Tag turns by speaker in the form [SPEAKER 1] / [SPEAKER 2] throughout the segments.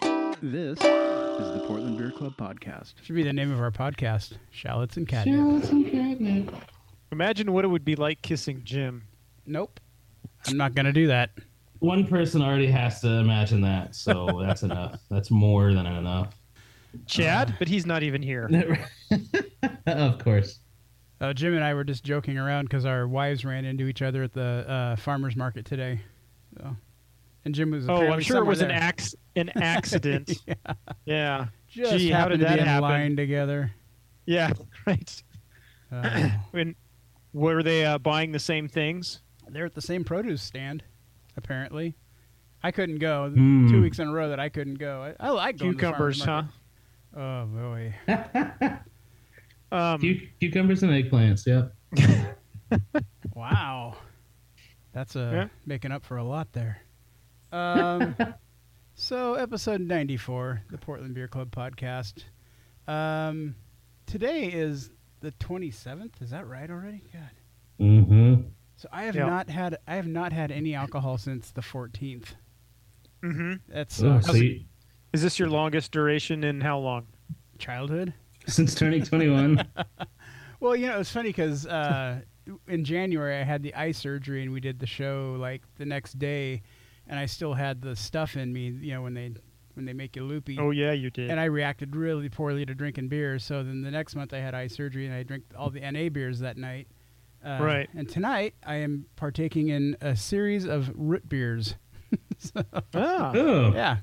[SPEAKER 1] This is the Portland Beer Club podcast.
[SPEAKER 2] Should be the name of our podcast, Shallots and Catnip.
[SPEAKER 3] Imagine what it would be like kissing Jim.
[SPEAKER 2] Nope. I'm not going to do that.
[SPEAKER 4] One person already has to imagine that, so that's enough. That's more than enough.
[SPEAKER 3] Chad, but he's not even here.
[SPEAKER 4] of course.
[SPEAKER 2] Uh, Jim and I were just joking around because our wives ran into each other at the uh, farmer's market today. So, and Jim was
[SPEAKER 3] Oh, I'm
[SPEAKER 2] apparently
[SPEAKER 3] sure it was
[SPEAKER 2] somewhere
[SPEAKER 3] an
[SPEAKER 2] there.
[SPEAKER 3] ax- an accident. yeah. yeah.
[SPEAKER 2] Just
[SPEAKER 3] Gee, how
[SPEAKER 2] happened
[SPEAKER 3] did
[SPEAKER 2] to
[SPEAKER 3] that
[SPEAKER 2] be in
[SPEAKER 3] happen?
[SPEAKER 2] line together.
[SPEAKER 3] right.
[SPEAKER 2] Uh,
[SPEAKER 3] When were they uh, buying the same things?
[SPEAKER 2] they're at the same produce stand, apparently. I couldn't go
[SPEAKER 4] Hmm.
[SPEAKER 2] two weeks in a row that I couldn't go. I, I like going
[SPEAKER 3] Cucumbers,
[SPEAKER 2] to the
[SPEAKER 3] huh?
[SPEAKER 2] farmer's market. Oh boy,
[SPEAKER 3] Um,
[SPEAKER 4] Cu- cucumbers and eggplants, yep.
[SPEAKER 2] wow, that's uh,
[SPEAKER 3] Yeah.
[SPEAKER 2] making up for a lot there. Um, so episode ninety four, the Portland Beer Club podcast. Um, today is the twenty seventh. Is that right already? God.
[SPEAKER 4] Mm-hmm.
[SPEAKER 2] So I have
[SPEAKER 3] Yeah.
[SPEAKER 2] not had I have not had any alcohol since the fourteenth.
[SPEAKER 3] mhm.
[SPEAKER 2] That's uh,
[SPEAKER 4] Oh,
[SPEAKER 2] sucks.
[SPEAKER 4] so you-
[SPEAKER 3] Is this your longest duration in how long?
[SPEAKER 2] childhood.
[SPEAKER 4] since turning 21.
[SPEAKER 2] Well, you know, it's funny because uh, in January I had the eye surgery and we did the show like the next day, and I still had the stuff in me. You know, when they when they make you loopy,
[SPEAKER 3] Oh, yeah, you did.
[SPEAKER 2] and I reacted really poorly to drinking beer. So then the next month I had eye surgery and I drank all the NA beers that night. Uh,
[SPEAKER 3] Right.
[SPEAKER 2] And tonight I am partaking in a series of root beers. So,
[SPEAKER 3] ah,
[SPEAKER 4] oh, yeah.
[SPEAKER 2] yeah,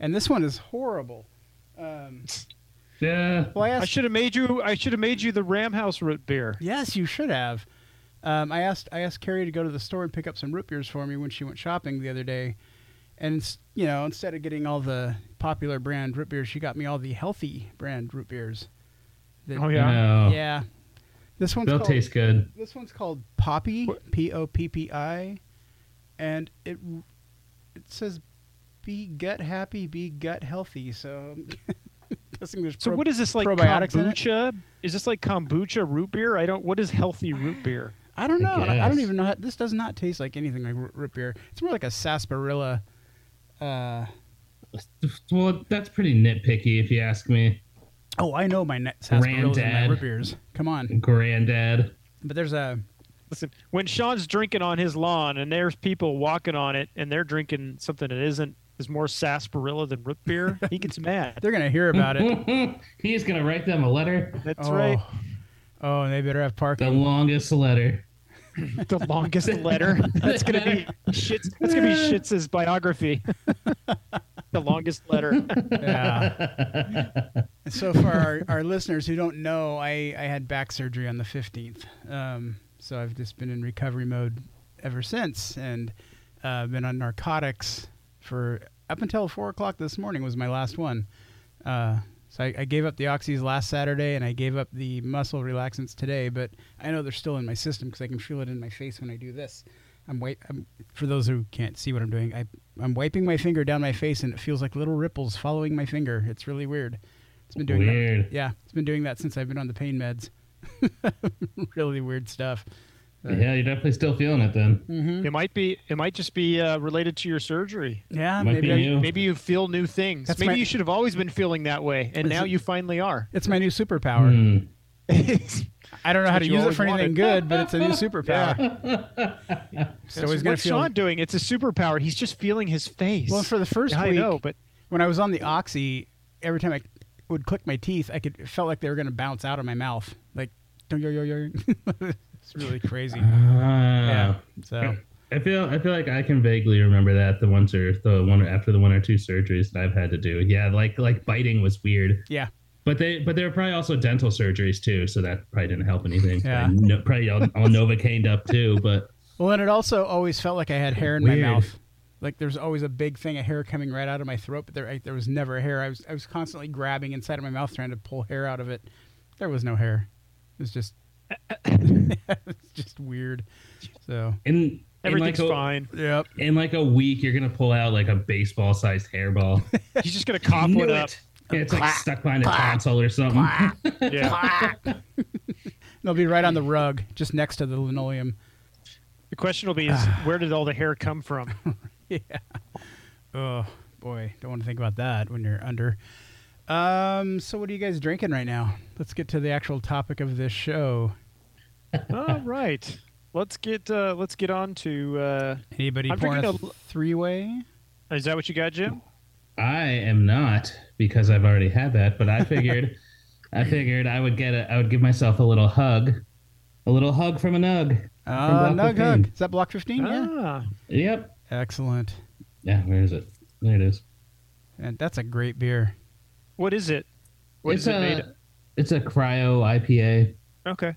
[SPEAKER 2] and this one is horrible. Um, well, I
[SPEAKER 3] I
[SPEAKER 2] asked
[SPEAKER 3] should have made you. I should have made you the Ram House root beer.
[SPEAKER 2] Yes, you should have. Um, I asked I asked Carrie to go to the store and pick up some root beers for me when she went shopping the other day, and it's- you know instead of getting all the popular brand root beers, she got me all the healthy brand root beers. That-
[SPEAKER 3] Oh yeah.
[SPEAKER 4] No.
[SPEAKER 2] yeah. This one's
[SPEAKER 4] They'll
[SPEAKER 2] called,
[SPEAKER 4] taste good.
[SPEAKER 2] this one's called Poppy P O P P I, and it it says be gut happy, be gut healthy. So I'm guessing there's
[SPEAKER 3] So
[SPEAKER 2] prob-
[SPEAKER 3] what is this like?
[SPEAKER 2] probiotics in it?
[SPEAKER 3] kombucha? Is this like kombucha root beer? I don't. What is healthy root beer?
[SPEAKER 2] I don't know.
[SPEAKER 4] I
[SPEAKER 2] I, I don't
[SPEAKER 4] guess.
[SPEAKER 2] even know. How, this does not taste like anything like r- root beer. It's more like a sarsaparilla. Uh,
[SPEAKER 4] Well, that's pretty nitpicky if you ask me.
[SPEAKER 2] oh, I know my net sarsaparillas and my
[SPEAKER 4] Granddad.
[SPEAKER 2] root beers. Come on.
[SPEAKER 4] Granddad.
[SPEAKER 2] But there's a
[SPEAKER 3] Listen, when Sean's drinking on his lawn and there's people walking on it and they're drinking something that isn't is more sarsaparilla than root beer, he gets mad.
[SPEAKER 2] they're gonna hear about it.
[SPEAKER 4] he is going to write them a letter,
[SPEAKER 3] That's
[SPEAKER 2] oh.
[SPEAKER 3] right.
[SPEAKER 2] Oh, and they better have
[SPEAKER 4] the
[SPEAKER 2] parking.
[SPEAKER 4] longest letter.
[SPEAKER 3] The longest letter. That's gonna be shits. That's gonna be Schitz's biography. the longest letter.
[SPEAKER 2] yeah. And so for our, our listeners who don't know, I, I had back surgery on the 15th. Um, so I've just been in recovery mode ever since and uh, been on narcotics for up until four o'clock this morning was my last one. Uh, so I, I gave up the oxys last Saturday and I gave up the muscle relaxants today, but I know they're still in my system because I can feel it in my face when I do this. I'm, wi- I'm for those who can't see what I'm doing. I I'm wiping my finger down my face and it feels like little ripples following my finger. It's really weird. It's been doing
[SPEAKER 4] Weird.
[SPEAKER 2] That, yeah, it's been doing that since I've been on the pain meds. really weird stuff. Uh,
[SPEAKER 4] Yeah, you're definitely still feeling it then.
[SPEAKER 2] mm,
[SPEAKER 3] It might be. It might just be uh, related to your surgery.
[SPEAKER 2] Yeah,
[SPEAKER 4] Might
[SPEAKER 2] maybe
[SPEAKER 4] be
[SPEAKER 2] I-
[SPEAKER 4] you.
[SPEAKER 3] Maybe you feel new things.
[SPEAKER 2] That's
[SPEAKER 3] Maybe
[SPEAKER 2] my-
[SPEAKER 3] you should have always been feeling that way, and
[SPEAKER 2] Is
[SPEAKER 3] now
[SPEAKER 2] it-
[SPEAKER 3] you finally are.
[SPEAKER 2] it's my new superpower.
[SPEAKER 4] Hmm.
[SPEAKER 2] I don't know how
[SPEAKER 3] what
[SPEAKER 2] to
[SPEAKER 3] you
[SPEAKER 2] use it
[SPEAKER 3] always
[SPEAKER 2] for anything good, but it's a new superpower. So
[SPEAKER 3] That's
[SPEAKER 2] he's gonna
[SPEAKER 3] what's
[SPEAKER 2] feel.
[SPEAKER 3] Sean doing? It's a superpower. He's just feeling his face.
[SPEAKER 2] Well, for the first
[SPEAKER 3] I
[SPEAKER 2] week,
[SPEAKER 3] know, but
[SPEAKER 2] when I was on the oxy, every time I would click my teeth, I could it felt like they were going to bounce out of my mouth. Like, yo yo yo yo. It's really crazy.
[SPEAKER 4] Uh,
[SPEAKER 2] Yeah.
[SPEAKER 4] Ah.
[SPEAKER 2] So
[SPEAKER 4] I feel I feel like I can vaguely remember that the ones or the one after the one or two surgeries that I've had to do. Yeah, like like biting was weird,
[SPEAKER 2] yeah,
[SPEAKER 4] but they but there were probably also dental surgeries too, so that probably didn't help anything.
[SPEAKER 2] Yeah.
[SPEAKER 4] Like, no, probably all, all novocained up too, but
[SPEAKER 2] Well, and it also always felt like I had hair in
[SPEAKER 4] Weird.
[SPEAKER 2] my mouth. Like there's always a big thing of hair coming right out of my throat, but there like, there was never hair. I was I was constantly grabbing inside of my mouth trying to pull hair out of it. There was no hair. It was just it's just weird. So
[SPEAKER 4] in
[SPEAKER 3] everything's
[SPEAKER 4] in like a,
[SPEAKER 3] fine.
[SPEAKER 2] yep.
[SPEAKER 4] In like a week, you're gonna pull out like a baseball sized hairball.
[SPEAKER 3] He's just gonna cop
[SPEAKER 4] Knew
[SPEAKER 3] one up.
[SPEAKER 4] it. Yeah, it's like stuck behind a console or something.
[SPEAKER 3] Yeah.
[SPEAKER 2] They'll be right on the rug, just next to the linoleum.
[SPEAKER 3] the question will be: Is where did all the hair come from?
[SPEAKER 2] Oh boy, don't want to think about that when you're under. Um, so what are you guys drinking right now? Let's get to the actual topic of this show.
[SPEAKER 3] All right, let's get uh, let's get on to. Uh,
[SPEAKER 2] Anybody
[SPEAKER 3] I'm
[SPEAKER 2] pouring a
[SPEAKER 3] drinking a l-
[SPEAKER 2] three way?
[SPEAKER 3] is that what you got, Jim?
[SPEAKER 4] I am not because I've already had that, but I figured I figured I would get a I would give myself a little hug. A little hug from a nug.
[SPEAKER 2] Uh,
[SPEAKER 4] Block
[SPEAKER 2] Nug Hug.
[SPEAKER 4] 15.
[SPEAKER 2] Is that Block 15? Yeah.
[SPEAKER 3] Ah,
[SPEAKER 4] Yep.
[SPEAKER 2] Excellent.
[SPEAKER 4] Yeah, where is it? There it is.
[SPEAKER 2] And that's a great beer.
[SPEAKER 3] what is it? What is
[SPEAKER 4] it's uh,
[SPEAKER 3] it made?
[SPEAKER 4] a it's a cryo IPA.
[SPEAKER 3] Okay,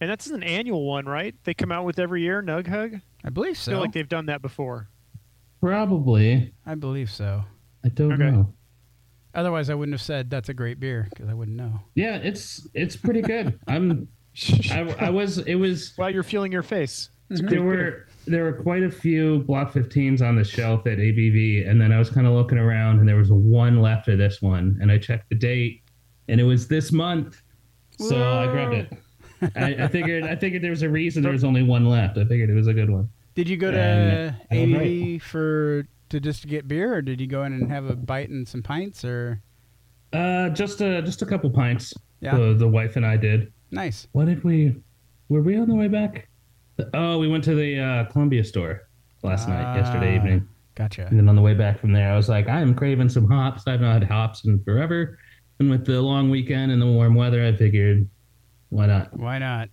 [SPEAKER 3] and that's an annual one, right? They come out with every year. Nug Hug.
[SPEAKER 2] I believe
[SPEAKER 3] I feel
[SPEAKER 2] so.
[SPEAKER 3] like they've done that before.
[SPEAKER 4] Probably.
[SPEAKER 2] I believe so.
[SPEAKER 4] I don't
[SPEAKER 3] Okay.
[SPEAKER 4] know.
[SPEAKER 2] Otherwise, I wouldn't have said that's a great beer because I wouldn't know.
[SPEAKER 4] Yeah, it's it's pretty good. I'm I, I was it was
[SPEAKER 3] While you're feeling your face.
[SPEAKER 4] there were there were quite a few block 15s on the shelf at ABV, and then I was kind of looking around, and there was one left of this one, and I checked the date, and it was this month, so I grabbed it. I, I figured I figured there was a reason there was only one left. I figured it was a good one.
[SPEAKER 2] Did you go to
[SPEAKER 4] And I don't
[SPEAKER 2] ABV for to just to get beer, or did you go in and have a bite and some pints? Or
[SPEAKER 4] Uh, just a just a couple pints.
[SPEAKER 2] Yeah.
[SPEAKER 4] The, the wife and I did.
[SPEAKER 2] nice.
[SPEAKER 4] What did we? Were we on the way back? Oh, we went to the uh, Columbia store last night, yesterday
[SPEAKER 2] Ah.
[SPEAKER 4] evening.
[SPEAKER 2] Gotcha.
[SPEAKER 4] And then on the way back from there, I was like, I am craving some hops. I've not had hops in forever. And with the long weekend and the warm weather, I figured, why not?
[SPEAKER 2] Why not?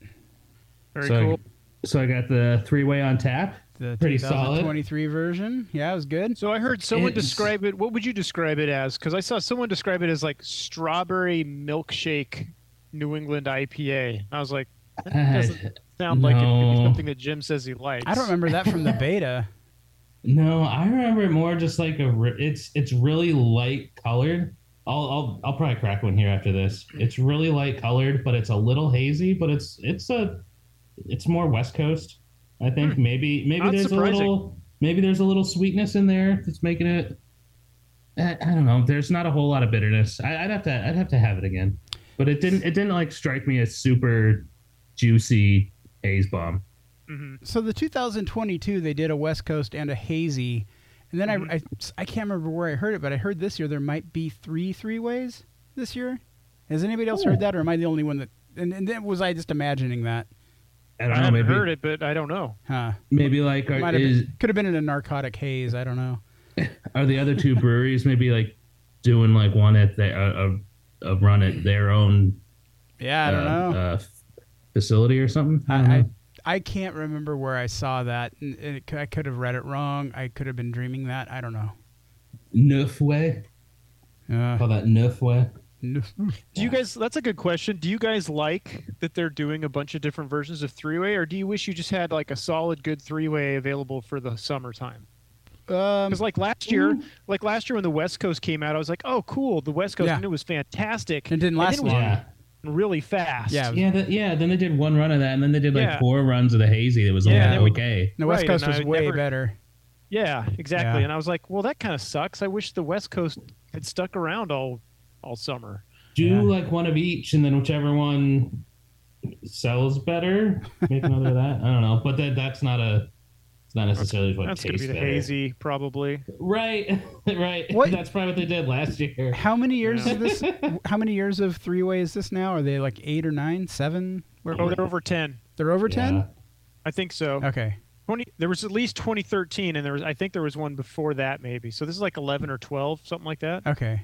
[SPEAKER 3] Very
[SPEAKER 4] so,
[SPEAKER 3] cool.
[SPEAKER 4] I, so I got the three way on tap.
[SPEAKER 2] The
[SPEAKER 4] Pretty solid.
[SPEAKER 2] 2023 version. Yeah, it was good.
[SPEAKER 3] So I heard someone
[SPEAKER 4] It's-
[SPEAKER 3] describe it. What would you describe it as? Because I saw someone describe it as like strawberry milkshake New England IPA. And I was like, that doesn't sound like it could be
[SPEAKER 4] no.
[SPEAKER 3] something that Jim says he likes.
[SPEAKER 2] I don't remember that from the beta.
[SPEAKER 4] No, I remember it more just like a. re- It's it's really light colored. I'll I'll I'll probably crack one here after this. It's really light colored, but it's a little hazy. But it's it's a it's more West Coast. I think maybe maybe
[SPEAKER 3] Not
[SPEAKER 4] there's
[SPEAKER 3] Hmm. surprising.
[SPEAKER 4] a little maybe there's a little sweetness in there that's making it. I, I don't know. There's not a whole lot of bitterness. I, I'd have to I'd have to have it again. But it didn't it didn't like strike me as super juicy haze bomb.
[SPEAKER 3] Mhm.
[SPEAKER 2] So the 2022, they did a West Coast and a hazy, and then I, I I can't remember where I heard it, but I heard this year there might be three three ways this year. Has anybody else
[SPEAKER 4] Oh.
[SPEAKER 2] heard that, or am I the only one that? And, and then was I just imagining that?
[SPEAKER 4] I
[SPEAKER 3] I,
[SPEAKER 4] don't know.
[SPEAKER 3] haven't
[SPEAKER 4] Maybe
[SPEAKER 3] heard it, but I don't know.
[SPEAKER 2] Huh.
[SPEAKER 4] maybe like are,
[SPEAKER 2] Might have
[SPEAKER 4] is,
[SPEAKER 2] been, could have been in a narcotic haze. I don't know.
[SPEAKER 4] are the other two breweries maybe like doing like one at their a, a, a run at their own
[SPEAKER 2] Yeah, I don't
[SPEAKER 4] uh,
[SPEAKER 2] know.
[SPEAKER 4] uh, f- facility or something? I don't
[SPEAKER 2] I, I
[SPEAKER 4] know.
[SPEAKER 2] I can't remember where I saw that. and it, c- I could have read it wrong. I could have been dreaming that. I don't know.
[SPEAKER 4] Neuf way.
[SPEAKER 2] Uh,
[SPEAKER 4] Call that Neuf way.
[SPEAKER 3] Do you guys? That's a good question. Do you guys like that they're doing a bunch of different versions of three way, or do you wish you just had like a solid good three way available for the summertime?
[SPEAKER 2] um, mm.
[SPEAKER 3] Because like last year, like last year when the West Coast came out, I was like, oh cool, the West Coast,
[SPEAKER 2] Yeah.
[SPEAKER 3] and it was fantastic.
[SPEAKER 2] it didn't last
[SPEAKER 3] then we-
[SPEAKER 2] long.
[SPEAKER 4] Yeah.
[SPEAKER 3] really fast.
[SPEAKER 2] Yeah.
[SPEAKER 4] Yeah, the, yeah. Then they did one run of that, and then they did like
[SPEAKER 3] Yeah.
[SPEAKER 4] four runs of the hazy. That was
[SPEAKER 3] Yeah,
[SPEAKER 4] yeah,
[SPEAKER 3] then we-
[SPEAKER 4] okay.
[SPEAKER 2] The West
[SPEAKER 3] Right,
[SPEAKER 2] Coast
[SPEAKER 3] and
[SPEAKER 2] was
[SPEAKER 3] I
[SPEAKER 2] way
[SPEAKER 3] never-
[SPEAKER 2] better.
[SPEAKER 3] Yeah, exactly.
[SPEAKER 2] Yeah.
[SPEAKER 3] And I was like, well, that kind of sucks. I wish the West Coast had stuck around all all summer.
[SPEAKER 4] Do
[SPEAKER 2] Yeah.
[SPEAKER 4] like one of each, and then whichever one sells better, make another of that. I don't know, but that that's not a. It's not necessarily what
[SPEAKER 3] That's going to
[SPEAKER 4] tastes
[SPEAKER 3] be the
[SPEAKER 4] better.
[SPEAKER 3] hazy, probably.
[SPEAKER 4] Right, right.
[SPEAKER 2] What-
[SPEAKER 4] That's probably what they did last year.
[SPEAKER 2] How many years
[SPEAKER 3] Yeah.
[SPEAKER 2] is this? How many years of three way is this now? Are they like eight or nine, seven? Where,
[SPEAKER 3] Oh, they're over ten.
[SPEAKER 2] they're over
[SPEAKER 4] Yeah.
[SPEAKER 2] ten.
[SPEAKER 3] I think so.
[SPEAKER 2] Okay,
[SPEAKER 3] Twenty. There was at least 2013, and there was. I think there was one before that, maybe. So this is like 11 or 12, something like that.
[SPEAKER 2] okay.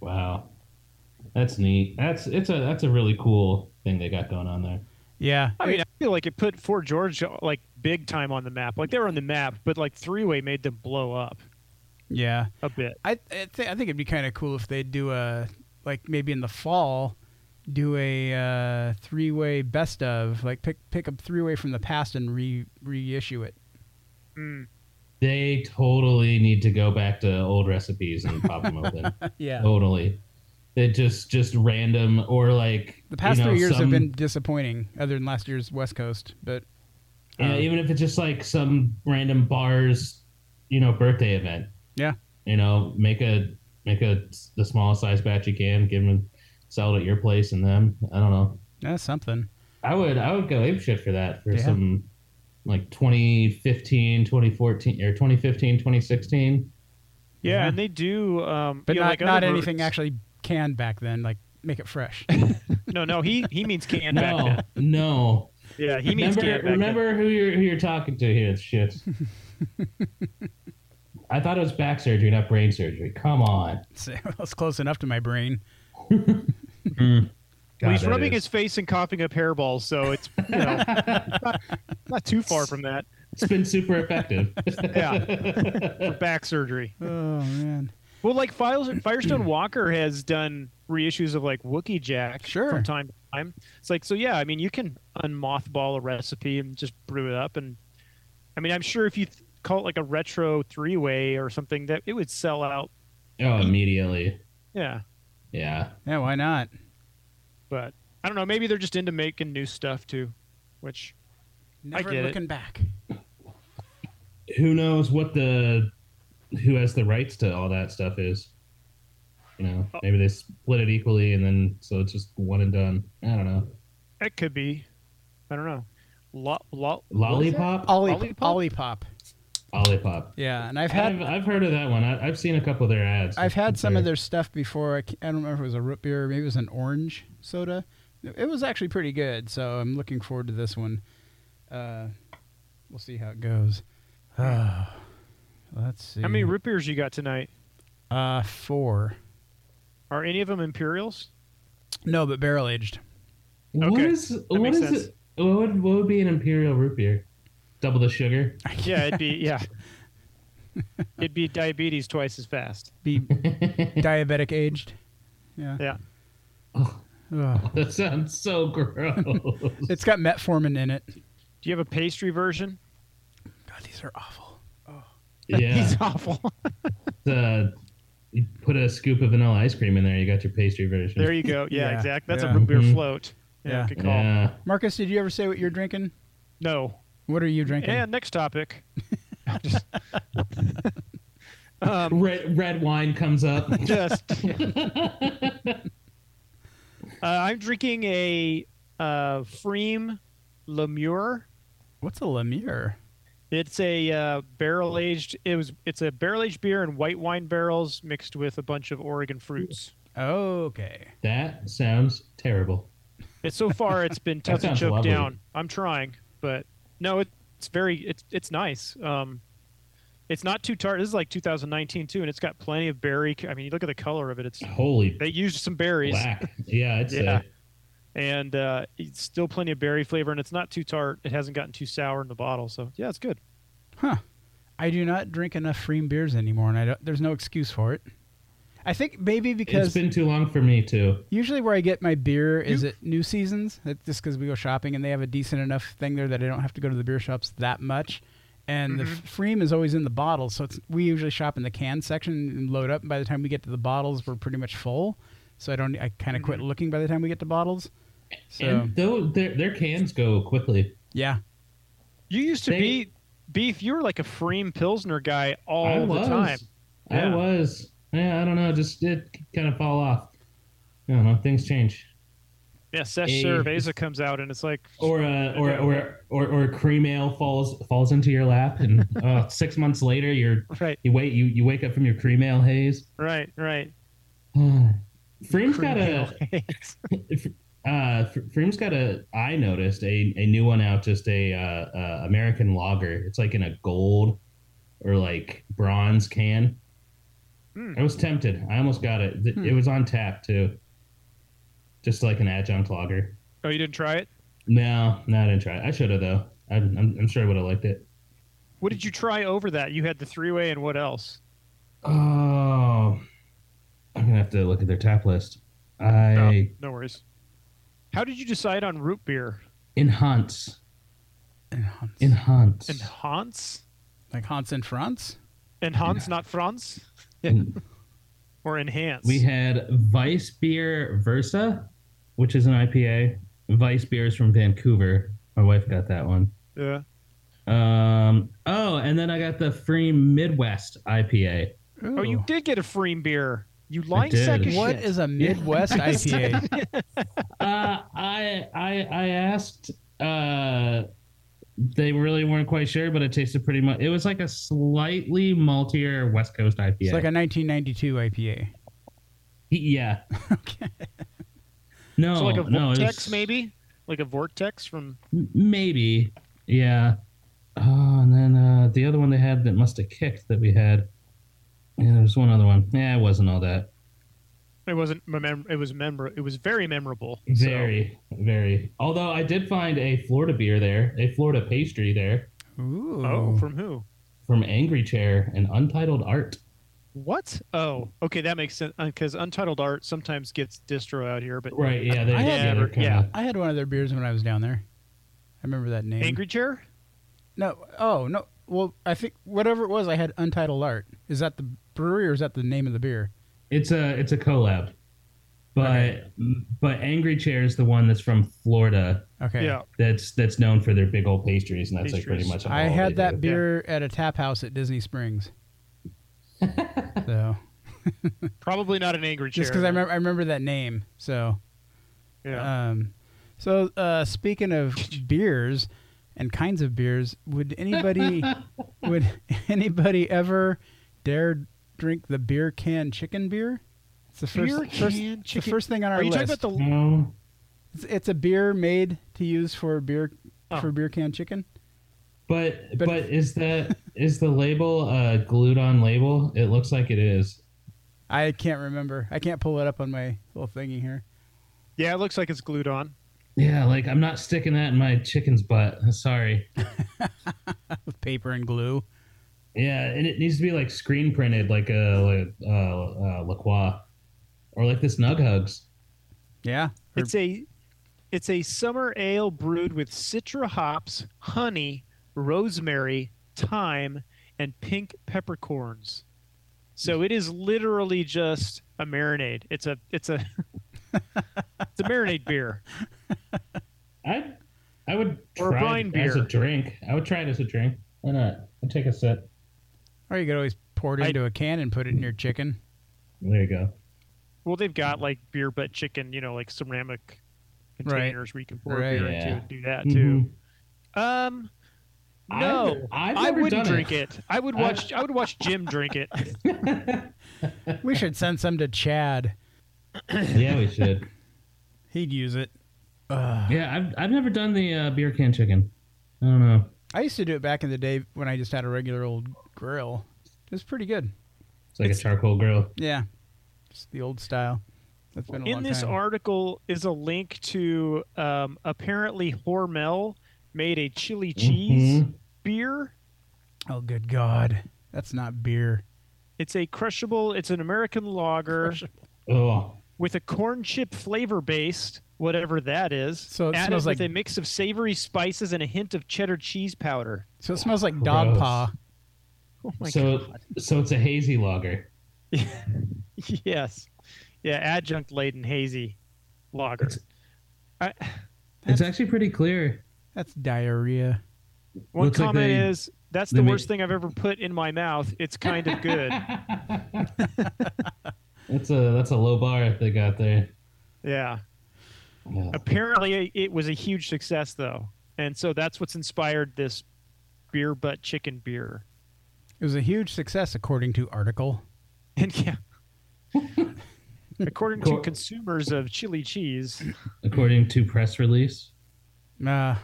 [SPEAKER 4] Wow, that's neat. That's it's a that's a really cool thing they got going on there.
[SPEAKER 2] Yeah,
[SPEAKER 3] I mean, I feel like it put Fort George like big time on the map. Like they were on the map, but like three way made them blow up
[SPEAKER 2] yeah.
[SPEAKER 3] a bit.
[SPEAKER 2] I I, th- I think it'd be kind of cool if they do a like maybe in the fall do a uh, three way best of like pick pick up three way from the past and re reissue it.
[SPEAKER 3] Mm.
[SPEAKER 4] They totally need to go back to old recipes and pop them open.
[SPEAKER 2] Yeah,
[SPEAKER 4] totally. They just just random or like
[SPEAKER 2] the past
[SPEAKER 4] you know,
[SPEAKER 2] three years have
[SPEAKER 4] some-
[SPEAKER 2] been disappointing, other than last year's West Coast. But
[SPEAKER 4] yeah,
[SPEAKER 2] um,
[SPEAKER 4] even if it's just like some random bar's you know birthday event.
[SPEAKER 2] Yeah.
[SPEAKER 4] You know, make a make a the smallest size batch you can. Give them sell it at your place and them. I don't know.
[SPEAKER 2] that's something.
[SPEAKER 4] I would I would go apeshit for that for
[SPEAKER 2] Yeah.
[SPEAKER 4] some like 2015, 2014 or 2015, 2016.
[SPEAKER 3] Yeah, and they do, um,
[SPEAKER 2] Mm-hmm. But
[SPEAKER 3] you know,
[SPEAKER 2] not
[SPEAKER 3] like
[SPEAKER 2] not
[SPEAKER 3] other
[SPEAKER 2] anything
[SPEAKER 3] birds.
[SPEAKER 2] actually canned back then. Like make it fresh.
[SPEAKER 3] No, no, he he means canned back
[SPEAKER 4] No,
[SPEAKER 3] then.
[SPEAKER 4] no.
[SPEAKER 3] Yeah, he means
[SPEAKER 4] Remember,
[SPEAKER 3] canned back then.
[SPEAKER 4] remember who you're who you're talking to here. Shit. I thought it was back surgery, not brain surgery. Come on.
[SPEAKER 2] so, well, it's close enough to my brain.
[SPEAKER 3] Well, he's
[SPEAKER 4] God, that
[SPEAKER 3] rubbing
[SPEAKER 4] is-
[SPEAKER 3] his face and coughing up hairballs, so it's you know not, not too far from that.
[SPEAKER 4] It's been super effective. Oh,
[SPEAKER 3] Yeah, for back surgery.
[SPEAKER 2] Oh man.
[SPEAKER 3] Well, like Files, Firestone Walker has done reissues of like Wookie Jack
[SPEAKER 2] Sure.
[SPEAKER 3] from time to time. It's like so, yeah. I mean, you can unmothball a recipe and just brew it up, and I mean, I'm sure if you th- call it like a retro three way or something, that it would sell out.
[SPEAKER 4] oh, immediately.
[SPEAKER 3] Yeah,
[SPEAKER 4] Yeah.
[SPEAKER 2] Yeah, why not?
[SPEAKER 3] but I don't know. Maybe they're just into making new stuff too, which
[SPEAKER 2] Never
[SPEAKER 3] get it.
[SPEAKER 2] looking back.
[SPEAKER 4] Who knows what the who has the rights to all that stuff is. You know,
[SPEAKER 3] Oh.
[SPEAKER 4] maybe they split it equally and then so it's just one and done. I don't know.
[SPEAKER 3] it could be. I don't know. Lo- lo-
[SPEAKER 4] Lollipop?
[SPEAKER 2] Ollie
[SPEAKER 3] Olipop?
[SPEAKER 2] Olipop.
[SPEAKER 4] Lollipop.
[SPEAKER 2] Yeah, and I've had
[SPEAKER 4] I've, I've heard of that one. I, I've seen a couple of their ads.
[SPEAKER 2] I've had some of
[SPEAKER 4] They're-
[SPEAKER 2] their stuff before. I, can't- I don't remember if it was a root beer, or maybe it was an orange soda. It was actually pretty good, so I'm looking forward to this one. Uh, we'll see how it goes. Uh, let's see.
[SPEAKER 3] How many root beers you got tonight?
[SPEAKER 2] Uh, four.
[SPEAKER 3] Are any of them imperials?
[SPEAKER 2] No, but barrel aged.
[SPEAKER 4] What
[SPEAKER 3] Okay,
[SPEAKER 4] is what
[SPEAKER 3] makes
[SPEAKER 4] is
[SPEAKER 3] sense.
[SPEAKER 4] it? What would what would be an imperial root beer? Double the sugar.
[SPEAKER 3] Yeah, it'd be yeah. it'd be diabetes twice as fast.
[SPEAKER 2] Be diabetic aged. Yeah.
[SPEAKER 3] Yeah.
[SPEAKER 2] Ugh.
[SPEAKER 4] That sounds so gross.
[SPEAKER 2] It's got metformin in it.
[SPEAKER 3] Do you have a pastry version?
[SPEAKER 2] God, these are awful.
[SPEAKER 4] yeah,
[SPEAKER 3] He's awful.
[SPEAKER 4] the, you put a scoop of vanilla ice cream in there. You got your pastry version.
[SPEAKER 3] there you go. Yeah,
[SPEAKER 2] Yeah,
[SPEAKER 3] exactly. That's
[SPEAKER 2] yeah.
[SPEAKER 3] a root beer
[SPEAKER 4] Mhm.
[SPEAKER 3] float. Yeah,
[SPEAKER 2] Yeah.
[SPEAKER 3] good call.
[SPEAKER 4] yeah.
[SPEAKER 2] Marcus, did you ever say what you're drinking?
[SPEAKER 3] No.
[SPEAKER 2] What are you drinking?
[SPEAKER 3] And next topic. just, um,
[SPEAKER 4] Red red wine comes up.
[SPEAKER 3] just. Uh, I'm drinking a uh, Freem Lemur.
[SPEAKER 2] What's a Lemire?
[SPEAKER 3] It's a uh, barrel aged. It was. It's a barrel aged beer in white wine barrels mixed with a bunch of Oregon fruits.
[SPEAKER 2] Okay.
[SPEAKER 4] that sounds terrible.
[SPEAKER 3] It's so far it's been
[SPEAKER 4] That
[SPEAKER 3] tough to
[SPEAKER 4] sounds
[SPEAKER 3] choke
[SPEAKER 4] lovely.
[SPEAKER 3] down. I'm trying, but no, it, it's very it's it's nice. Um, it's not too tart. This is like 2019 too, and it's got plenty of berry. I mean, you look at the color of it. It's
[SPEAKER 4] Holy
[SPEAKER 3] they used some berries,
[SPEAKER 4] black. Yeah, it's
[SPEAKER 3] Yeah. and uh, it's still plenty of berry flavor, and it's not too tart. It hasn't gotten too sour in the bottle, so yeah, it's good.
[SPEAKER 2] Huh. I do not drink enough Freem beers anymore, and I don't, there's no excuse for it. I think maybe
[SPEAKER 4] it's
[SPEAKER 2] because
[SPEAKER 4] been too long for me too.
[SPEAKER 2] usually where I get my beer is at New Seasons. It's just because we go shopping and they have a decent enough thing there that I don't have to go to the beer shops that much. And the Freem is always in the bottle, so it's, we usually shop in the can section and load up. And by the time we get to the bottles, we're pretty much full. So I don't. I kind of quit looking by the time we get to bottles. So
[SPEAKER 4] And though their their cans go quickly.
[SPEAKER 2] yeah,
[SPEAKER 3] You used to
[SPEAKER 4] They-
[SPEAKER 3] be beef. You were like a Freem Pilsner guy all
[SPEAKER 4] I
[SPEAKER 3] the
[SPEAKER 4] was.
[SPEAKER 3] time. Yeah.
[SPEAKER 4] I was. Yeah, I don't know. Just it kind of fall off. I don't know. Things change.
[SPEAKER 3] Yeah, Sesh
[SPEAKER 4] Hey.
[SPEAKER 3] Cerveza comes out, and it's like
[SPEAKER 4] or a or or or or a cream ale falls falls into your lap, and uh, six months later, you're
[SPEAKER 3] right,
[SPEAKER 4] you wait you, you wake up from your cream ale haze.
[SPEAKER 3] right, right.
[SPEAKER 4] Freem's got a uh, Fr- Freem's got a I noticed a, a new one out, just a uh, uh, American lager. It's like in a gold or like bronze can.
[SPEAKER 3] Hmm.
[SPEAKER 4] I was tempted. I almost got it. Th- It was on tap too, just like an adjunct lager.
[SPEAKER 3] Oh, you didn't try it?
[SPEAKER 4] No, no, I didn't try it. I should have though. I, I'm, I'm sure I would have liked it.
[SPEAKER 3] What did you try over that? You had the three way and what else?
[SPEAKER 4] Oh, I'm gonna have to look at their tap list. I
[SPEAKER 3] No worries. How did you decide on root beer?
[SPEAKER 4] enhance,
[SPEAKER 2] and Hans,
[SPEAKER 4] enhance,
[SPEAKER 3] And Hans?
[SPEAKER 2] like Hans in France.
[SPEAKER 3] And Hans, not Franz?
[SPEAKER 4] And
[SPEAKER 3] Or Enhance?
[SPEAKER 4] we had Vice Beer Versa, which is an IPA. Vice Beer is from Vancouver. My wife got that one.
[SPEAKER 3] yeah.
[SPEAKER 4] Um, oh, and then I got the Free Midwest IPA.
[SPEAKER 3] Oh, you did get a Freem beer. You lying
[SPEAKER 4] did.
[SPEAKER 3] sack of
[SPEAKER 2] What
[SPEAKER 3] shit.
[SPEAKER 2] is a Midwest IPA?
[SPEAKER 4] Uh, I I I asked uh, they really weren't quite sure, but it tasted pretty much. It was like a slightly maltier West Coast IPA.
[SPEAKER 2] It's like a 1992 IPA.
[SPEAKER 4] yeah.
[SPEAKER 2] Okay.
[SPEAKER 4] No,
[SPEAKER 3] so like a
[SPEAKER 4] no, it
[SPEAKER 3] vortex,
[SPEAKER 4] was-
[SPEAKER 3] maybe like a vortex from
[SPEAKER 4] M- Maybe. Yeah. Oh, and then uh, the other one they had that must have kicked that we had. Yeah, there was one other one. Yeah, it wasn't all that.
[SPEAKER 3] It wasn't remember. It was memor. It was very memorable. so-
[SPEAKER 4] Very, very. Although I did find a Florida beer there, a Florida pastry there
[SPEAKER 2] Ooh.
[SPEAKER 3] oh, from who?
[SPEAKER 4] from Angry Chair and Untitled Art.
[SPEAKER 3] What? Oh, okay, that makes sense. Because Untitled Art sometimes gets distro out here, but
[SPEAKER 4] Right. Yeah. They,
[SPEAKER 2] I
[SPEAKER 4] yeah,
[SPEAKER 3] had-
[SPEAKER 4] they're
[SPEAKER 3] yeah.
[SPEAKER 4] kinda-
[SPEAKER 2] I had one of their beers when I was down there. I remember that name.
[SPEAKER 3] Angry Chair.
[SPEAKER 2] No. Oh no. Well, I think whatever it was, I had Untitled Art. Is that the brewery or is that the name of the beer?
[SPEAKER 4] It's a it's a collab, but
[SPEAKER 2] Okay.
[SPEAKER 4] but Angry Chair is the one that's from Florida.
[SPEAKER 2] Okay.
[SPEAKER 3] Yeah.
[SPEAKER 4] That's that's known for their big old pastries, and that's like pretty
[SPEAKER 3] Pastries.
[SPEAKER 4] much.
[SPEAKER 2] I
[SPEAKER 4] all
[SPEAKER 2] had
[SPEAKER 4] they
[SPEAKER 2] that
[SPEAKER 4] do.
[SPEAKER 2] beer at a tap house at Disney Springs. so
[SPEAKER 3] Probably not an Angry Chair.
[SPEAKER 2] just because I remember, I remember that name. So,
[SPEAKER 3] Yeah.
[SPEAKER 2] um, so uh, speaking of beers and kinds of beers, would anybody would anybody ever dare drink the beer can chicken beer? It's the first
[SPEAKER 3] Beer
[SPEAKER 2] first,
[SPEAKER 3] can
[SPEAKER 2] it's
[SPEAKER 3] chicken-
[SPEAKER 2] the first thing on our
[SPEAKER 3] Are you
[SPEAKER 2] list.
[SPEAKER 3] talking about the?
[SPEAKER 4] No.
[SPEAKER 2] It's, it's a beer made to use for beer
[SPEAKER 3] Oh.
[SPEAKER 2] for beer can chicken.
[SPEAKER 4] But
[SPEAKER 2] But-
[SPEAKER 4] but, is that is the label a glued on label? It looks like it is.
[SPEAKER 2] I can't remember. I can't pull it up on my little thingy here.
[SPEAKER 3] Yeah, it looks like it's glued on.
[SPEAKER 4] Yeah, like I'm not sticking that in my chicken's butt. Sorry.
[SPEAKER 2] With paper and glue.
[SPEAKER 4] Yeah, and it needs to be like screen printed, like a like, uh, uh, La Croix. or like this Nug Hugs.
[SPEAKER 2] Yeah. Or-
[SPEAKER 3] It's a, it's a summer ale brewed with citra hops, honey, rosemary, thyme, and pink peppercorns. So it is literally just a marinade. It's a it's a it's a marinade beer.
[SPEAKER 4] I I would
[SPEAKER 3] Or
[SPEAKER 4] try
[SPEAKER 3] wine
[SPEAKER 4] it as
[SPEAKER 3] beer.
[SPEAKER 4] a drink. I would try it as a drink. Why not? I'll take a sip.
[SPEAKER 2] or you could always pour it
[SPEAKER 3] I-
[SPEAKER 2] into a can and put it in your chicken.
[SPEAKER 4] There you go.
[SPEAKER 3] Well, they've got like beer butt chicken, you know, like ceramic containers where you can pour
[SPEAKER 2] Right. Mm-hmm.
[SPEAKER 3] beer
[SPEAKER 4] Yeah.
[SPEAKER 3] into and do that too. Um,
[SPEAKER 4] Mhm.
[SPEAKER 3] no,
[SPEAKER 4] I've, I've
[SPEAKER 3] I
[SPEAKER 4] never
[SPEAKER 3] wouldn't
[SPEAKER 4] done
[SPEAKER 3] drink it. I would watch. I would watch Jim drink it.
[SPEAKER 2] We should send some to Chad.
[SPEAKER 4] yeah, we should.
[SPEAKER 2] He'd use it. Ugh.
[SPEAKER 4] Yeah, I've I've never done the uh, beer can chicken. I don't know.
[SPEAKER 2] I used to do it back in the day when I just had a regular old grill. It was pretty good.
[SPEAKER 4] It's like
[SPEAKER 3] It's-
[SPEAKER 4] a charcoal grill.
[SPEAKER 2] Yeah. Just the old style. That's been a
[SPEAKER 3] In
[SPEAKER 2] long
[SPEAKER 3] this
[SPEAKER 2] time.
[SPEAKER 3] article is a link to um, apparently Hormel made a chili cheese
[SPEAKER 4] Mhm.
[SPEAKER 3] beer.
[SPEAKER 2] oh, good God. That's not beer.
[SPEAKER 3] It's a crushable. It's an American lager
[SPEAKER 4] Oh,
[SPEAKER 3] with a corn chip flavor based, whatever that is.
[SPEAKER 2] So it
[SPEAKER 3] added
[SPEAKER 2] smells
[SPEAKER 3] with
[SPEAKER 2] like-
[SPEAKER 3] a mix of savory spices and a hint of cheddar cheese powder.
[SPEAKER 2] So it smells like dog
[SPEAKER 4] Gross.
[SPEAKER 2] paw.
[SPEAKER 3] Oh my
[SPEAKER 4] so so it's a hazy lager.
[SPEAKER 3] god! Yes, yeah, adjunct laden hazy lager.
[SPEAKER 4] It's-
[SPEAKER 3] I,
[SPEAKER 4] It's actually pretty clear.
[SPEAKER 2] That's diarrhea.
[SPEAKER 3] one
[SPEAKER 4] looks like
[SPEAKER 3] comment
[SPEAKER 4] they-
[SPEAKER 3] is that's
[SPEAKER 4] they
[SPEAKER 3] the
[SPEAKER 4] made-
[SPEAKER 3] worst thing I've ever put in my mouth. It's kind of good.
[SPEAKER 4] That's a that's a low bar they got there.
[SPEAKER 3] yeah.
[SPEAKER 4] Yeah.
[SPEAKER 3] Apparently, it was a huge success though, and so that's what's inspired this beer butt chicken beer.
[SPEAKER 2] It was a huge success, according to article.
[SPEAKER 3] And yeah. According to
[SPEAKER 4] Cor-
[SPEAKER 3] consumers of chili cheese,
[SPEAKER 4] According to press release.
[SPEAKER 2] Uh,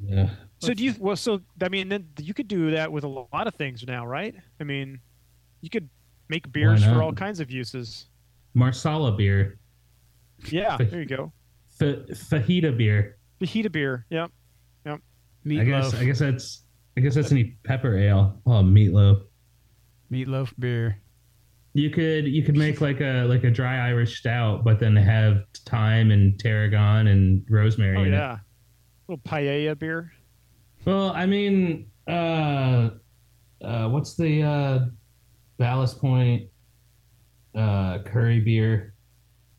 [SPEAKER 4] Yeah.
[SPEAKER 3] so do you? Well, so I mean, then you could do that with a lot of things now, right? I mean, you could make beers
[SPEAKER 4] not?
[SPEAKER 3] for all kinds of uses.
[SPEAKER 4] Marsala beer.
[SPEAKER 3] Yeah,
[SPEAKER 4] But-
[SPEAKER 3] there you go.
[SPEAKER 4] Fa- fajita beer.
[SPEAKER 3] Fajita beer. Yep.
[SPEAKER 4] I
[SPEAKER 2] meatloaf,
[SPEAKER 4] guess I guess that's I guess that's any pepper ale. Oh meatloaf.
[SPEAKER 2] meatloaf beer.
[SPEAKER 4] You could you could make like a like a dry Irish stout, but then have thyme and tarragon and rosemary
[SPEAKER 3] Oh
[SPEAKER 4] in it.
[SPEAKER 3] yeah. little paella beer.
[SPEAKER 4] Well, I mean, uh, uh, what's the uh, Ballast Point uh, curry beer?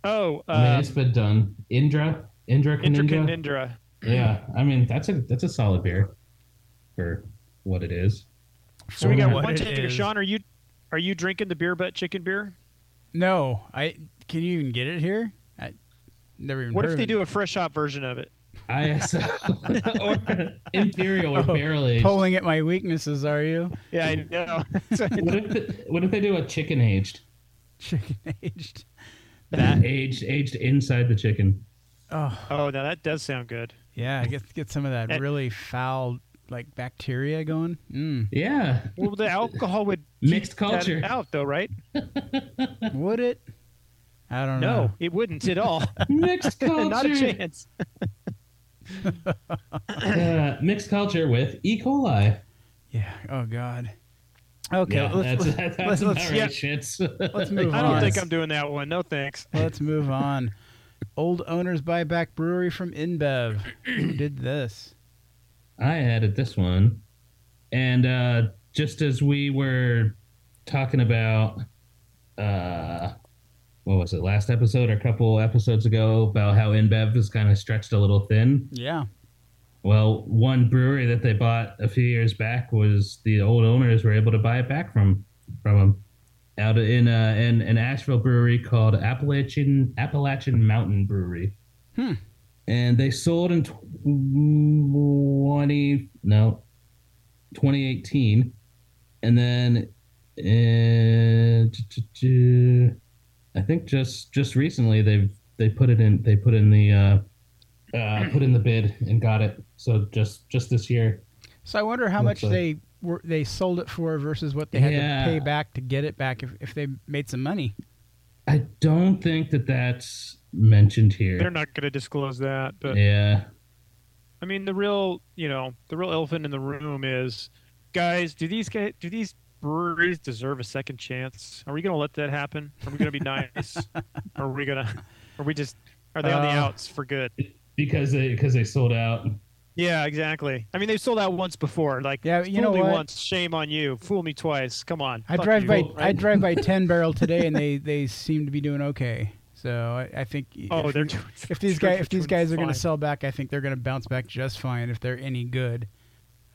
[SPEAKER 3] Oh,
[SPEAKER 4] I mean,
[SPEAKER 3] uh,
[SPEAKER 4] it's been done. Indra, Indra,
[SPEAKER 3] Indra
[SPEAKER 4] Kanindra?
[SPEAKER 3] Kanindra.
[SPEAKER 4] Yeah, I mean that's a that's a solid beer for what it is.
[SPEAKER 3] So we got
[SPEAKER 2] For
[SPEAKER 3] one
[SPEAKER 2] what it
[SPEAKER 3] taker.
[SPEAKER 2] is.
[SPEAKER 3] Sean, are you are you drinking the beer butt chicken beer?
[SPEAKER 2] No, I can you even get it here? I never even.
[SPEAKER 3] What
[SPEAKER 2] heard
[SPEAKER 3] if
[SPEAKER 2] of
[SPEAKER 3] they
[SPEAKER 2] it.
[SPEAKER 3] do a fresh hop version of it?
[SPEAKER 4] ISO or Imperial
[SPEAKER 3] Oh,
[SPEAKER 4] or barrel aged.
[SPEAKER 2] Pulling at my weaknesses, are you?
[SPEAKER 3] Yeah, I know.
[SPEAKER 4] What if, the, what if they do a chicken aged?
[SPEAKER 2] Chicken aged.
[SPEAKER 3] that.
[SPEAKER 4] Aged aged inside the chicken.
[SPEAKER 2] Oh,
[SPEAKER 3] Oh, now that does sound good.
[SPEAKER 2] yeah. Get get some of that
[SPEAKER 3] That-
[SPEAKER 2] really foul like bacteria going. Mm.
[SPEAKER 4] Yeah.
[SPEAKER 3] Well, the alcohol would
[SPEAKER 4] Mixed
[SPEAKER 3] keep that
[SPEAKER 4] culture.
[SPEAKER 3] out, though, right?
[SPEAKER 2] Would it? I don't know.
[SPEAKER 3] No, it wouldn't at all.
[SPEAKER 4] Mixed culture.
[SPEAKER 3] Not a chance.
[SPEAKER 4] Uh, mixed culture with E. coli.
[SPEAKER 2] Yeah. Oh God. Okay.
[SPEAKER 4] yeah,
[SPEAKER 2] let's,
[SPEAKER 4] that's, that's
[SPEAKER 2] let's-
[SPEAKER 4] about
[SPEAKER 2] let's-
[SPEAKER 4] right,
[SPEAKER 3] yeah.
[SPEAKER 4] shits.
[SPEAKER 2] let's move
[SPEAKER 3] I
[SPEAKER 2] on.
[SPEAKER 3] don't think I'm doing that one. No thanks.
[SPEAKER 2] Let's move on. Old owners buy back brewery from InBev. Who did this?
[SPEAKER 4] I added this one. And uh, just as we were talking about, uh, what was it, last episode or a couple episodes ago, about how InBev is kind of stretched a little thin.
[SPEAKER 2] Yeah.
[SPEAKER 4] Well, one brewery that they bought a few years back was the old owners were able to buy it back from from them out in uh, in an Asheville brewery called Appalachian Appalachian Mountain Brewery.
[SPEAKER 2] Hmm.
[SPEAKER 4] And they sold in twenty no, twenty eighteen, and then uh, t- t- t- I think just just recently they've they put it in they put in the uh, uh, put in the bid and got it. So just just this year,
[SPEAKER 2] So I wonder how
[SPEAKER 4] Looks
[SPEAKER 2] much they were they sold it for versus what they had
[SPEAKER 4] Yeah.
[SPEAKER 2] to pay back to get it back if, if they made some money.
[SPEAKER 4] I don't think that that's mentioned here.
[SPEAKER 3] They're not going to disclose that. But
[SPEAKER 4] yeah,
[SPEAKER 3] I mean, the real, you know, the real elephant in the room is, guys, do these guys, do these breweries deserve a second chance? Are we going to let that happen? Are we going to be nice? are we going to, are we just, are they on the
[SPEAKER 2] Uh,
[SPEAKER 3] outs for good?
[SPEAKER 4] because they because they sold out.
[SPEAKER 3] Uh-huh. Yeah, exactly. I mean, they've sold out once before. Like,
[SPEAKER 2] Yeah, you
[SPEAKER 3] fool
[SPEAKER 2] know
[SPEAKER 3] me
[SPEAKER 2] what?
[SPEAKER 3] once, shame on you. Fool me twice. Come on.
[SPEAKER 2] I
[SPEAKER 3] Fuck
[SPEAKER 2] drive
[SPEAKER 3] you.
[SPEAKER 2] by
[SPEAKER 4] Well,
[SPEAKER 2] I drive by Ten Barrel today, and they they seem to be doing okay. So I, I think
[SPEAKER 3] Oh,
[SPEAKER 2] if,
[SPEAKER 3] they're
[SPEAKER 2] you-
[SPEAKER 3] doing,
[SPEAKER 2] if these guys if these guys are going to
[SPEAKER 3] fine.
[SPEAKER 2] sell back, I think they're going to bounce back just fine if they're any good.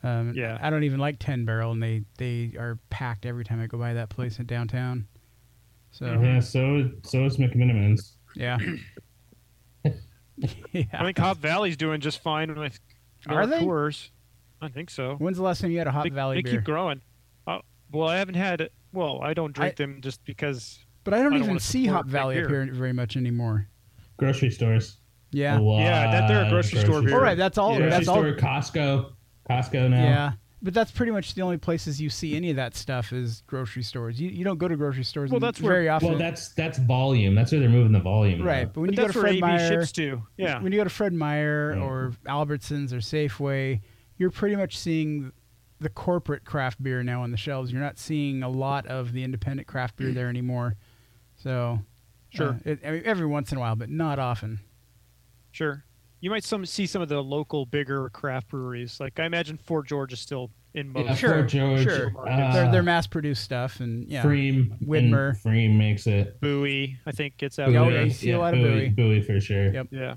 [SPEAKER 2] Um,
[SPEAKER 3] Yeah.
[SPEAKER 2] I don't even like Ten Barrel, and they they are packed every time I go by that place in downtown. So
[SPEAKER 3] Mm-hmm.
[SPEAKER 4] Yeah, so so is McMinimans.
[SPEAKER 2] yeah,
[SPEAKER 3] I
[SPEAKER 2] yeah.
[SPEAKER 3] think Hop Valley's doing just fine with
[SPEAKER 2] Are they?
[SPEAKER 3] Coors. I think so.
[SPEAKER 2] When's the last time you had a Hot
[SPEAKER 3] they,
[SPEAKER 2] Valley
[SPEAKER 3] they
[SPEAKER 2] beer?
[SPEAKER 3] keep growing. Uh, well, I haven't had. Well, I don't drink them just because.
[SPEAKER 2] But I don't
[SPEAKER 3] I don't
[SPEAKER 2] even
[SPEAKER 3] wanna
[SPEAKER 2] see
[SPEAKER 3] support
[SPEAKER 2] Hop
[SPEAKER 3] big
[SPEAKER 2] Valley up
[SPEAKER 3] beer. Oh,
[SPEAKER 2] here very much anymore.
[SPEAKER 4] Grocery stores.
[SPEAKER 2] Yeah.
[SPEAKER 4] A lot
[SPEAKER 3] Yeah, that- they're a
[SPEAKER 4] of
[SPEAKER 3] grocery store beer.
[SPEAKER 2] All right, that's all.
[SPEAKER 4] Grocery
[SPEAKER 2] that's all.
[SPEAKER 4] store, Costco, Costco now.
[SPEAKER 2] Yeah. But that's pretty much the only places you see any of that stuff is grocery stores. You, you don't go to grocery stores
[SPEAKER 3] Well,
[SPEAKER 2] and
[SPEAKER 3] that's where-
[SPEAKER 2] very often.
[SPEAKER 4] Well, that's that's volume. That's where they're moving the volume. now.
[SPEAKER 2] right. But when
[SPEAKER 3] But
[SPEAKER 2] you go to
[SPEAKER 3] that's where
[SPEAKER 2] Fred
[SPEAKER 3] AB
[SPEAKER 2] Meyer,
[SPEAKER 3] ships to. Yeah.
[SPEAKER 2] when you go to Fred Meyer
[SPEAKER 4] Yeah.
[SPEAKER 2] or Albertsons or Safeway, you're pretty much seeing the corporate craft beer now on the shelves. You're not seeing a lot of the independent craft beer there anymore. So,
[SPEAKER 3] Sure.
[SPEAKER 2] uh, it, I mean, every once in a while, but not often.
[SPEAKER 3] Sure. You might some see some of the local bigger craft breweries. Like I imagine Fort George is still in most.
[SPEAKER 4] Yeah,
[SPEAKER 2] Sure,
[SPEAKER 4] Fort George,
[SPEAKER 2] sure.
[SPEAKER 4] Uh,
[SPEAKER 2] they're they're mass produced stuff, and yeah,
[SPEAKER 4] Freem. and
[SPEAKER 2] Widmer.
[SPEAKER 4] Freem makes it.
[SPEAKER 3] Bowie, I think, gets out.
[SPEAKER 2] Yeah,
[SPEAKER 3] of
[SPEAKER 2] oh,
[SPEAKER 4] Bowie,
[SPEAKER 2] yeah, you see a lot of
[SPEAKER 4] Bowie,
[SPEAKER 2] Bowie.
[SPEAKER 4] Bowie for sure.
[SPEAKER 2] Yep.
[SPEAKER 3] Yeah.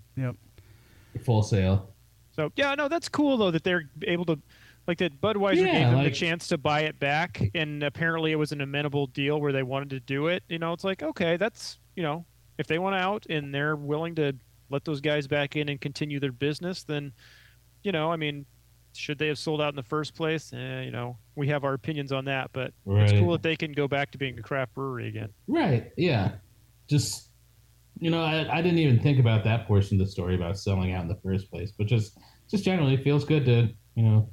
[SPEAKER 4] Full sale.
[SPEAKER 3] So yeah, no, that's cool though that they're able to, like that Budweiser
[SPEAKER 4] Yeah,
[SPEAKER 3] gave them the
[SPEAKER 4] like-
[SPEAKER 3] chance to buy it back, and apparently it was an amenable deal where they wanted to do it. You know, it's like okay, that's you know, if they want out and they're willing to let those guys back in and continue their business, then, you know, I mean, should they have sold out in the first place? Eh, you know, we have our opinions on that, but it's
[SPEAKER 4] Right.
[SPEAKER 3] cool that they can go back to being a craft brewery again.
[SPEAKER 4] Right. Yeah. Just you know, I, I didn't even think about that portion of the story about selling out in the first place, but just just generally it feels good to you know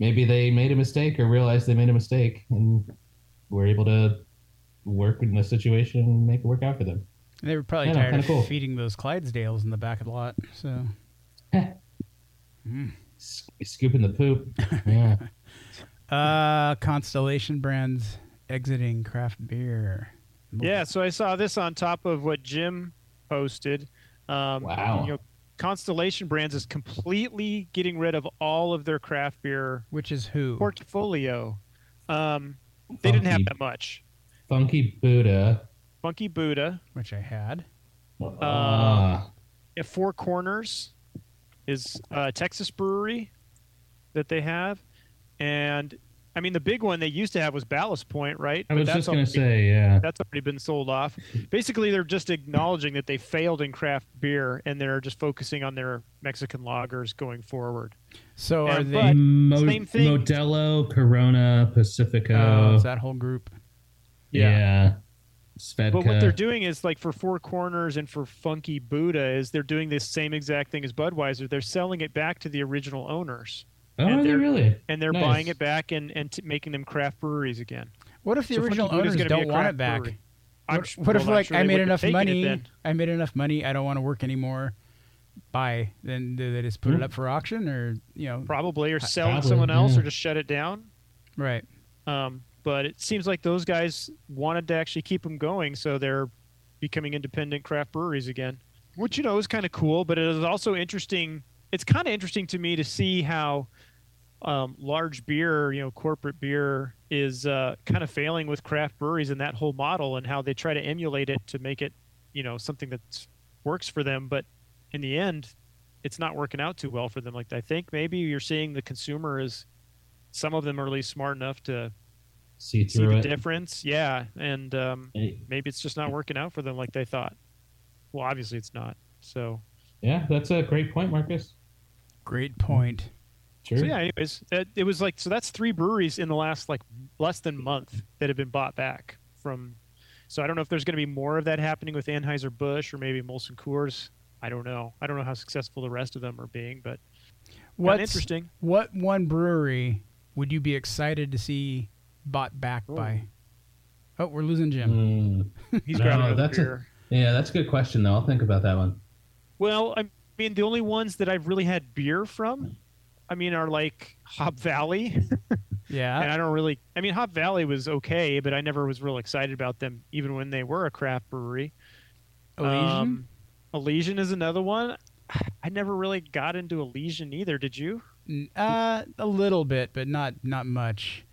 [SPEAKER 4] maybe they made a mistake or realized they made a mistake and were able to work in the situation and make it work out for them.
[SPEAKER 2] And they were probably
[SPEAKER 4] Yeah, no,
[SPEAKER 2] tired
[SPEAKER 4] kinda
[SPEAKER 2] of
[SPEAKER 4] cool.
[SPEAKER 2] feeding those Clydesdales in the back of the lot. So,
[SPEAKER 4] S- scooping the poop. Yeah.
[SPEAKER 2] uh, Constellation Brands exiting craft beer.
[SPEAKER 3] Yeah, so I saw this on top of what Jim posted. Um,
[SPEAKER 4] Wow.
[SPEAKER 3] You know, Constellation Brands is completely getting rid of all of their craft beer
[SPEAKER 2] Which is who?
[SPEAKER 3] portfolio. Um, they didn't have
[SPEAKER 4] Funky.
[SPEAKER 3] that much.
[SPEAKER 4] Funky Buddha.
[SPEAKER 3] Funky Buddha,
[SPEAKER 2] Which I had.
[SPEAKER 3] Uh,
[SPEAKER 4] Ah.
[SPEAKER 3] at Four Corners, is a Texas brewery that they have, and I mean, the big one they used to have was Ballast Point, right?
[SPEAKER 4] I
[SPEAKER 3] But
[SPEAKER 4] was
[SPEAKER 3] that's
[SPEAKER 4] just going
[SPEAKER 3] already-
[SPEAKER 4] to say, yeah.
[SPEAKER 3] that's already been sold off. Basically, they're just acknowledging that they failed in craft beer and they're just focusing on their Mexican lagers going forward.
[SPEAKER 2] So
[SPEAKER 3] Yeah,
[SPEAKER 2] are
[SPEAKER 3] but-
[SPEAKER 2] they?
[SPEAKER 4] Mo-
[SPEAKER 3] same thing.
[SPEAKER 4] Modelo, Corona,
[SPEAKER 3] Uh,
[SPEAKER 4] Pacifico.
[SPEAKER 2] Oh, it's that whole group.
[SPEAKER 4] yeah. Svedka.
[SPEAKER 3] But what they're doing is like for Four Corners and for Funky Buddha is they're doing this same exact thing as Budweiser. They're selling it back to the original owners
[SPEAKER 4] oh,
[SPEAKER 3] and
[SPEAKER 4] are they
[SPEAKER 3] they're-
[SPEAKER 4] really?
[SPEAKER 3] and they're
[SPEAKER 4] Nice.
[SPEAKER 3] buying it back and and t- making them craft breweries again.
[SPEAKER 2] What if the
[SPEAKER 3] So Funky
[SPEAKER 2] original
[SPEAKER 3] Buddha's
[SPEAKER 2] owners
[SPEAKER 3] gonna be
[SPEAKER 2] don't
[SPEAKER 3] a
[SPEAKER 2] want
[SPEAKER 3] craft
[SPEAKER 2] it back?
[SPEAKER 3] brewery. I'm
[SPEAKER 2] What,
[SPEAKER 3] sh-
[SPEAKER 2] what if
[SPEAKER 3] well, I'm
[SPEAKER 2] like
[SPEAKER 3] sure
[SPEAKER 2] I
[SPEAKER 3] they
[SPEAKER 2] made
[SPEAKER 3] wouldn't
[SPEAKER 2] enough
[SPEAKER 3] have taken it
[SPEAKER 2] money?
[SPEAKER 3] then.
[SPEAKER 2] I made enough money. I don't want to work anymore. Buy. Then do they just put it
[SPEAKER 4] Hmm.
[SPEAKER 2] up for auction, or you know,
[SPEAKER 3] Probably or sell it to
[SPEAKER 4] probably,
[SPEAKER 3] someone else or
[SPEAKER 4] yeah.
[SPEAKER 3] just shut it down.
[SPEAKER 2] right?
[SPEAKER 3] Um, but it seems like those guys wanted to actually keep them going, so they're becoming independent craft breweries again, which you know is kind of cool. But it is also interesting. It's kind of interesting to me to see how um, large beer, you know, corporate beer, is uh, kind of failing with craft breweries and that whole model, and how they try to emulate it to make it, you know, something that works for them. But in the end, it's not working out too well for them. Like I think maybe you're seeing the consumer is. Some of them are at least smart enough to
[SPEAKER 4] See
[SPEAKER 3] see the
[SPEAKER 4] through it.
[SPEAKER 3] difference. Yeah, and um,
[SPEAKER 4] Hey,
[SPEAKER 3] maybe it's just not working out for them like they thought. Well, obviously it's not. So,
[SPEAKER 4] Yeah, that's a great point, Marcus.
[SPEAKER 2] Great point.
[SPEAKER 4] Sure.
[SPEAKER 3] so yeah. Anyways, that, it was like so that's three breweries in the last like less than month that have been bought back from. So I don't know if there's going to be more of that happening with Anheuser Busch or maybe Molson Coors. I don't know. I don't know how successful the rest of them are being, but what
[SPEAKER 2] What's,
[SPEAKER 3] interesting.
[SPEAKER 2] What one brewery would you be excited to see bought back by? Oh, we're losing
[SPEAKER 3] Hmm.
[SPEAKER 2] Jim.
[SPEAKER 4] Mm.
[SPEAKER 3] He's
[SPEAKER 4] No,
[SPEAKER 3] grabbing another
[SPEAKER 4] that's a-
[SPEAKER 3] beer.
[SPEAKER 4] Yeah, that's a good question, though. I'll think about that one.
[SPEAKER 3] Well, I mean, the only ones that I've really had beer from, I mean, are like Hop Valley, and
[SPEAKER 2] Yeah.
[SPEAKER 3] I don't really. I mean, Hop Valley was okay, but I never was real excited about them, even when they were a craft brewery.
[SPEAKER 2] Elysian?
[SPEAKER 3] Um, Elysian is another one. I never really got into Elysian either. Did you?
[SPEAKER 2] N- uh, a little bit, but not not much.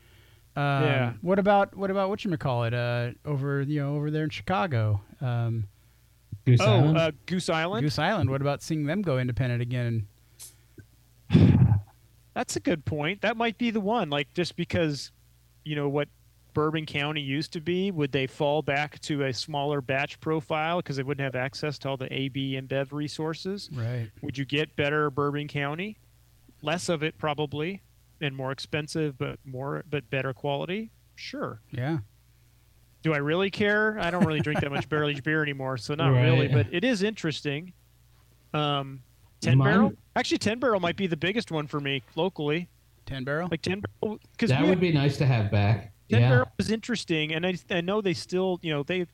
[SPEAKER 2] Um,
[SPEAKER 3] Yeah.
[SPEAKER 2] What about what about what you call it? Uh, over you know over there in Chicago, um,
[SPEAKER 4] Goose
[SPEAKER 3] oh,
[SPEAKER 4] Island?
[SPEAKER 3] uh, Goose Island.
[SPEAKER 2] Goose Island. What about seeing them go independent again?
[SPEAKER 3] That's a good point. That might be the one. Like just because, you know, what Bourbon County used to be, would they fall back to a smaller batch profile because they wouldn't have access to all the AB and Bev resources?
[SPEAKER 2] Right.
[SPEAKER 3] Would you get better Bourbon County? Less of it probably, and more expensive, but more but better quality. Sure.
[SPEAKER 2] Yeah.
[SPEAKER 3] Do I really care? I don't really drink that much barrel aged beer anymore, so not
[SPEAKER 4] Right.
[SPEAKER 3] really. But it is interesting. Um, ten
[SPEAKER 4] Mine-
[SPEAKER 3] barrel, actually, ten barrel might be the biggest one for me locally
[SPEAKER 2] Ten Barrel.
[SPEAKER 3] like ten barrel because
[SPEAKER 4] that
[SPEAKER 3] ten
[SPEAKER 4] would be nice to have back. yeah.
[SPEAKER 3] barrel was interesting, and I I know they still you know they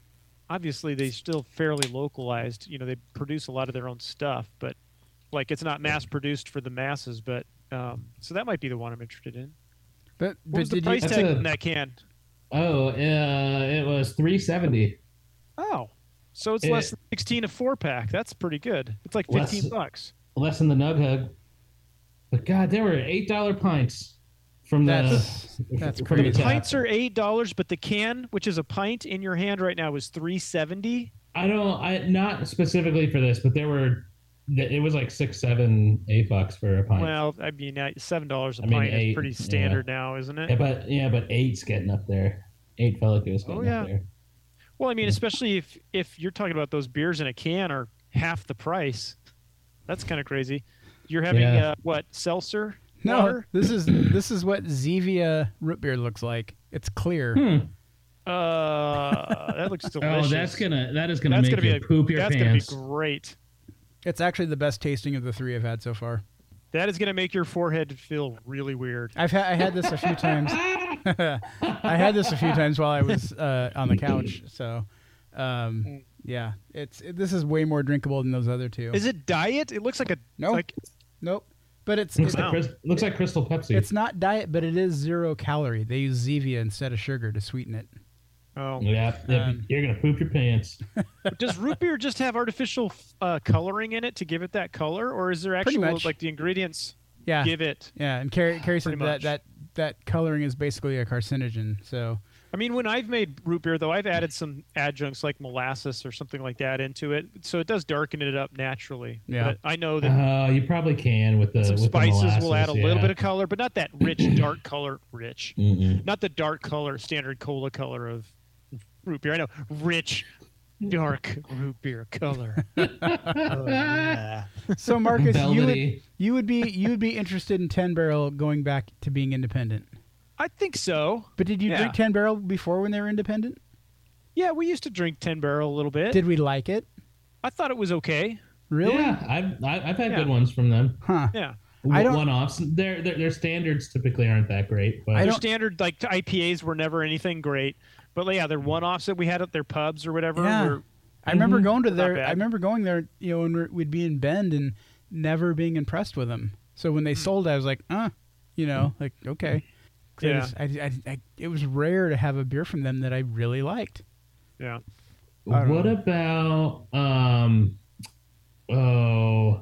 [SPEAKER 3] obviously they still fairly localized. You know they produce a lot of their own stuff, but like it's not mass produced for the masses. But um, so that might be the one I'm interested in.
[SPEAKER 2] but
[SPEAKER 3] What
[SPEAKER 2] but
[SPEAKER 3] was the
[SPEAKER 2] did
[SPEAKER 3] price
[SPEAKER 2] you?
[SPEAKER 4] That's
[SPEAKER 3] tag
[SPEAKER 4] a-
[SPEAKER 3] on that can?
[SPEAKER 4] Oh, uh, it was 370.
[SPEAKER 3] Oh, so it's
[SPEAKER 4] It-
[SPEAKER 3] less than sixteen a four pack. That's pretty good. It's like
[SPEAKER 4] Eh. Less-
[SPEAKER 3] fifteen bucks.
[SPEAKER 4] less than the Nug Hug. But God, there were eight dollar pints from
[SPEAKER 2] That's-
[SPEAKER 4] the
[SPEAKER 2] that's
[SPEAKER 4] from
[SPEAKER 2] crazy.
[SPEAKER 4] the tap.
[SPEAKER 3] Pints are eight dollars, but the can, which is a pint in your hand right now, is three seventy.
[SPEAKER 4] I don't. I not specifically for this, but there were. th- It was like six, seven, eight bucks for a pint.
[SPEAKER 3] Well, I mean, uh, seven dollars a
[SPEAKER 4] I mean,
[SPEAKER 3] pint
[SPEAKER 4] eight,
[SPEAKER 3] is pretty
[SPEAKER 4] yeah.
[SPEAKER 3] standard now, isn't it?
[SPEAKER 4] yeah, but yeah, but eight's getting up there. Eight felt like it was getting
[SPEAKER 3] Oh,
[SPEAKER 4] up
[SPEAKER 3] yeah.
[SPEAKER 4] there.
[SPEAKER 3] Well, I mean,
[SPEAKER 4] Yeah.
[SPEAKER 3] especially if if you're talking about those beers in a can are half the price. That's kind of crazy. You're having
[SPEAKER 4] Yeah.
[SPEAKER 3] uh, what seltzer?
[SPEAKER 2] No,
[SPEAKER 3] water?
[SPEAKER 2] this is this is what Zevia root beer looks like. It's clear.
[SPEAKER 4] Hmm.
[SPEAKER 3] Uh, that looks delicious.
[SPEAKER 4] Oh, that's gonna that is gonna
[SPEAKER 3] That's
[SPEAKER 4] make
[SPEAKER 3] gonna be
[SPEAKER 4] you
[SPEAKER 3] a-
[SPEAKER 4] poop your
[SPEAKER 3] That's
[SPEAKER 4] pants.
[SPEAKER 3] gonna be great.
[SPEAKER 2] It's actually the best tasting of the three I've had so far.
[SPEAKER 3] That is gonna make your forehead feel really weird.
[SPEAKER 2] I've ha- I had this a few times. I had this a few times while I was uh, on the couch. So, um, yeah, it's it, this is way more drinkable than those other two.
[SPEAKER 3] Mm. Is it diet? It looks like a
[SPEAKER 2] No.
[SPEAKER 3] Like,
[SPEAKER 2] nope, but it's
[SPEAKER 4] looks
[SPEAKER 2] it's,
[SPEAKER 4] like
[SPEAKER 3] Wow.
[SPEAKER 4] Chris, looks like Crystal Pepsi.
[SPEAKER 2] it's not diet, but it is zero calorie. They use Zevia instead of sugar to sweeten it.
[SPEAKER 3] oh,
[SPEAKER 4] yeah, yeah,
[SPEAKER 2] Um,
[SPEAKER 4] you're gonna poop your pants.
[SPEAKER 3] does root beer just have artificial uh, coloring in it to give it that color, or is there
[SPEAKER 2] Pretty
[SPEAKER 3] actual
[SPEAKER 2] much.
[SPEAKER 3] like the ingredients
[SPEAKER 2] Yeah,
[SPEAKER 3] give it?
[SPEAKER 2] yeah. And Carrie Carrie said
[SPEAKER 3] Pretty
[SPEAKER 2] that
[SPEAKER 3] much.
[SPEAKER 2] that that coloring is basically a carcinogen. So
[SPEAKER 3] I mean, when I've made root beer, though, I've added some adjuncts like molasses or something like that into it, so it does darken it up naturally.
[SPEAKER 2] Yeah.
[SPEAKER 3] But I know that
[SPEAKER 4] Uh, you probably can with the
[SPEAKER 3] some
[SPEAKER 4] with the
[SPEAKER 3] spices will add a
[SPEAKER 4] molasses,
[SPEAKER 3] little
[SPEAKER 4] yeah.
[SPEAKER 3] bit of color, but not that rich, dark color. Rich,
[SPEAKER 4] Mm-mm.
[SPEAKER 3] not the dark color, standard cola color of root beer. I know rich, dark root beer color. Oh, yeah.
[SPEAKER 2] So Marcus, you would,
[SPEAKER 4] Velvety.
[SPEAKER 2] you would be you would be interested in Ten Barrel going back to being independent.
[SPEAKER 3] I think so.
[SPEAKER 2] But did you
[SPEAKER 3] Yeah.
[SPEAKER 2] drink Ten Barrel before when they were independent?
[SPEAKER 3] Yeah, we used to drink Ten Barrel a little bit.
[SPEAKER 2] Did we like it?
[SPEAKER 3] I thought it was okay.
[SPEAKER 2] Really?
[SPEAKER 4] Yeah, I've I- I've had
[SPEAKER 3] Yeah.
[SPEAKER 4] good ones from them.
[SPEAKER 2] Huh.
[SPEAKER 3] Yeah.
[SPEAKER 2] I don't-
[SPEAKER 4] One offs. Their, their their standards typically aren't that great, but
[SPEAKER 2] I
[SPEAKER 3] Their
[SPEAKER 2] don't-
[SPEAKER 3] standard like IPAs were never anything great, but yeah, their one-offs that we had at their pubs or whatever.
[SPEAKER 2] Yeah.
[SPEAKER 3] Were,
[SPEAKER 2] I remember
[SPEAKER 3] Mhm.
[SPEAKER 2] going to
[SPEAKER 3] Not
[SPEAKER 2] their.
[SPEAKER 3] bad.
[SPEAKER 2] I remember going there. You know, when we're- we'd be in Bend and never being impressed with them. So when they
[SPEAKER 3] Mm.
[SPEAKER 2] sold, it, I was like, uh, you know, like okay. 'Cause I
[SPEAKER 3] Yeah.
[SPEAKER 2] just- I, I- I- it was rare to have a beer from them that I really liked.
[SPEAKER 3] yeah.
[SPEAKER 2] I don't
[SPEAKER 4] what about um oh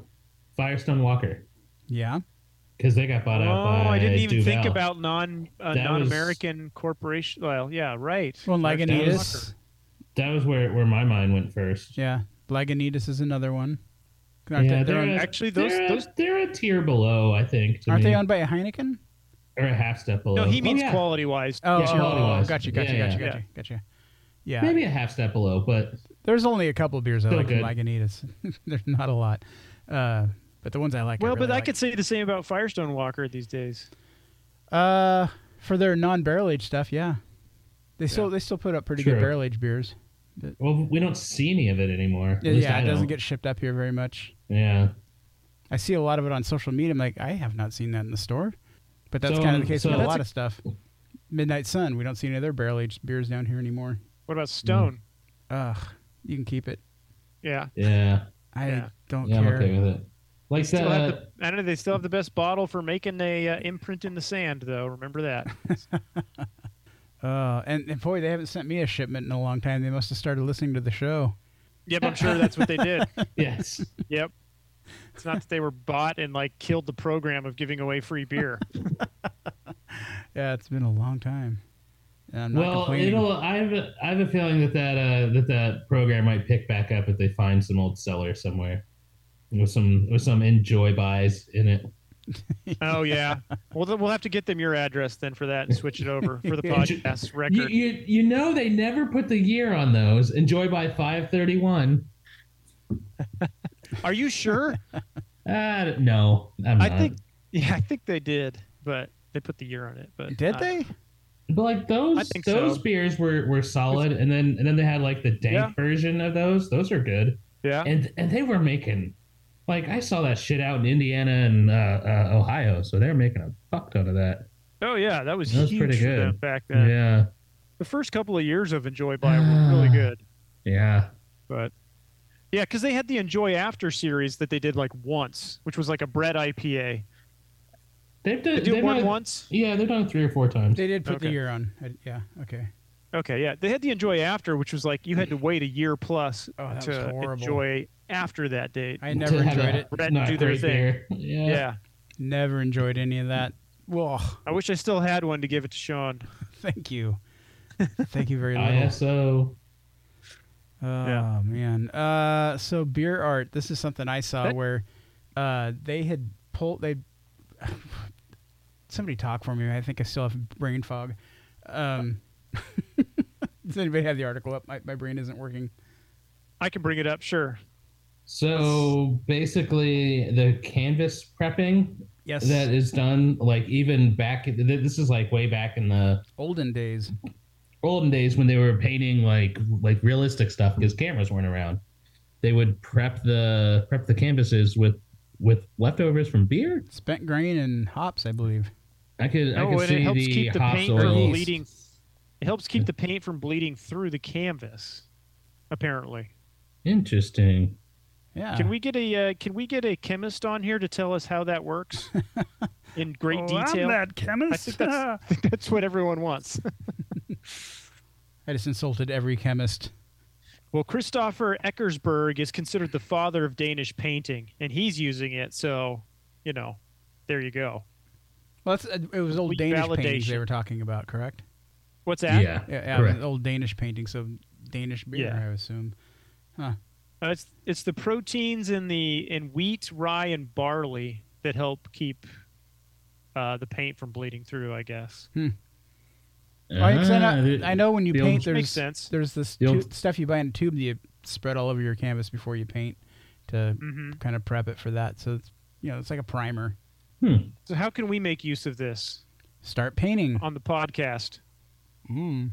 [SPEAKER 4] Firestone Walker
[SPEAKER 2] Yeah.
[SPEAKER 4] because they got bought
[SPEAKER 3] Oh,
[SPEAKER 4] out by
[SPEAKER 3] I didn't even
[SPEAKER 4] Duvel.
[SPEAKER 3] think about non uh,
[SPEAKER 4] That was-
[SPEAKER 3] non-American corporation. Well, yeah, right.
[SPEAKER 2] Well, Lagunitas.
[SPEAKER 4] Lagunitas. that was where where my mind went first.
[SPEAKER 2] Yeah, Lagunitas is another one. Aren't,
[SPEAKER 4] Yeah,
[SPEAKER 2] they, they're
[SPEAKER 4] they're
[SPEAKER 2] on-
[SPEAKER 4] a-
[SPEAKER 3] actually, those-
[SPEAKER 4] they're a,
[SPEAKER 3] those-
[SPEAKER 4] they're a tier below, I think. to
[SPEAKER 2] aren't they
[SPEAKER 4] me.
[SPEAKER 2] owned by a Heineken?
[SPEAKER 4] or a half step below?
[SPEAKER 3] No, he
[SPEAKER 4] Oh,
[SPEAKER 3] means
[SPEAKER 4] yeah.
[SPEAKER 3] quality-wise.
[SPEAKER 2] Oh,
[SPEAKER 4] Yeah,
[SPEAKER 2] oh,
[SPEAKER 4] quality-wise.
[SPEAKER 2] gotcha, gotcha,
[SPEAKER 4] Yeah,
[SPEAKER 2] gotcha,
[SPEAKER 3] yeah.
[SPEAKER 2] gotcha, gotcha. Yeah,
[SPEAKER 4] Maybe a half step below, but
[SPEAKER 2] there's only a couple beers I
[SPEAKER 4] Still
[SPEAKER 2] like from
[SPEAKER 4] good.
[SPEAKER 2] Lagunitas. there's not a lot, uh, but the ones I like.
[SPEAKER 3] Well,
[SPEAKER 2] I
[SPEAKER 3] but
[SPEAKER 2] really
[SPEAKER 3] I
[SPEAKER 2] like.
[SPEAKER 3] could say the same about Firestone Walker these days.
[SPEAKER 2] Uh, for their non-barrel aged stuff, yeah, they still they still put up pretty good
[SPEAKER 4] True.
[SPEAKER 2] barrel aged beers.
[SPEAKER 4] well, we don't see any of it anymore. At
[SPEAKER 2] Yeah,
[SPEAKER 4] least
[SPEAKER 2] yeah,
[SPEAKER 4] I
[SPEAKER 2] it doesn't
[SPEAKER 4] don't.
[SPEAKER 2] get shipped up here very much.
[SPEAKER 4] yeah.
[SPEAKER 2] I see a lot of it on social media. I'm like, I have not seen that in the store, but that's
[SPEAKER 4] So,
[SPEAKER 2] kind of the
[SPEAKER 4] um,
[SPEAKER 2] case
[SPEAKER 4] so
[SPEAKER 2] with a
[SPEAKER 4] that's
[SPEAKER 2] lot
[SPEAKER 4] a-
[SPEAKER 2] of stuff. Midnight Sun, we don't see any other barrel aged beers down here anymore.
[SPEAKER 3] What about
[SPEAKER 4] Mm.
[SPEAKER 3] Stone?
[SPEAKER 2] Ugh, you can keep it.
[SPEAKER 3] Yeah.
[SPEAKER 4] Yeah,
[SPEAKER 2] I
[SPEAKER 3] Yeah.
[SPEAKER 2] don't
[SPEAKER 4] yeah, I'm
[SPEAKER 2] care.
[SPEAKER 4] okay with it. Like uh,
[SPEAKER 3] Still have
[SPEAKER 4] that,
[SPEAKER 3] the, I don't know. They still have the best bottle for making a uh, imprint in the sand, though. Remember that.
[SPEAKER 2] Uh, and, and boy, they haven't sent me a shipment in a long time. They must have started listening to the show.
[SPEAKER 3] yep, I'm sure that's what they did.
[SPEAKER 4] yes.
[SPEAKER 3] Yep. It's not that they were bought and like killed the program of giving away free beer.
[SPEAKER 2] Yeah, it's been a long time. And I'm not
[SPEAKER 4] Well,
[SPEAKER 2] complaining.
[SPEAKER 4] it'll. I have. A, I have a feeling that that uh, that that program might pick back up if they find some old cellar somewhere with some with some enjoy buys in it.
[SPEAKER 3] Oh yeah. Well, then we'll have to get them your address then for that and switch it over for the podcast
[SPEAKER 4] You,
[SPEAKER 3] record.
[SPEAKER 4] you you know they never put the year on those. Enjoy by five thirty one.
[SPEAKER 3] Are you sure?
[SPEAKER 4] Uh, no, I'm
[SPEAKER 3] I
[SPEAKER 4] not.
[SPEAKER 3] think. Yeah, I think they did, but they put the year on it. But
[SPEAKER 2] Did
[SPEAKER 3] uh,
[SPEAKER 2] they?
[SPEAKER 4] but like those
[SPEAKER 3] I think
[SPEAKER 4] those
[SPEAKER 3] so.
[SPEAKER 4] beers were were solid, and then and then they had like the dank
[SPEAKER 3] Yeah.
[SPEAKER 4] version of those. Those are good,
[SPEAKER 3] Yeah.
[SPEAKER 4] and and they were making. Like I saw that shit out in Indiana and uh, uh, Ohio, so they're making a fuck ton of that.
[SPEAKER 3] Oh yeah, that was,
[SPEAKER 4] That was
[SPEAKER 3] huge
[SPEAKER 4] pretty
[SPEAKER 3] for
[SPEAKER 4] good.
[SPEAKER 3] them back then.
[SPEAKER 4] yeah.
[SPEAKER 3] The first couple of years of Enjoy By were really
[SPEAKER 2] Ah.
[SPEAKER 3] good,
[SPEAKER 4] Yeah.
[SPEAKER 3] but yeah, because they had the Enjoy After series that they did like once, which was like a bread IPA.
[SPEAKER 4] They've done
[SPEAKER 3] They do
[SPEAKER 4] they've
[SPEAKER 3] one
[SPEAKER 4] done-
[SPEAKER 3] once.
[SPEAKER 4] Yeah, they've done it three or four times.
[SPEAKER 2] They did put the
[SPEAKER 3] Okay.
[SPEAKER 2] year on. I, yeah, okay.
[SPEAKER 3] Okay, yeah, they had the enjoy after, which was like you had to wait a year plus
[SPEAKER 2] Oh, that was
[SPEAKER 3] to
[SPEAKER 2] horrible.
[SPEAKER 3] enjoy after that date.
[SPEAKER 2] I
[SPEAKER 4] To
[SPEAKER 2] never
[SPEAKER 4] have
[SPEAKER 2] enjoyed
[SPEAKER 4] a
[SPEAKER 2] it.
[SPEAKER 3] Brett
[SPEAKER 4] not
[SPEAKER 3] do their
[SPEAKER 4] great
[SPEAKER 3] thing.
[SPEAKER 4] beer. Yeah.
[SPEAKER 3] yeah,
[SPEAKER 2] Never enjoyed any of that. Whoa,
[SPEAKER 3] I wish I still had one to give it to Sean.
[SPEAKER 2] thank you. thank you very little.
[SPEAKER 4] ISO.
[SPEAKER 2] Oh
[SPEAKER 3] Yeah.
[SPEAKER 2] man. Uh, so beer art. This is something I saw
[SPEAKER 3] That-
[SPEAKER 2] where uh, they had pulled. They somebody talk for me. I think I still have brain fog. Um, does anybody have the article up? My, my brain isn't working.
[SPEAKER 3] I can bring it up, sure.
[SPEAKER 4] So basically, the canvas prepping
[SPEAKER 2] Yes,
[SPEAKER 4] that is done, like even back, th- this is like way back in the
[SPEAKER 2] olden days.
[SPEAKER 4] olden days when they were painting like like realistic stuff because cameras weren't around. They would prep the prep the canvases with with leftovers from beer.
[SPEAKER 2] Spent grain and hops, I believe.
[SPEAKER 4] I could I
[SPEAKER 3] oh,
[SPEAKER 4] could
[SPEAKER 3] and it
[SPEAKER 4] see
[SPEAKER 3] helps
[SPEAKER 4] the,
[SPEAKER 3] keep the
[SPEAKER 4] hops
[SPEAKER 3] paint
[SPEAKER 4] oils.
[SPEAKER 3] from bleeding. It helps keep the paint from bleeding through the canvas. Apparently,
[SPEAKER 4] Interesting. Ah.
[SPEAKER 2] Yeah.
[SPEAKER 3] can we get a uh, can we get a chemist on here to tell us how that works in great detail?
[SPEAKER 2] chemist.
[SPEAKER 3] I think that's, I think that's what everyone wants.
[SPEAKER 2] I just insulted every chemist.
[SPEAKER 3] Well, Christopher Eckersberg is considered the father of Danish painting, and he's using it. So, you know, there you go.
[SPEAKER 2] Well, that's, uh, it was old
[SPEAKER 3] Complete
[SPEAKER 2] Danish paintings they
[SPEAKER 3] validation.
[SPEAKER 2] were talking about, correct?
[SPEAKER 3] What's that?
[SPEAKER 4] Yeah.
[SPEAKER 2] Yeah, yeah
[SPEAKER 4] Correct.
[SPEAKER 2] an old Danish painting, so Danish beer,
[SPEAKER 3] Yeah.
[SPEAKER 2] I assume.
[SPEAKER 3] Uh, it's it's the proteins in the in wheat, rye, and barley that help keep uh, the paint from bleeding through. I guess
[SPEAKER 2] Right, 'cause I,
[SPEAKER 4] Ah,
[SPEAKER 2] know,
[SPEAKER 4] the-
[SPEAKER 2] I know when you
[SPEAKER 4] the
[SPEAKER 2] paint,
[SPEAKER 4] old-
[SPEAKER 2] there's
[SPEAKER 3] makes sense.
[SPEAKER 2] there's this
[SPEAKER 4] The
[SPEAKER 2] tu-
[SPEAKER 4] old-
[SPEAKER 2] stuff you buy in a tube that you spread all over your canvas before you paint to
[SPEAKER 3] hmm
[SPEAKER 2] kind of prep it for that. So it's you know it's like a primer.
[SPEAKER 3] So how can we make use of this
[SPEAKER 2] Start painting.
[SPEAKER 3] on the podcast?
[SPEAKER 4] Hmm.
[SPEAKER 2] Mm.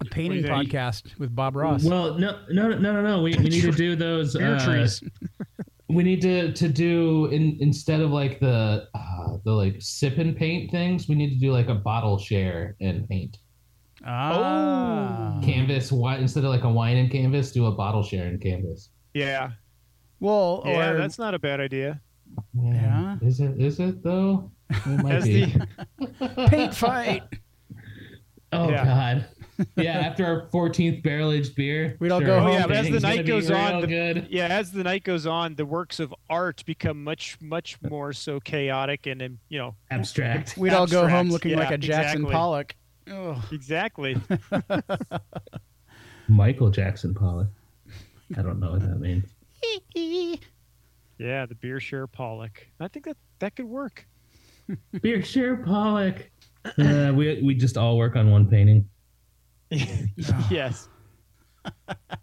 [SPEAKER 2] A painting
[SPEAKER 3] you think?
[SPEAKER 2] podcast with Bob Ross.
[SPEAKER 4] Well, no, no, no, no, no. We, we need to do those.
[SPEAKER 3] Beer
[SPEAKER 4] uh,
[SPEAKER 3] trees.
[SPEAKER 4] We need to to do in, instead of like the uh, the like sip and paint things. We need to do like a bottle share and paint
[SPEAKER 3] Oh.
[SPEAKER 2] ah.
[SPEAKER 3] Uh-huh.
[SPEAKER 4] canvas. Why instead of like a wine and canvas, do a bottle share and canvas.
[SPEAKER 3] Yeah,
[SPEAKER 2] Well,
[SPEAKER 3] Oh, yeah,
[SPEAKER 2] or
[SPEAKER 3] that's not a bad idea.
[SPEAKER 4] Yeah. Is it? Is it though? It might
[SPEAKER 3] As
[SPEAKER 4] be.
[SPEAKER 3] the
[SPEAKER 2] paint fight.
[SPEAKER 4] oh
[SPEAKER 3] Yeah.
[SPEAKER 4] God. Yeah. After our 14th barrel aged beer,
[SPEAKER 2] We'd all go home.
[SPEAKER 3] Yeah, but as the
[SPEAKER 4] painting's
[SPEAKER 3] night
[SPEAKER 4] gonna be
[SPEAKER 3] goes on,
[SPEAKER 4] real
[SPEAKER 3] the-
[SPEAKER 4] good.
[SPEAKER 3] yeah, as the night goes on, the works of art become much much more so chaotic and, and you know
[SPEAKER 4] abstract.
[SPEAKER 2] We'd all go home
[SPEAKER 3] Abstract.
[SPEAKER 2] looking
[SPEAKER 3] Yeah,
[SPEAKER 2] like a Jackson
[SPEAKER 3] exactly.
[SPEAKER 2] Pollock. Ugh.
[SPEAKER 3] exactly.
[SPEAKER 4] Michael Jackson Pollock. I don't know what that means.
[SPEAKER 3] yeah, the beer share Pollock. I think that that could work.
[SPEAKER 4] Beer share Pollock. Uh, we we just all work on one painting.
[SPEAKER 3] yes.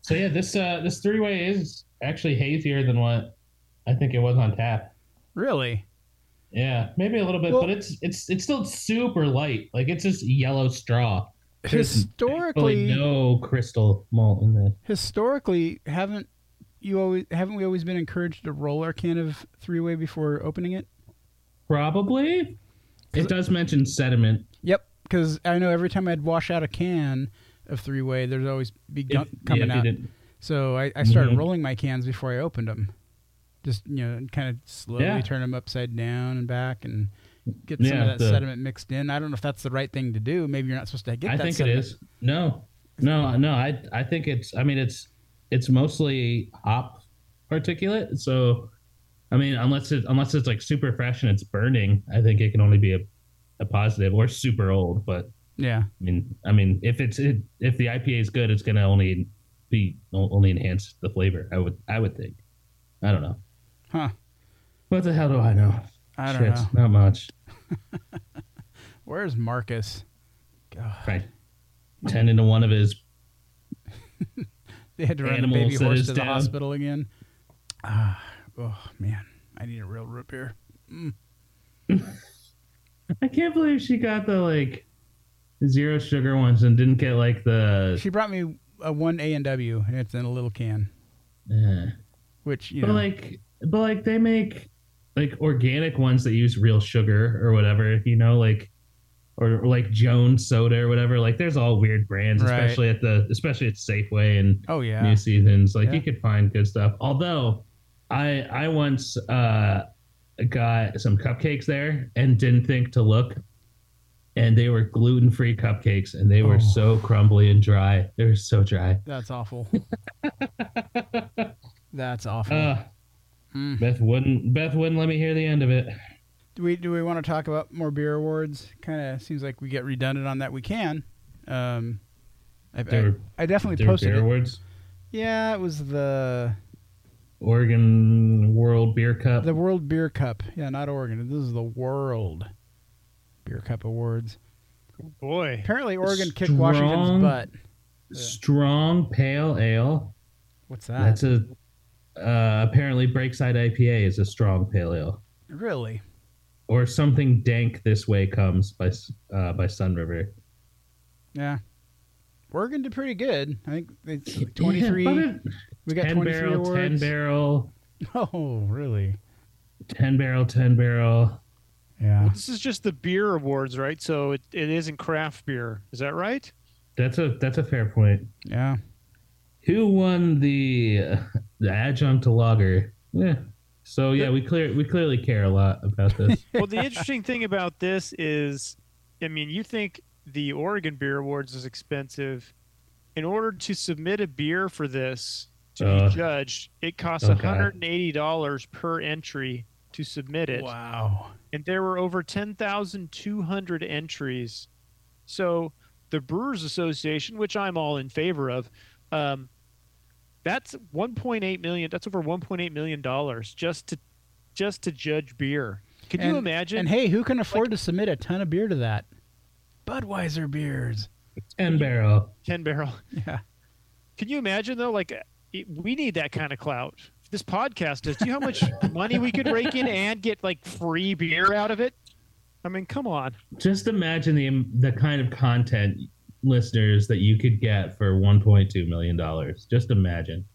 [SPEAKER 4] So yeah, this uh this three way is actually hazier than what I think it was on tap.
[SPEAKER 2] Really?
[SPEAKER 4] Yeah, maybe a little bit,
[SPEAKER 2] Well-
[SPEAKER 4] but it's it's it's still super light. Like it's just yellow straw. There's
[SPEAKER 2] Historically,
[SPEAKER 4] Really no crystal malt in there.
[SPEAKER 2] historically, haven't you always haven't we always been encouraged to roll our can of three way before opening it?
[SPEAKER 4] Probably. It does mention sediment.
[SPEAKER 2] Yep, because I know every time I'd wash out a can of three way, there's always be
[SPEAKER 4] If-
[SPEAKER 2] gunk coming
[SPEAKER 4] yeah, if
[SPEAKER 2] out.
[SPEAKER 4] you didn't-
[SPEAKER 2] So I, I started
[SPEAKER 4] Mhm.
[SPEAKER 2] rolling my cans before I opened them. Just you know, kind of slowly
[SPEAKER 4] Yeah.
[SPEAKER 2] turn them upside down and back, and get some
[SPEAKER 4] Yeah,
[SPEAKER 2] of that
[SPEAKER 4] the-
[SPEAKER 2] sediment mixed in. I don't know if that's the right thing to do. Maybe you're not supposed to get.
[SPEAKER 4] I
[SPEAKER 2] that
[SPEAKER 4] think
[SPEAKER 2] sediment.
[SPEAKER 4] it is. No, no, no. I I think it's. I mean, it's it's mostly hop particulate. So, I mean, unless it unless it's like super fresh and it's burning, I think it can only be a, a positive or super old. But I
[SPEAKER 2] Yeah.
[SPEAKER 4] mean, I mean, if it's it, if the IPA is good, it's gonna only be only enhance the flavor. I would I would think. I don't know.
[SPEAKER 2] Huh.
[SPEAKER 4] What the hell do I know?
[SPEAKER 2] I don't
[SPEAKER 4] Shit,
[SPEAKER 2] know.
[SPEAKER 4] Not much.
[SPEAKER 2] Where's Marcus?
[SPEAKER 4] Right. Ten into one of his
[SPEAKER 2] They had to run the
[SPEAKER 4] Animals
[SPEAKER 2] baby
[SPEAKER 4] that
[SPEAKER 2] horse
[SPEAKER 4] is
[SPEAKER 2] to the
[SPEAKER 4] down.
[SPEAKER 2] hospital again. Ah, oh man, I need a real root beer.
[SPEAKER 4] I can't believe she got the like zero sugar ones and didn't get like the.
[SPEAKER 2] She brought me a one A and W, and it's in a little can,
[SPEAKER 4] eh.
[SPEAKER 2] which you
[SPEAKER 4] But
[SPEAKER 2] know.
[SPEAKER 4] like, but like they make like organic ones that use real sugar or whatever, you know, like or, or like Jones soda or whatever. Like, there's all weird brands,
[SPEAKER 2] Right.
[SPEAKER 4] especially at the especially at Safeway and
[SPEAKER 2] oh yeah.
[SPEAKER 4] New Seasons. Like,
[SPEAKER 2] Yeah.
[SPEAKER 4] you could find good stuff. Although, I I once uh got some cupcakes there and didn't think to look and they were gluten-free cupcakes and they were
[SPEAKER 2] Oh.
[SPEAKER 4] so crumbly and dry they were so dry
[SPEAKER 2] That's awful. That's awful.
[SPEAKER 4] uh,
[SPEAKER 2] Mm.
[SPEAKER 4] beth wouldn't beth wouldn't let me hear the end of it
[SPEAKER 2] do we do we want to talk about more beer awards? Kind of seems like we get redundant on that. We can. Um, I,
[SPEAKER 4] There
[SPEAKER 2] I,
[SPEAKER 4] were-
[SPEAKER 2] I definitely
[SPEAKER 4] there were
[SPEAKER 2] posted
[SPEAKER 4] beer
[SPEAKER 2] it.
[SPEAKER 4] awards
[SPEAKER 2] Yeah, it was the
[SPEAKER 4] oregon world beer cup
[SPEAKER 2] the World Beer Cup. Yeah, not Oregon. This is the World Beer Cup Awards.
[SPEAKER 3] Boy.
[SPEAKER 2] Apparently, Oregon kicked
[SPEAKER 4] Strong-
[SPEAKER 2] Washington's butt.
[SPEAKER 4] strong pale ale
[SPEAKER 2] What's that?
[SPEAKER 4] that's a uh, apparently breakside ipa is a strong pale ale
[SPEAKER 2] really?
[SPEAKER 4] or something dank this way comes by S- uh, by sun river
[SPEAKER 2] Yeah. Oregon did pretty good. I think it's like
[SPEAKER 4] Yeah,
[SPEAKER 2] 23.
[SPEAKER 4] but it-
[SPEAKER 2] we got
[SPEAKER 4] 10
[SPEAKER 2] 23
[SPEAKER 4] barrel, 10
[SPEAKER 2] awards.
[SPEAKER 4] barrel,
[SPEAKER 2] Oh, really?
[SPEAKER 4] 10 barrel, 10 barrel.
[SPEAKER 2] Yeah.
[SPEAKER 3] This is just the beer awards, right? So it, it isn't craft beer. Is that right?
[SPEAKER 4] That's a that's a fair point.
[SPEAKER 2] Yeah.
[SPEAKER 4] Who won the uh, the adjunct to lager? Yeah. So yeah, we clear we clearly care a lot about this.
[SPEAKER 3] Well, the interesting thing about this is, I mean, you think the Oregon Beer Awards is expensive. In order to submit a beer for this to
[SPEAKER 4] Uh,
[SPEAKER 3] be judged, it costs
[SPEAKER 4] okay.
[SPEAKER 3] $180 per entry to submit it.
[SPEAKER 2] Wow.
[SPEAKER 3] and there were over 10,200 entries. So the Brewers Association, which I'm all in favor of, um, that's 1.8 million. That's over 1.8 million dollars just to just to judge beer. Can
[SPEAKER 2] and,
[SPEAKER 3] you imagine?
[SPEAKER 2] And hey, who can afford to submit a ton of beer to that? Budweiser beers.
[SPEAKER 4] Ten barrel.
[SPEAKER 3] Ten barrel.
[SPEAKER 2] Yeah.
[SPEAKER 3] Can you imagine though? Like, it, we need that kind of clout. This podcast does. Do you know how much money we could rake in and get like free beer out of it? I mean, come on.
[SPEAKER 4] Just imagine the the kind of content listeners that you could get for 1.2 million dollars. Just imagine.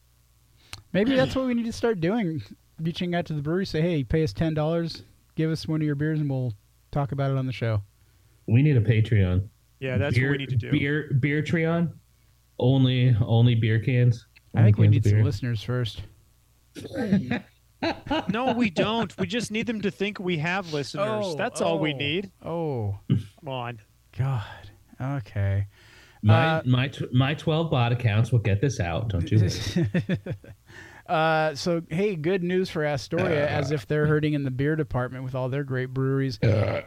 [SPEAKER 2] Maybe that's what we need to start doing. Reaching out to the brewery, say, "Hey, pay us ten dollars, give us one of your beers, and we'll talk about it on the show."
[SPEAKER 4] We need a Patreon.
[SPEAKER 3] Yeah, that's
[SPEAKER 4] beer,
[SPEAKER 3] what we need to do.
[SPEAKER 4] Beer beer Treon. Only only beer cans.
[SPEAKER 2] I think we
[SPEAKER 4] Only
[SPEAKER 2] need
[SPEAKER 4] cans of
[SPEAKER 2] some
[SPEAKER 4] beer.
[SPEAKER 2] listeners first.
[SPEAKER 3] No, we don't. We just need them to think we have listeners.
[SPEAKER 2] Oh,
[SPEAKER 3] that's all we
[SPEAKER 2] oh.
[SPEAKER 3] need.
[SPEAKER 2] Oh
[SPEAKER 3] Come on.
[SPEAKER 2] God. Okay.
[SPEAKER 4] My
[SPEAKER 2] Uh,
[SPEAKER 4] my tw- my 12 bot accounts will get this out. Don't you? worry.
[SPEAKER 2] uh, so hey, good news for Astoria,
[SPEAKER 3] Uh,
[SPEAKER 2] as if they're hurting in the beer department with all their great breweries.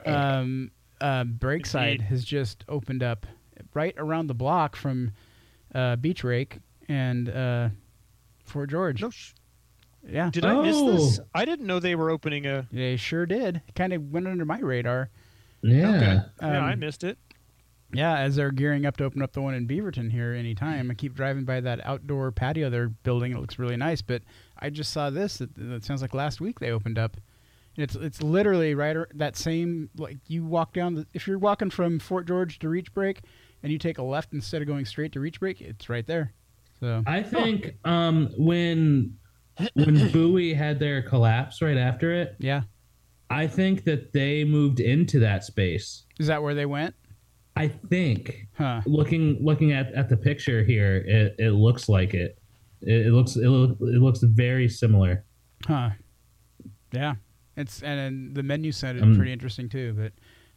[SPEAKER 2] um, uh, Breakside
[SPEAKER 3] Indeed.
[SPEAKER 2] has just opened up right around the block from uh, Beach Rake and uh, Fort George.
[SPEAKER 3] No sh-
[SPEAKER 2] Yeah,
[SPEAKER 3] Did I miss this?
[SPEAKER 4] Oh.
[SPEAKER 3] I didn't know they were opening a.
[SPEAKER 2] they sure did. Kind of went under my radar.
[SPEAKER 4] Yeah.
[SPEAKER 3] Okay. yeah,
[SPEAKER 2] Um,
[SPEAKER 3] I missed it.
[SPEAKER 2] Yeah, as they're gearing up to open up the one in Beaverton here anytime. I keep driving by that outdoor patio they're building. It looks really nice, but I just saw this. It, it sounds like last week they opened up. And it's it's literally right ar- that same like you walk down the if you're walking from Fort George to Reach Break and you take a left instead of going straight to Reach Break, it's right there. So
[SPEAKER 4] I think um when when Bowie had their collapse right after it,
[SPEAKER 2] yeah,
[SPEAKER 4] I think that they moved into that space.
[SPEAKER 2] is that where they went?
[SPEAKER 4] I think
[SPEAKER 2] Huh.
[SPEAKER 4] looking looking at, at the picture here, it, it looks like it. It, it looks it, look, it looks very similar.
[SPEAKER 2] Huh. Yeah. It's and, then the menu sounded
[SPEAKER 4] Um,
[SPEAKER 2] pretty interesting too.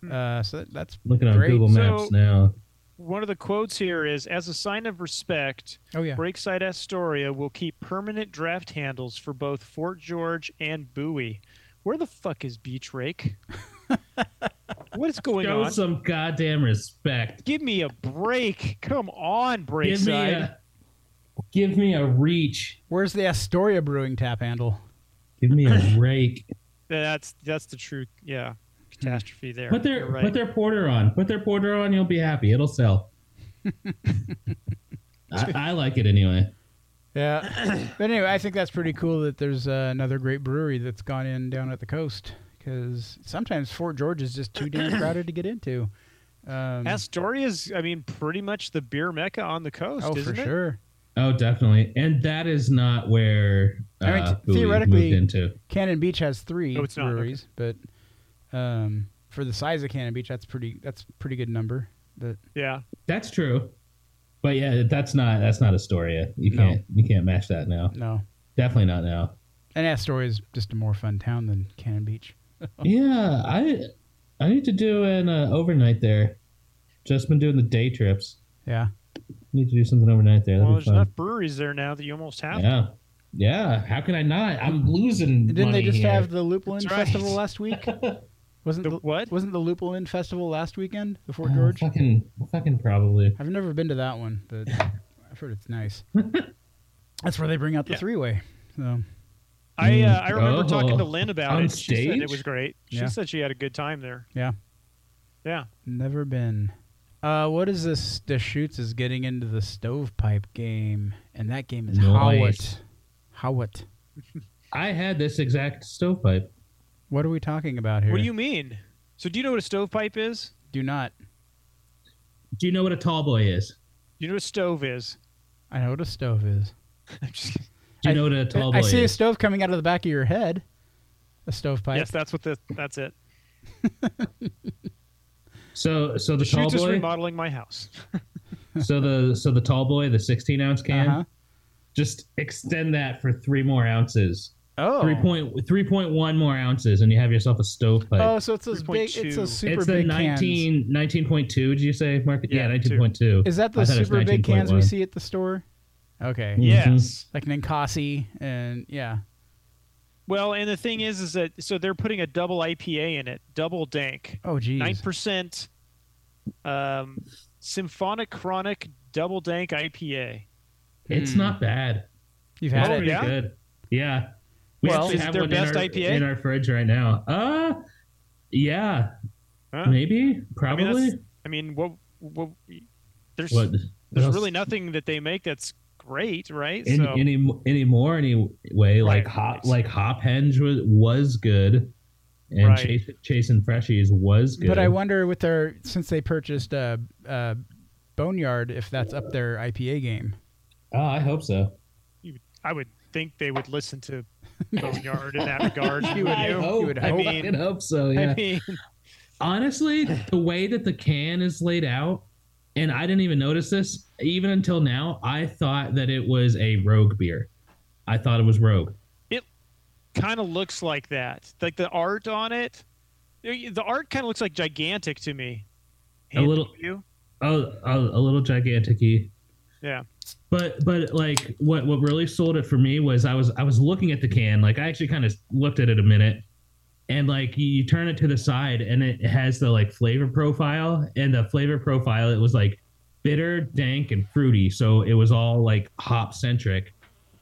[SPEAKER 2] But uh, so that, that's
[SPEAKER 4] Looking on
[SPEAKER 2] Great.
[SPEAKER 4] Google Maps
[SPEAKER 3] So-
[SPEAKER 4] now.
[SPEAKER 3] One of the quotes here is As a sign of respect,
[SPEAKER 2] oh yeah.
[SPEAKER 3] Breakside Astoria will keep permanent draft handles for both Fort George and Bowie. Where the fuck is Beach Rake? what is going
[SPEAKER 4] Show
[SPEAKER 3] on?
[SPEAKER 4] some goddamn respect.
[SPEAKER 3] Give me a break. Come on,
[SPEAKER 4] Give me
[SPEAKER 3] Breakside.
[SPEAKER 4] a give me a reach.
[SPEAKER 2] Where's the Astoria Brewing tap handle?
[SPEAKER 4] Give me a rake.
[SPEAKER 3] That's that's the true yeah catastrophe there.
[SPEAKER 4] Put their
[SPEAKER 3] You're right.
[SPEAKER 4] put their porter on. Put their porter on. You'll be happy. It'll sell. I, I like it anyway.
[SPEAKER 2] Yeah. but anyway, I think that's pretty cool that there's uh, another great brewery that's gone in down at the coast because sometimes Fort George is just too damn crowded to get into.
[SPEAKER 4] Mm.
[SPEAKER 2] Um,
[SPEAKER 3] Astoria's I mean pretty much the beer mecca on the coast,
[SPEAKER 2] oh, for
[SPEAKER 3] isn't it?
[SPEAKER 2] sure.
[SPEAKER 4] Oh, definitely. And that is not where uh,
[SPEAKER 2] I mean,
[SPEAKER 4] Bowie
[SPEAKER 2] theoretically-
[SPEAKER 4] moved into.
[SPEAKER 2] Cannon Beach has three
[SPEAKER 3] Oh, it's not, okay.
[SPEAKER 2] breweries, but um, for the size of Cannon Beach, that's pretty. That's a pretty good number. That
[SPEAKER 3] Yeah.
[SPEAKER 4] That's true. But yeah, that's not that's not Astoria. You
[SPEAKER 2] No.
[SPEAKER 4] can't you can't match that now.
[SPEAKER 2] no,
[SPEAKER 4] Definitely not now.
[SPEAKER 2] and Astoria is just a more fun town than Cannon Beach.
[SPEAKER 4] Yeah, I I need to do an uh, overnight there. Just been doing the day trips.
[SPEAKER 2] Yeah.
[SPEAKER 4] Need to do something overnight there.
[SPEAKER 3] Well,
[SPEAKER 4] That'd
[SPEAKER 3] there's
[SPEAKER 4] be fun.
[SPEAKER 3] enough breweries there now that you almost have. to.
[SPEAKER 4] Yeah, yeah. How can I not? I'm losing.
[SPEAKER 2] And didn't they
[SPEAKER 4] money
[SPEAKER 2] just
[SPEAKER 4] here.
[SPEAKER 2] have the Lupulin
[SPEAKER 3] That's right.
[SPEAKER 2] Festival last week? Wasn't
[SPEAKER 3] The
[SPEAKER 2] the,
[SPEAKER 3] what?
[SPEAKER 2] Wasn't the Lupulin Festival last weekend? The Fort
[SPEAKER 4] Oh,
[SPEAKER 2] George.
[SPEAKER 4] Fucking, fucking probably.
[SPEAKER 2] I've never been to that one, but I've heard it's nice. That's where they bring out the
[SPEAKER 3] Yeah.
[SPEAKER 2] three-way. So
[SPEAKER 3] I uh,
[SPEAKER 4] Mm.
[SPEAKER 3] I remember talking to
[SPEAKER 4] Oh,
[SPEAKER 3] Lynn about
[SPEAKER 4] on
[SPEAKER 3] it. She said
[SPEAKER 4] stage?
[SPEAKER 3] it was great. She
[SPEAKER 2] Yeah.
[SPEAKER 3] said she had a good time there.
[SPEAKER 2] Yeah.
[SPEAKER 3] Yeah.
[SPEAKER 2] never been. Uh, what is this? Deschutes is getting into the stovepipe game, and that game is
[SPEAKER 4] Nice.
[SPEAKER 2] Howitt. Howitt.
[SPEAKER 4] I had this exact stovepipe.
[SPEAKER 2] What are we talking about here?
[SPEAKER 3] What do you mean? So do you know what a stovepipe is?
[SPEAKER 2] do not?
[SPEAKER 4] Do you know what a tall boy is?
[SPEAKER 3] Do you know what a stove is?
[SPEAKER 2] I know what a stove is.
[SPEAKER 3] I'm just kidding.
[SPEAKER 4] Do you
[SPEAKER 2] I-
[SPEAKER 4] know what a tall boy
[SPEAKER 2] I see a
[SPEAKER 4] is?
[SPEAKER 2] stove coming out of the back of your head. A stovepipe.
[SPEAKER 3] yes, that's what the that's it.
[SPEAKER 4] So, so the tall
[SPEAKER 3] She's just
[SPEAKER 4] boy. Mm-hmm.
[SPEAKER 3] remodeling my house.
[SPEAKER 4] So the so the tall boy, the 16 ounce can.
[SPEAKER 2] Uh-huh.
[SPEAKER 4] Just extend that for three more ounces.
[SPEAKER 2] Oh.
[SPEAKER 4] Three point three point one more ounces, and you have yourself a stovepipe.
[SPEAKER 2] Oh, so it's those big. It's
[SPEAKER 3] 3.2.
[SPEAKER 2] those super
[SPEAKER 4] it's the
[SPEAKER 2] big 19... cans.
[SPEAKER 4] 19, 19.2, did you say, Mark?
[SPEAKER 3] Yeah,
[SPEAKER 4] Yeah,
[SPEAKER 3] two.
[SPEAKER 4] 19.2.
[SPEAKER 2] Is that
[SPEAKER 4] I
[SPEAKER 2] those
[SPEAKER 4] thought it was
[SPEAKER 2] super big cans we
[SPEAKER 4] 19.1.
[SPEAKER 2] see at the store? Okay.
[SPEAKER 4] Mhm.
[SPEAKER 3] Yes.
[SPEAKER 2] Like Ninkasi and yeah.
[SPEAKER 3] Well, and the thing is, is that so they're putting a double IPA in it, double dank,
[SPEAKER 2] Oh geez.
[SPEAKER 3] nine percent, um, Symphonic Chronic Double Dank IPA.
[SPEAKER 2] Hmm.
[SPEAKER 4] It's not bad.
[SPEAKER 2] You've
[SPEAKER 4] It's
[SPEAKER 2] had
[SPEAKER 3] Oh,
[SPEAKER 2] it.
[SPEAKER 4] pretty
[SPEAKER 3] yeah?
[SPEAKER 4] good. Yeah. We
[SPEAKER 3] Well,
[SPEAKER 4] actually
[SPEAKER 3] is it
[SPEAKER 4] have
[SPEAKER 3] their
[SPEAKER 4] one
[SPEAKER 3] best
[SPEAKER 4] in our,
[SPEAKER 3] IPA?
[SPEAKER 4] in our fridge right now. Uh yeah.
[SPEAKER 3] Huh?
[SPEAKER 4] Maybe.
[SPEAKER 3] I mean,
[SPEAKER 4] Probably.
[SPEAKER 3] that's, I mean, what, what there's
[SPEAKER 4] what
[SPEAKER 3] there's
[SPEAKER 4] else?
[SPEAKER 3] really nothing that they make that's great, right?
[SPEAKER 4] Any
[SPEAKER 3] so
[SPEAKER 4] any anymore anyway. Like
[SPEAKER 3] Right,
[SPEAKER 4] hop
[SPEAKER 3] right.
[SPEAKER 4] like hop henge was was good. And
[SPEAKER 3] Right.
[SPEAKER 4] Chase, chasing freshies was good.
[SPEAKER 2] But I wonder with their since they purchased uh, uh, Boneyard if that's up their IPA game.
[SPEAKER 4] oh, I hope so.
[SPEAKER 3] I would think they would listen to Boneyard in that regard.
[SPEAKER 2] You would
[SPEAKER 3] I
[SPEAKER 2] do.
[SPEAKER 4] hope,
[SPEAKER 2] You would
[SPEAKER 4] I
[SPEAKER 2] hope.
[SPEAKER 4] fucking hope so. Yeah.
[SPEAKER 3] I mean,
[SPEAKER 4] honestly, the way that the can is laid out, and I didn't even notice this even until now. I thought that it was a rogue beer. I thought it was rogue.
[SPEAKER 3] kind of looks like that. Like the art on it, the art kind of looks like gigantic to me.
[SPEAKER 4] A little-
[SPEAKER 3] You?
[SPEAKER 4] Oh, a, a little gigantic-y.
[SPEAKER 3] Yeah.
[SPEAKER 4] But but like what what really sold it for me was I was I was looking at the can like I actually kind of looked at it a minute. And like you, you turn it to the side and it has the like flavor profile and the flavor profile it was like bitter, dank and fruity. So it was all like hop centric.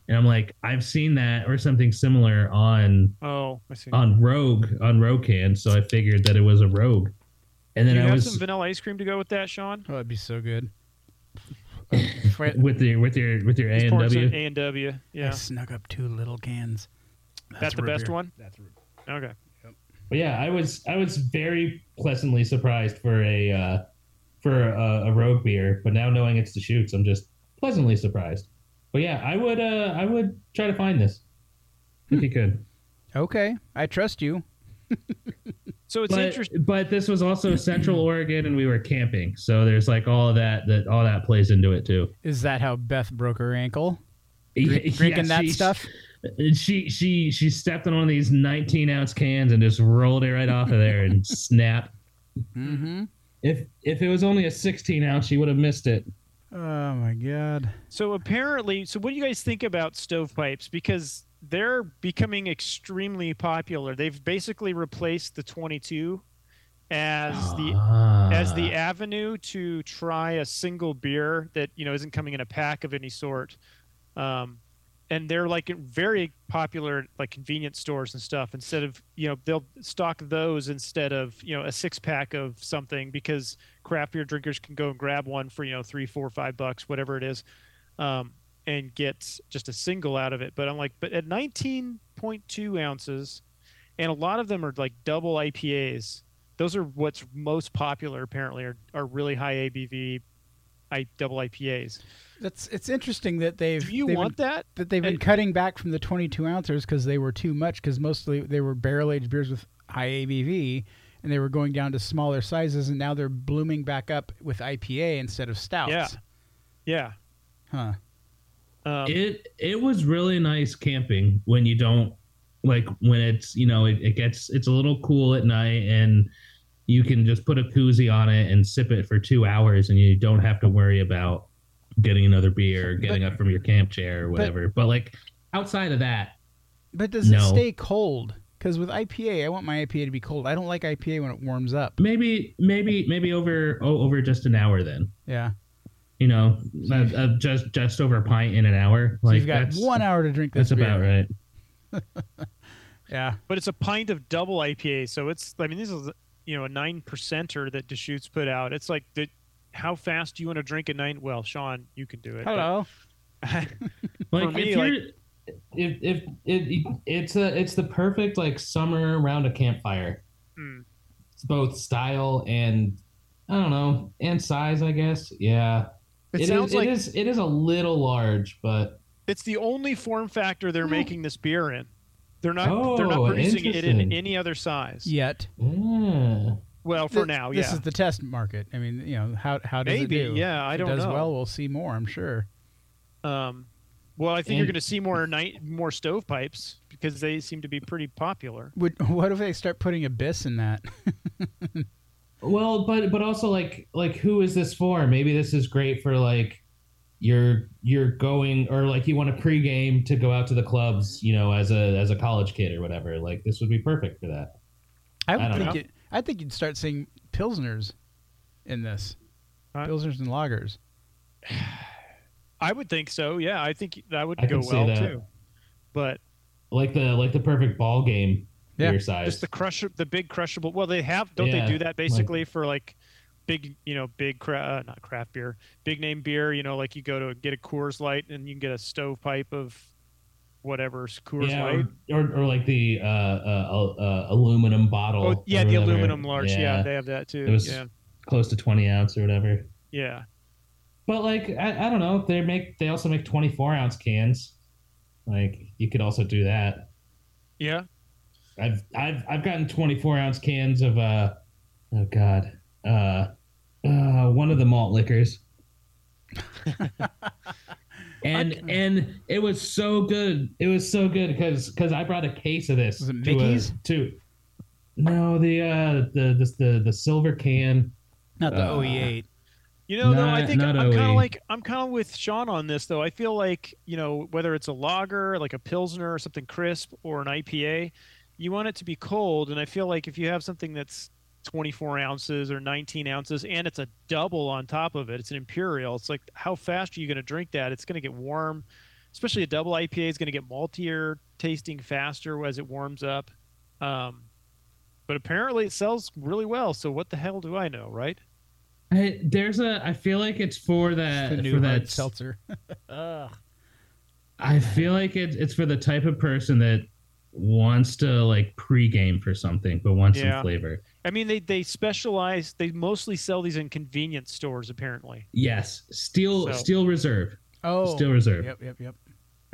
[SPEAKER 4] And I'm like I've seen that or something similar on
[SPEAKER 3] Oh, I see.
[SPEAKER 4] on Rogue on Rogue can, so I figured that it was a Rogue. And
[SPEAKER 3] Do
[SPEAKER 4] then
[SPEAKER 3] you
[SPEAKER 4] I
[SPEAKER 3] have
[SPEAKER 4] was
[SPEAKER 3] some vanilla ice cream to go with that, Sean?
[SPEAKER 2] Oh, that'd be so good. Fred,
[SPEAKER 4] with the with your with your A
[SPEAKER 3] He's
[SPEAKER 4] and
[SPEAKER 3] pouring some
[SPEAKER 4] W.
[SPEAKER 3] A&W.
[SPEAKER 2] I
[SPEAKER 3] Yeah.
[SPEAKER 2] snuck up two little cans.
[SPEAKER 3] That's the
[SPEAKER 2] root
[SPEAKER 3] best
[SPEAKER 2] beer.
[SPEAKER 3] one?
[SPEAKER 2] That's root
[SPEAKER 3] Okay.
[SPEAKER 4] But yeah, I was I was very pleasantly surprised for a uh, for a, a rogue beer, but now knowing it's the shoots, I'm just pleasantly surprised. But yeah, I would uh, I would try to find this
[SPEAKER 3] Hmm.
[SPEAKER 4] if you could.
[SPEAKER 2] Okay, I trust you.
[SPEAKER 3] So it's
[SPEAKER 4] But,
[SPEAKER 3] interesting.
[SPEAKER 4] but this was also Central Oregon, and we were camping, so there's like all of that that all that plays into it too.
[SPEAKER 2] Is that how Beth broke her ankle?
[SPEAKER 4] Yeah,
[SPEAKER 2] Drinking that
[SPEAKER 4] she-
[SPEAKER 2] stuff?
[SPEAKER 4] She she she stepped on one of these 19 ounce cans and just rolled it right off of there and snapped.
[SPEAKER 2] Mm-hmm.
[SPEAKER 4] If if it was only a 16 ounce, she would have missed it.
[SPEAKER 2] Oh my god.
[SPEAKER 3] So apparently, so what do you guys think about stovepipes? Because they're becoming extremely popular. They've basically replaced the 22 as the
[SPEAKER 2] Ah.
[SPEAKER 3] as the avenue to try a single beer that you know isn't coming in a pack of any sort. Um, and they're like very popular at, like convenience stores and stuff instead of you know they'll stock those instead of you know a six pack of something because craft beer drinkers can go and grab one for you know three four five bucks whatever it is um, and get just a single out of it but i'm like but at 19.2 ounces and a lot of them are like double ipas those are what's most popular apparently are, are really high abv I, double ipas
[SPEAKER 2] That's it's interesting that they've
[SPEAKER 3] do you
[SPEAKER 2] they've
[SPEAKER 3] want that
[SPEAKER 2] been, that they've been
[SPEAKER 3] and-
[SPEAKER 2] cutting back from the 22 ounces because they were too much because mostly they were barrel aged beers with high ABV and they were going down to smaller sizes and now they're blooming back up with IPA instead of stouts.
[SPEAKER 3] Yeah. yeah
[SPEAKER 2] Huh.
[SPEAKER 3] um,
[SPEAKER 4] it it was really nice camping when you don't like when it's you know it, it gets it's a little cool at night and you can just put a koozie on it and sip it for two hours and you don't have to worry about getting another beer or getting up from your camp chair or whatever but, like outside of that
[SPEAKER 2] But does it
[SPEAKER 4] No.
[SPEAKER 2] stay cold? Because with IPA, I want my IPA to be cold. I don't like IPA when it warms up.
[SPEAKER 4] maybe maybe maybe over oh, over just an hour then
[SPEAKER 2] Yeah.
[SPEAKER 4] you know uh, uh, just just over a pint in an hour
[SPEAKER 2] So
[SPEAKER 4] like
[SPEAKER 2] you've got
[SPEAKER 4] that's,
[SPEAKER 2] one hour to drink this
[SPEAKER 4] that's about
[SPEAKER 2] beer.
[SPEAKER 4] right
[SPEAKER 2] Yeah.
[SPEAKER 3] but it's a pint of double IPA, so it's I mean this is you know a nine percenter that Deschutes put out. It's like the how fast do you want to drink a nine? Well, Sean, you can do it. but-
[SPEAKER 2] Hello.
[SPEAKER 4] like
[SPEAKER 3] For me,
[SPEAKER 4] if
[SPEAKER 3] like-
[SPEAKER 4] you're if, if it it's a it's the perfect like summer around a campfire
[SPEAKER 3] Hmm.
[SPEAKER 4] it's both style and i don't know and size i guess yeah
[SPEAKER 3] It,
[SPEAKER 4] It is-
[SPEAKER 3] sounds like
[SPEAKER 4] it is it is a little large but
[SPEAKER 3] it's the only form factor
[SPEAKER 2] Hmm.
[SPEAKER 3] they're making this beer in. They're not they're
[SPEAKER 4] Oh,
[SPEAKER 3] not producing it in
[SPEAKER 4] interesting.
[SPEAKER 3] any other size.
[SPEAKER 2] Yet.
[SPEAKER 4] yeah.
[SPEAKER 3] Well,
[SPEAKER 2] Th-
[SPEAKER 3] for now,
[SPEAKER 2] This
[SPEAKER 3] yeah.
[SPEAKER 2] is the test market. I mean, you know, how how does
[SPEAKER 3] Maybe,
[SPEAKER 2] it do?
[SPEAKER 3] yeah, I
[SPEAKER 2] If
[SPEAKER 3] don't
[SPEAKER 2] it does
[SPEAKER 3] know.
[SPEAKER 2] well, we'll see more, I'm sure.
[SPEAKER 3] um, well, I think you're
[SPEAKER 4] And-
[SPEAKER 3] going to see more night more stovepipes because they seem to be pretty popular.
[SPEAKER 2] Would what if they start putting abyss in that?
[SPEAKER 4] well but but also like like who is this for maybe this is great for like you're you're going or like you want to pregame to go out to the clubs you know as a as a college kid or whatever like this would be perfect for that
[SPEAKER 2] I would
[SPEAKER 4] don't
[SPEAKER 2] think
[SPEAKER 4] know.
[SPEAKER 2] it I think you'd start seeing pilsners in this.
[SPEAKER 3] Huh?
[SPEAKER 2] Pilsners and lagers.
[SPEAKER 3] I would think so. Yeah, I think that would
[SPEAKER 4] I
[SPEAKER 3] go
[SPEAKER 4] can see
[SPEAKER 3] well
[SPEAKER 4] that.
[SPEAKER 3] too. But
[SPEAKER 4] like the like the perfect ball game for
[SPEAKER 2] Yeah,
[SPEAKER 4] your size.
[SPEAKER 3] just the crush, the big crushable. Well, they have don't
[SPEAKER 4] Yeah,
[SPEAKER 3] they do that basically for like big, you know, big cra- uh, not craft beer, big name beer. You know, like you go to get a Coors Light and you can get a stovepipe of whatever Coors
[SPEAKER 4] yeah,
[SPEAKER 3] Light.
[SPEAKER 4] or, or, or like the uh, uh, uh, aluminum bottle.
[SPEAKER 3] Oh, yeah,
[SPEAKER 4] or
[SPEAKER 3] the
[SPEAKER 4] whatever.
[SPEAKER 3] aluminum large. Yeah. they have that too.
[SPEAKER 4] It was-
[SPEAKER 3] yeah,
[SPEAKER 4] close to twenty ounce or whatever.
[SPEAKER 3] yeah.
[SPEAKER 4] But like, I, I don't know. They make they also make twenty four ounce cans. Like you could also do that.
[SPEAKER 3] Yeah,
[SPEAKER 4] I've I've I've gotten twenty four ounce cans of uh oh god uh uh one of the malt liquors. and and it was so good. It was so good because because I brought a case of this.
[SPEAKER 2] Was it
[SPEAKER 4] to a-
[SPEAKER 2] Mickey's?
[SPEAKER 4] to no the uh the this the the silver can.
[SPEAKER 2] Not the
[SPEAKER 4] Uh,
[SPEAKER 2] OE8.
[SPEAKER 3] You know, though, I
[SPEAKER 4] Not-
[SPEAKER 3] think
[SPEAKER 4] not
[SPEAKER 3] I'm kind
[SPEAKER 4] OE.
[SPEAKER 3] of like I'm kind of with Sean on this, though. I feel like you know whether it's a lager, like a pilsner, or something crisp, or an IPA, you want it to be cold. And I feel like if you have something that's 24 ounces or 19 ounces, and it's a double on top of it, it's an imperial. It's like how fast are you going to drink that? It's going to get warm, especially a double IPA is going to get maltier tasting faster as it warms up. Um, but apparently, it sells really well. So what the hell do I know, right?
[SPEAKER 4] I, there's a I feel like it's for that
[SPEAKER 2] The new
[SPEAKER 4] for
[SPEAKER 2] hard
[SPEAKER 4] that
[SPEAKER 2] seltzer.
[SPEAKER 4] I feel like it, it's for the type of person that wants to like pregame for something, but wants
[SPEAKER 3] Yeah.
[SPEAKER 4] some flavor.
[SPEAKER 3] I mean, they they specialize. They mostly sell these in convenience stores, apparently.
[SPEAKER 4] Yes, steel
[SPEAKER 3] So-
[SPEAKER 4] steel reserve,
[SPEAKER 2] Oh,
[SPEAKER 4] steel reserve.
[SPEAKER 2] yep, yep, yep.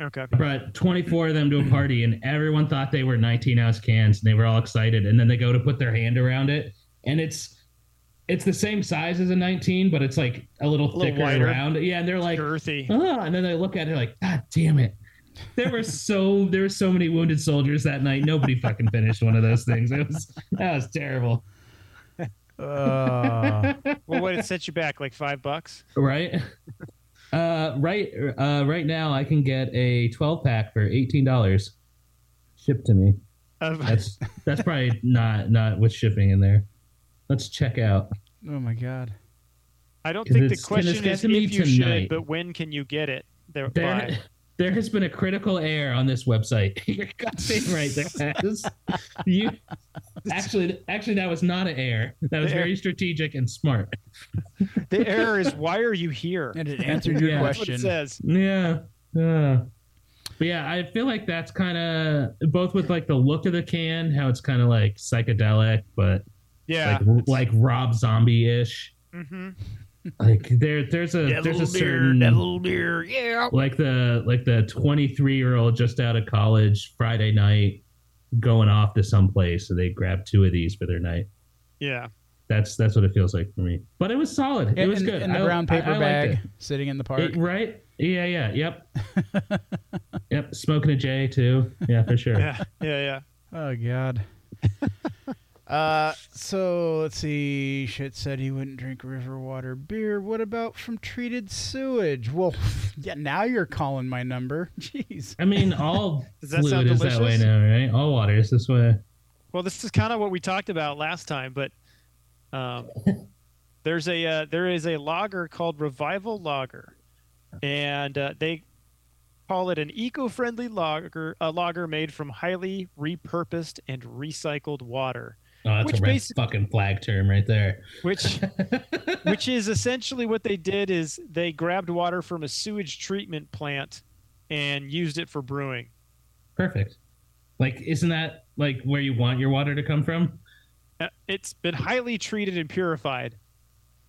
[SPEAKER 3] Okay.
[SPEAKER 4] I brought 24 of them to a party, and everyone thought they were 19 ounce cans, and they were all excited. And then they go to put their hand around it, and it's it's the same size as a 19, but it's like a little
[SPEAKER 3] little
[SPEAKER 4] thicker
[SPEAKER 3] wider.
[SPEAKER 4] around. Yeah, and they're like,
[SPEAKER 3] Girthy.
[SPEAKER 4] oh, and then they look at it like, God damn it. There were so there were so many wounded soldiers that night. Nobody fucking finished one of those things. It was that was terrible.
[SPEAKER 2] Uh,
[SPEAKER 3] well, what it set you back like five bucks?
[SPEAKER 4] Right? Uh right uh right now I can get a twelve pack for eighteen dollars. Shipped to me.
[SPEAKER 3] Of,
[SPEAKER 4] That's that's probably not not with shipping in there. Let's check out.
[SPEAKER 2] oh my god.
[SPEAKER 3] I don't
[SPEAKER 4] Can
[SPEAKER 3] think the
[SPEAKER 4] this- can this
[SPEAKER 3] question
[SPEAKER 4] get
[SPEAKER 3] is
[SPEAKER 4] to me
[SPEAKER 3] if you should,
[SPEAKER 4] tonight?
[SPEAKER 3] but when can you get it? There,
[SPEAKER 4] There
[SPEAKER 3] by.
[SPEAKER 4] there has been a critical error on this website. You're goddamn right there has. You actually actually that was not an error. That was
[SPEAKER 3] The error-
[SPEAKER 4] very strategic and smart.
[SPEAKER 3] the error is why are you here?
[SPEAKER 2] And it answered your
[SPEAKER 4] Yeah.
[SPEAKER 3] That's what it
[SPEAKER 2] question.
[SPEAKER 3] says.
[SPEAKER 4] Yeah. Yeah. But yeah, I feel like that's kind of both with like the look of the can, how it's kind of like psychedelic, but
[SPEAKER 3] Yeah.
[SPEAKER 4] like like Rob Zombie ish.
[SPEAKER 3] mm-hmm.
[SPEAKER 4] Like there, there's a
[SPEAKER 5] That
[SPEAKER 4] there's a
[SPEAKER 5] little beer,
[SPEAKER 4] certain
[SPEAKER 5] that little beer, yeah.
[SPEAKER 4] like the like the 23 year old just out of college Friday night going off to someplace, so they grab two of these for their night.
[SPEAKER 3] Yeah.
[SPEAKER 4] That's that's what it feels like for me. But it was solid. it
[SPEAKER 2] In-
[SPEAKER 4] was
[SPEAKER 2] in-
[SPEAKER 4] good.
[SPEAKER 2] In the
[SPEAKER 4] I-
[SPEAKER 2] brown
[SPEAKER 4] I-
[SPEAKER 2] paper
[SPEAKER 4] I liked
[SPEAKER 2] bag,
[SPEAKER 4] it.
[SPEAKER 2] sitting in the park.
[SPEAKER 4] It- right? Yeah, yeah, yep. yep, smoking a J too. Yeah, for sure.
[SPEAKER 3] Yeah. Yeah. Yeah.
[SPEAKER 2] Oh God. uh, so let's see. Shit said he wouldn't drink river water beer. What about from treated sewage? Well, yeah. Now you're calling my number. Jeez.
[SPEAKER 4] I mean, all
[SPEAKER 3] Does that
[SPEAKER 4] fluid
[SPEAKER 3] sound
[SPEAKER 4] is that way
[SPEAKER 3] delicious?
[SPEAKER 4] now, right? All water is this way.
[SPEAKER 3] Well, this is kind of what we talked about last time, but um, there's a uh, there is a lager called Revival Lager, and uh, they call it an eco-friendly lager, a lager made from highly repurposed and recycled water,
[SPEAKER 4] Oh, that's
[SPEAKER 3] Which
[SPEAKER 4] a red
[SPEAKER 3] basic-
[SPEAKER 4] fucking flag term right there.
[SPEAKER 3] which which is essentially what they did is they grabbed water from a sewage treatment plant and used it for brewing.
[SPEAKER 4] Perfect. Like, isn't that like where you want your water to come from?
[SPEAKER 3] Uh, It's been highly treated and purified,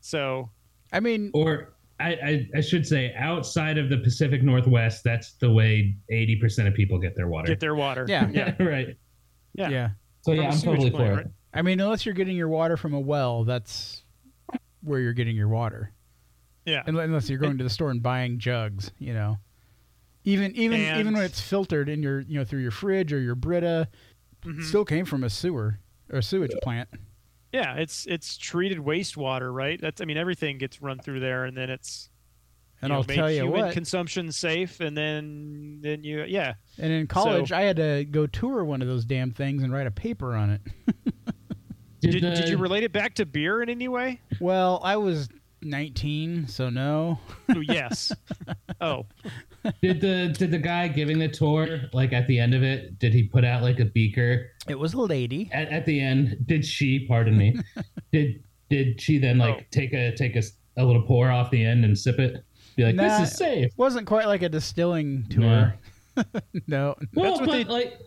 [SPEAKER 3] so
[SPEAKER 2] I mean,
[SPEAKER 4] Or I, I, I should say, outside of the Pacific Northwest, that's the way 80% of people get their water.
[SPEAKER 3] get their water.
[SPEAKER 2] Yeah.
[SPEAKER 3] yeah.
[SPEAKER 4] right.
[SPEAKER 2] yeah.
[SPEAKER 3] Yeah.
[SPEAKER 4] So
[SPEAKER 3] From
[SPEAKER 4] yeah,
[SPEAKER 3] a
[SPEAKER 4] I'm
[SPEAKER 3] sewage
[SPEAKER 4] totally
[SPEAKER 3] plant,
[SPEAKER 4] for
[SPEAKER 3] right?
[SPEAKER 4] it.
[SPEAKER 2] I mean, unless you're getting your water from a well, that's where you're getting your water.
[SPEAKER 3] Yeah.
[SPEAKER 2] Unle- Unless you're going to the store and buying jugs, you know. Even even
[SPEAKER 3] And-
[SPEAKER 2] even when it's filtered in your you know through your fridge or your Brita,
[SPEAKER 3] Mhm.
[SPEAKER 2] it still came from a sewer or a sewage plant.
[SPEAKER 3] Yeah, it's it's treated wastewater, right? That's I mean everything gets run through there, and then it's
[SPEAKER 2] And
[SPEAKER 3] you know,
[SPEAKER 2] I'll
[SPEAKER 3] make
[SPEAKER 2] tell you
[SPEAKER 3] human
[SPEAKER 2] what.
[SPEAKER 3] consumption safe, and then then you yeah
[SPEAKER 2] And in college, I had to go tour one of those damn things and write a paper on it.
[SPEAKER 3] did, did
[SPEAKER 4] the-
[SPEAKER 3] you relate it back to beer in any way?
[SPEAKER 2] Well, I was 19, so no.
[SPEAKER 3] Oh, yes. oh,
[SPEAKER 4] Did the did the guy giving the tour like at the end of it? Did he put out like a beaker
[SPEAKER 2] It was a lady.
[SPEAKER 4] at, at the end? Did she? Pardon me. did did she then like
[SPEAKER 3] Oh.
[SPEAKER 4] take a take a, s- a little pour off the end and sip it? Be like,
[SPEAKER 2] Nah.
[SPEAKER 4] this is safe.
[SPEAKER 2] Wasn't quite like a distilling tour.
[SPEAKER 4] No.
[SPEAKER 2] no.
[SPEAKER 4] Well,
[SPEAKER 3] what
[SPEAKER 4] but
[SPEAKER 3] they-
[SPEAKER 4] like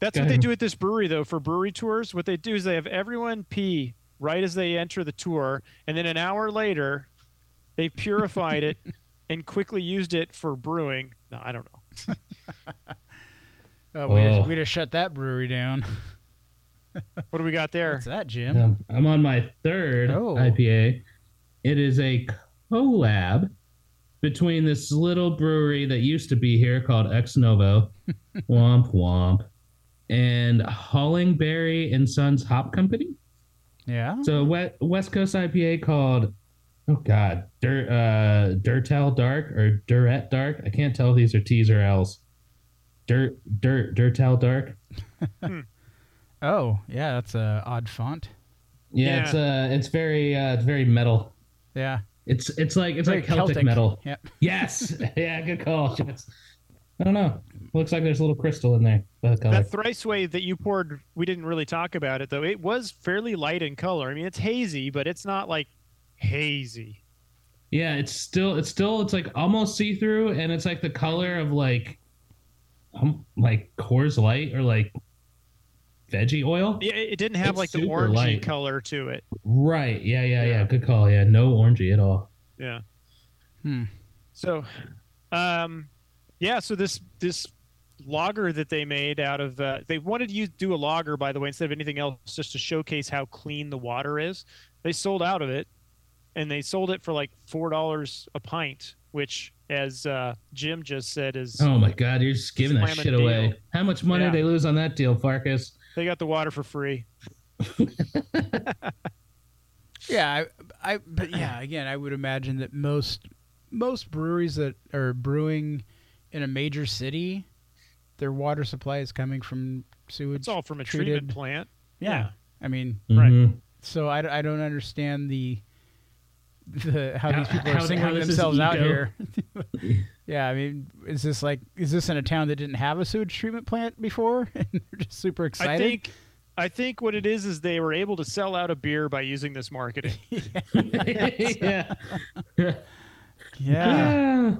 [SPEAKER 3] that's
[SPEAKER 4] Go
[SPEAKER 3] what they
[SPEAKER 4] ahead.
[SPEAKER 3] do at this brewery though. For brewery tours, what they do is they have everyone pee right as they enter the tour, and then an hour later, they purified it and quickly used it for brewing. No, I don't know.
[SPEAKER 2] Oh, we,
[SPEAKER 4] Oh.
[SPEAKER 2] just, we just shut that brewery down.
[SPEAKER 3] What do we got there?
[SPEAKER 2] What's that, Jim?
[SPEAKER 4] um, I'm on my third
[SPEAKER 2] Oh.
[SPEAKER 4] IPA. It is a collab between this little brewery that used to be here called Ex Novo, Womp Womp, and Hollingberry and Sons Hop Company.
[SPEAKER 2] Yeah.
[SPEAKER 4] So we- West Coast IPA called oh god, Dur uh Durtel Dark or Duret Dark. I can't tell if these are T's or L's. Dirt Dirt Durtel Dark.
[SPEAKER 2] Oh, yeah, that's a odd font.
[SPEAKER 4] Yeah,
[SPEAKER 3] Yeah.
[SPEAKER 4] it's uh it's very uh it's very metal.
[SPEAKER 2] Yeah.
[SPEAKER 4] It's it's like it's
[SPEAKER 2] Very
[SPEAKER 4] like Celtic, metal.
[SPEAKER 2] Yep.
[SPEAKER 4] Yes. yeah, good call. Yes. I don't know. Looks like there's a little crystal in there. By the color.
[SPEAKER 3] That thrice wave that you poured, we didn't really talk about it though. It was fairly light in color. I mean, it's hazy, but it's not like hazy.
[SPEAKER 4] Yeah, it's still it's still it's like almost see through, and it's like the color of like, um, like Coors Light or like veggie oil.
[SPEAKER 3] Yeah, It it didn't have
[SPEAKER 4] It's
[SPEAKER 3] like the
[SPEAKER 4] super
[SPEAKER 3] orangey
[SPEAKER 4] light.
[SPEAKER 3] color to it.
[SPEAKER 4] Right. Yeah, yeah.
[SPEAKER 3] Yeah.
[SPEAKER 4] Yeah. Good call. Yeah. No orangey at all.
[SPEAKER 3] Yeah.
[SPEAKER 2] Hmm.
[SPEAKER 3] So, um, yeah. So this this lager that they made out of uh, they wanted you to do a lager by the way instead of anything else just to showcase how clean the water is. They sold out of it, and they sold it for like four dollars a pint, which as uh, Jim just said is
[SPEAKER 4] Oh my God! You're just giving that
[SPEAKER 3] Slam a
[SPEAKER 4] shit away.
[SPEAKER 3] deal.
[SPEAKER 4] How much money
[SPEAKER 3] Yeah.
[SPEAKER 4] did they lose on that deal, Farkas?
[SPEAKER 3] they got the water for free.
[SPEAKER 2] Yeah, I, I but yeah, again, I would imagine that most most breweries that are brewing in a major city, their water supply is coming from sewage.
[SPEAKER 3] It's all from a
[SPEAKER 2] Treated.
[SPEAKER 3] treatment plant.
[SPEAKER 2] yeah. I mean,
[SPEAKER 3] Right.
[SPEAKER 4] Mhm.
[SPEAKER 2] so I, d- I don't understand the the how these
[SPEAKER 4] How-
[SPEAKER 2] people
[SPEAKER 4] how-
[SPEAKER 2] are
[SPEAKER 4] how
[SPEAKER 2] singling
[SPEAKER 4] this is
[SPEAKER 2] themselves out
[SPEAKER 4] ego.
[SPEAKER 2] here. yeah, I mean, is this like is this in a town that didn't have a sewage treatment plant before and they're just super excited?
[SPEAKER 3] I think I think what it is is they were able to sell out a beer by using this marketing.
[SPEAKER 4] yeah.
[SPEAKER 2] yeah,
[SPEAKER 4] yeah.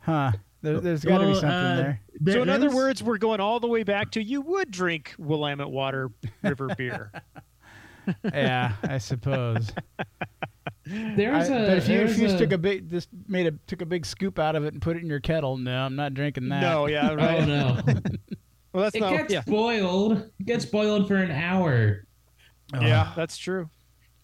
[SPEAKER 2] huh? There, there's got to
[SPEAKER 4] Well,
[SPEAKER 2] be something
[SPEAKER 4] uh,
[SPEAKER 2] there.
[SPEAKER 4] There-
[SPEAKER 3] so in other
[SPEAKER 4] there's-
[SPEAKER 3] words, we're going all the way back to you would drink Willamette Water River beer.
[SPEAKER 2] Yeah, I suppose.
[SPEAKER 4] there
[SPEAKER 2] I-
[SPEAKER 4] was a.
[SPEAKER 2] but if you
[SPEAKER 4] there
[SPEAKER 2] if
[SPEAKER 4] was
[SPEAKER 2] you
[SPEAKER 4] a-
[SPEAKER 2] took a big just made a took a big scoop out of it and put it in your kettle, no, I'm not drinking that.
[SPEAKER 3] no, yeah, right.
[SPEAKER 4] oh no.
[SPEAKER 3] Well, that's
[SPEAKER 4] It
[SPEAKER 3] not.
[SPEAKER 4] gets
[SPEAKER 3] yeah,
[SPEAKER 4] boiled. It gets boiled for an hour. Oh.
[SPEAKER 2] Ugh.
[SPEAKER 3] yeah, that's true.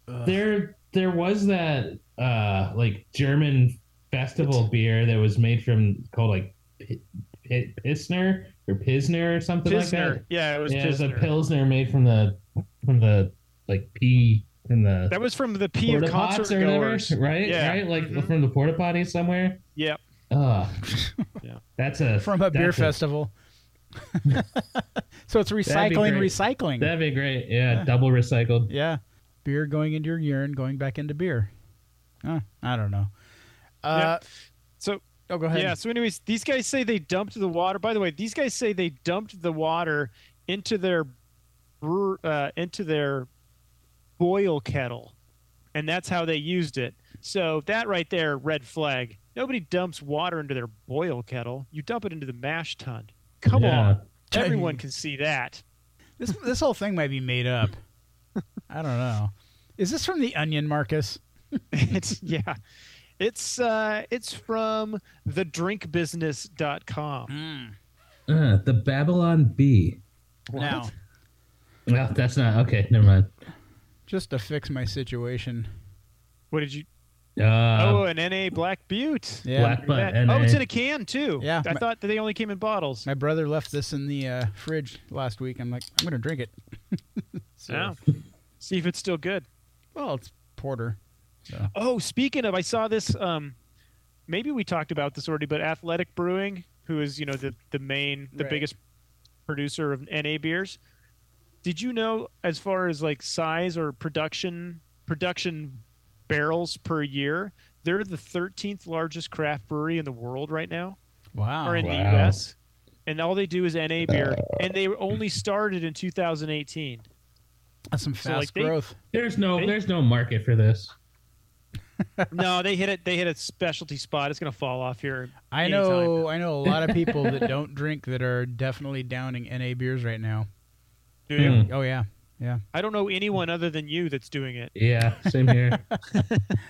[SPEAKER 4] There there was that uh like German festival beer that was made from called like P- P- Pissner or Pisner or something
[SPEAKER 3] Pilsner,
[SPEAKER 4] like
[SPEAKER 3] yeah, it
[SPEAKER 4] that.
[SPEAKER 3] was
[SPEAKER 4] yeah, it was a
[SPEAKER 3] Pilsner.
[SPEAKER 4] Pilsner made from the from the like pea from the
[SPEAKER 3] That was from the P of
[SPEAKER 4] porta pots
[SPEAKER 3] concert
[SPEAKER 4] or whatever,
[SPEAKER 3] goers.
[SPEAKER 4] right?
[SPEAKER 3] Yeah.
[SPEAKER 4] Right? Like
[SPEAKER 3] Mhm.
[SPEAKER 4] from the porta potty somewhere.
[SPEAKER 3] Yep.
[SPEAKER 4] Ugh.
[SPEAKER 3] Yeah.
[SPEAKER 4] That's a
[SPEAKER 2] From a beer
[SPEAKER 4] that's
[SPEAKER 2] festival. so it's
[SPEAKER 4] be
[SPEAKER 2] recycling,
[SPEAKER 4] great.
[SPEAKER 2] recycling.
[SPEAKER 4] That'd be great. yeah, double recycled.
[SPEAKER 2] yeah. Beer going into your urine, going back into beer. Huh, I don't know. Uh,
[SPEAKER 3] So
[SPEAKER 2] Oh, go ahead.
[SPEAKER 3] Yeah. So, anyways, these guys say they dumped the water. By the way, these guys say they dumped the water into their brewer- uh, into their boil kettle, and that's how they used it. So that right there, red flag. Nobody dumps water into their boil kettle. You dump it into the mash tun. Come
[SPEAKER 4] Yeah.
[SPEAKER 3] on, everyone can see that.
[SPEAKER 2] This this whole thing might be made up. I don't know. Is this from the Onion, Marcus?
[SPEAKER 3] it's yeah, it's uh, it's from thedrinkbusiness.com.
[SPEAKER 4] Uh, the Babylon Bee.
[SPEAKER 2] Now,
[SPEAKER 4] Well, that's not okay. Never mind.
[SPEAKER 2] just to fix my situation.
[SPEAKER 3] What did you?
[SPEAKER 2] Um,
[SPEAKER 4] Uh,
[SPEAKER 3] oh, an NA Black Butte.
[SPEAKER 2] Yeah.
[SPEAKER 4] Black
[SPEAKER 3] Look at
[SPEAKER 4] Butt.
[SPEAKER 3] that.
[SPEAKER 4] NA.
[SPEAKER 3] Oh, it's in a can too.
[SPEAKER 2] Yeah.
[SPEAKER 3] I thought that they only came in bottles.
[SPEAKER 2] My brother left this in the uh, fridge last week. I'm like, I'm gonna drink it. so,
[SPEAKER 3] Yeah. See if it's still good.
[SPEAKER 2] Well, it's porter.
[SPEAKER 3] Oh, speaking of, I saw this. Um, maybe we talked about this already, but Athletic Brewing, who is you know the the main, the
[SPEAKER 2] Right.
[SPEAKER 3] biggest producer of NA beers. Did you know, as far as like size or production production barrels per year. They're the 13th largest craft brewery in the world right now,
[SPEAKER 2] Wow.
[SPEAKER 3] or in the
[SPEAKER 4] wow.
[SPEAKER 3] U.S. And all they do is NA beer, and they only started in 2018.
[SPEAKER 2] That's some
[SPEAKER 3] So, like,
[SPEAKER 2] fast
[SPEAKER 3] they-
[SPEAKER 2] growth.
[SPEAKER 4] There's no there's no market for this.
[SPEAKER 3] no, they hit it. They hit a specialty spot. It's gonna fall off here.
[SPEAKER 2] I
[SPEAKER 3] anytime.
[SPEAKER 2] know I know a lot of people that don't drink that are definitely downing NA beers right now.
[SPEAKER 3] Do
[SPEAKER 4] Hmm.
[SPEAKER 2] Oh yeah.
[SPEAKER 3] I don't know anyone other than you that's doing it.
[SPEAKER 4] Yeah, same here.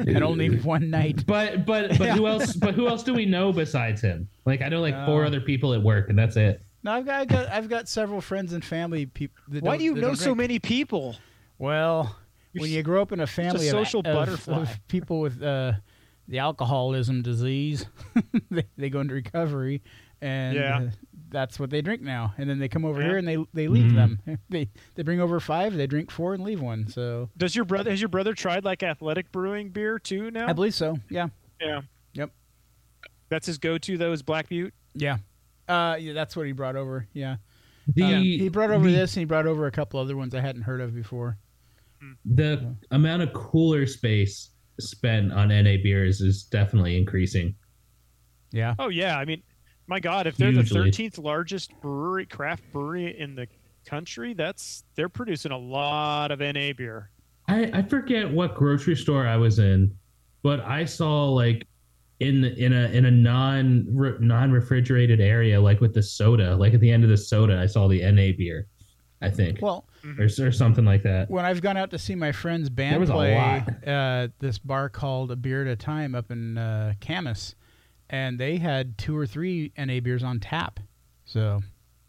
[SPEAKER 2] And only one night.
[SPEAKER 4] But but but who else? But who else do we know besides him? Like I know like four
[SPEAKER 2] Uh,
[SPEAKER 4] other people at work, and that's it.
[SPEAKER 2] No, I've got, I've got I've got several friends and family people that
[SPEAKER 3] Why
[SPEAKER 2] don't-
[SPEAKER 3] do you
[SPEAKER 2] that
[SPEAKER 3] know
[SPEAKER 2] don't
[SPEAKER 3] so
[SPEAKER 2] drink.
[SPEAKER 3] many people?
[SPEAKER 2] Well,
[SPEAKER 3] You're
[SPEAKER 2] when
[SPEAKER 3] s-
[SPEAKER 2] you grow up in a family
[SPEAKER 3] social
[SPEAKER 2] of,
[SPEAKER 3] butterfly.
[SPEAKER 2] of, of people with uh, the alcoholism disease, they, they go into recovery, and
[SPEAKER 3] Yeah.
[SPEAKER 2] uh, that's what they drink now. And then they come over
[SPEAKER 3] Yeah.
[SPEAKER 2] here and they they leave
[SPEAKER 4] Mhm.
[SPEAKER 2] them. They they bring over five, they drink four, and leave one. So
[SPEAKER 3] Does your brother has your brother tried like athletic brewing beer too now?
[SPEAKER 2] I believe so. Yeah,
[SPEAKER 3] yeah.
[SPEAKER 2] Yep.
[SPEAKER 3] That's his go-to though is Black Butte.
[SPEAKER 2] yeah. Uh, yeah, that's what he brought over. Yeah,
[SPEAKER 4] The
[SPEAKER 2] Um, he brought over
[SPEAKER 4] the,
[SPEAKER 2] this, and he brought over a couple other ones I hadn't heard of before.
[SPEAKER 4] The amount of cooler space spent on NA beers is definitely increasing.
[SPEAKER 2] Yeah,
[SPEAKER 3] Oh yeah, I mean, my God, if they're the
[SPEAKER 4] Hugely.
[SPEAKER 3] thirteenth largest brewery craft brewery in the country, that's they're producing a lot of NA beer.
[SPEAKER 4] I, I forget what grocery store I was in, but I saw like in the, in a in a non re, non refrigerated area, like with the soda, like at the end of the soda, I saw the NA beer, I think,
[SPEAKER 2] well,
[SPEAKER 4] or, or something like that.
[SPEAKER 2] when I've gone out to see my friend's band
[SPEAKER 4] There was a
[SPEAKER 2] play
[SPEAKER 4] lot.
[SPEAKER 2] uh, this bar called A Beer at a Time up in uh, Camas, and they had two or three NA beers on tap. So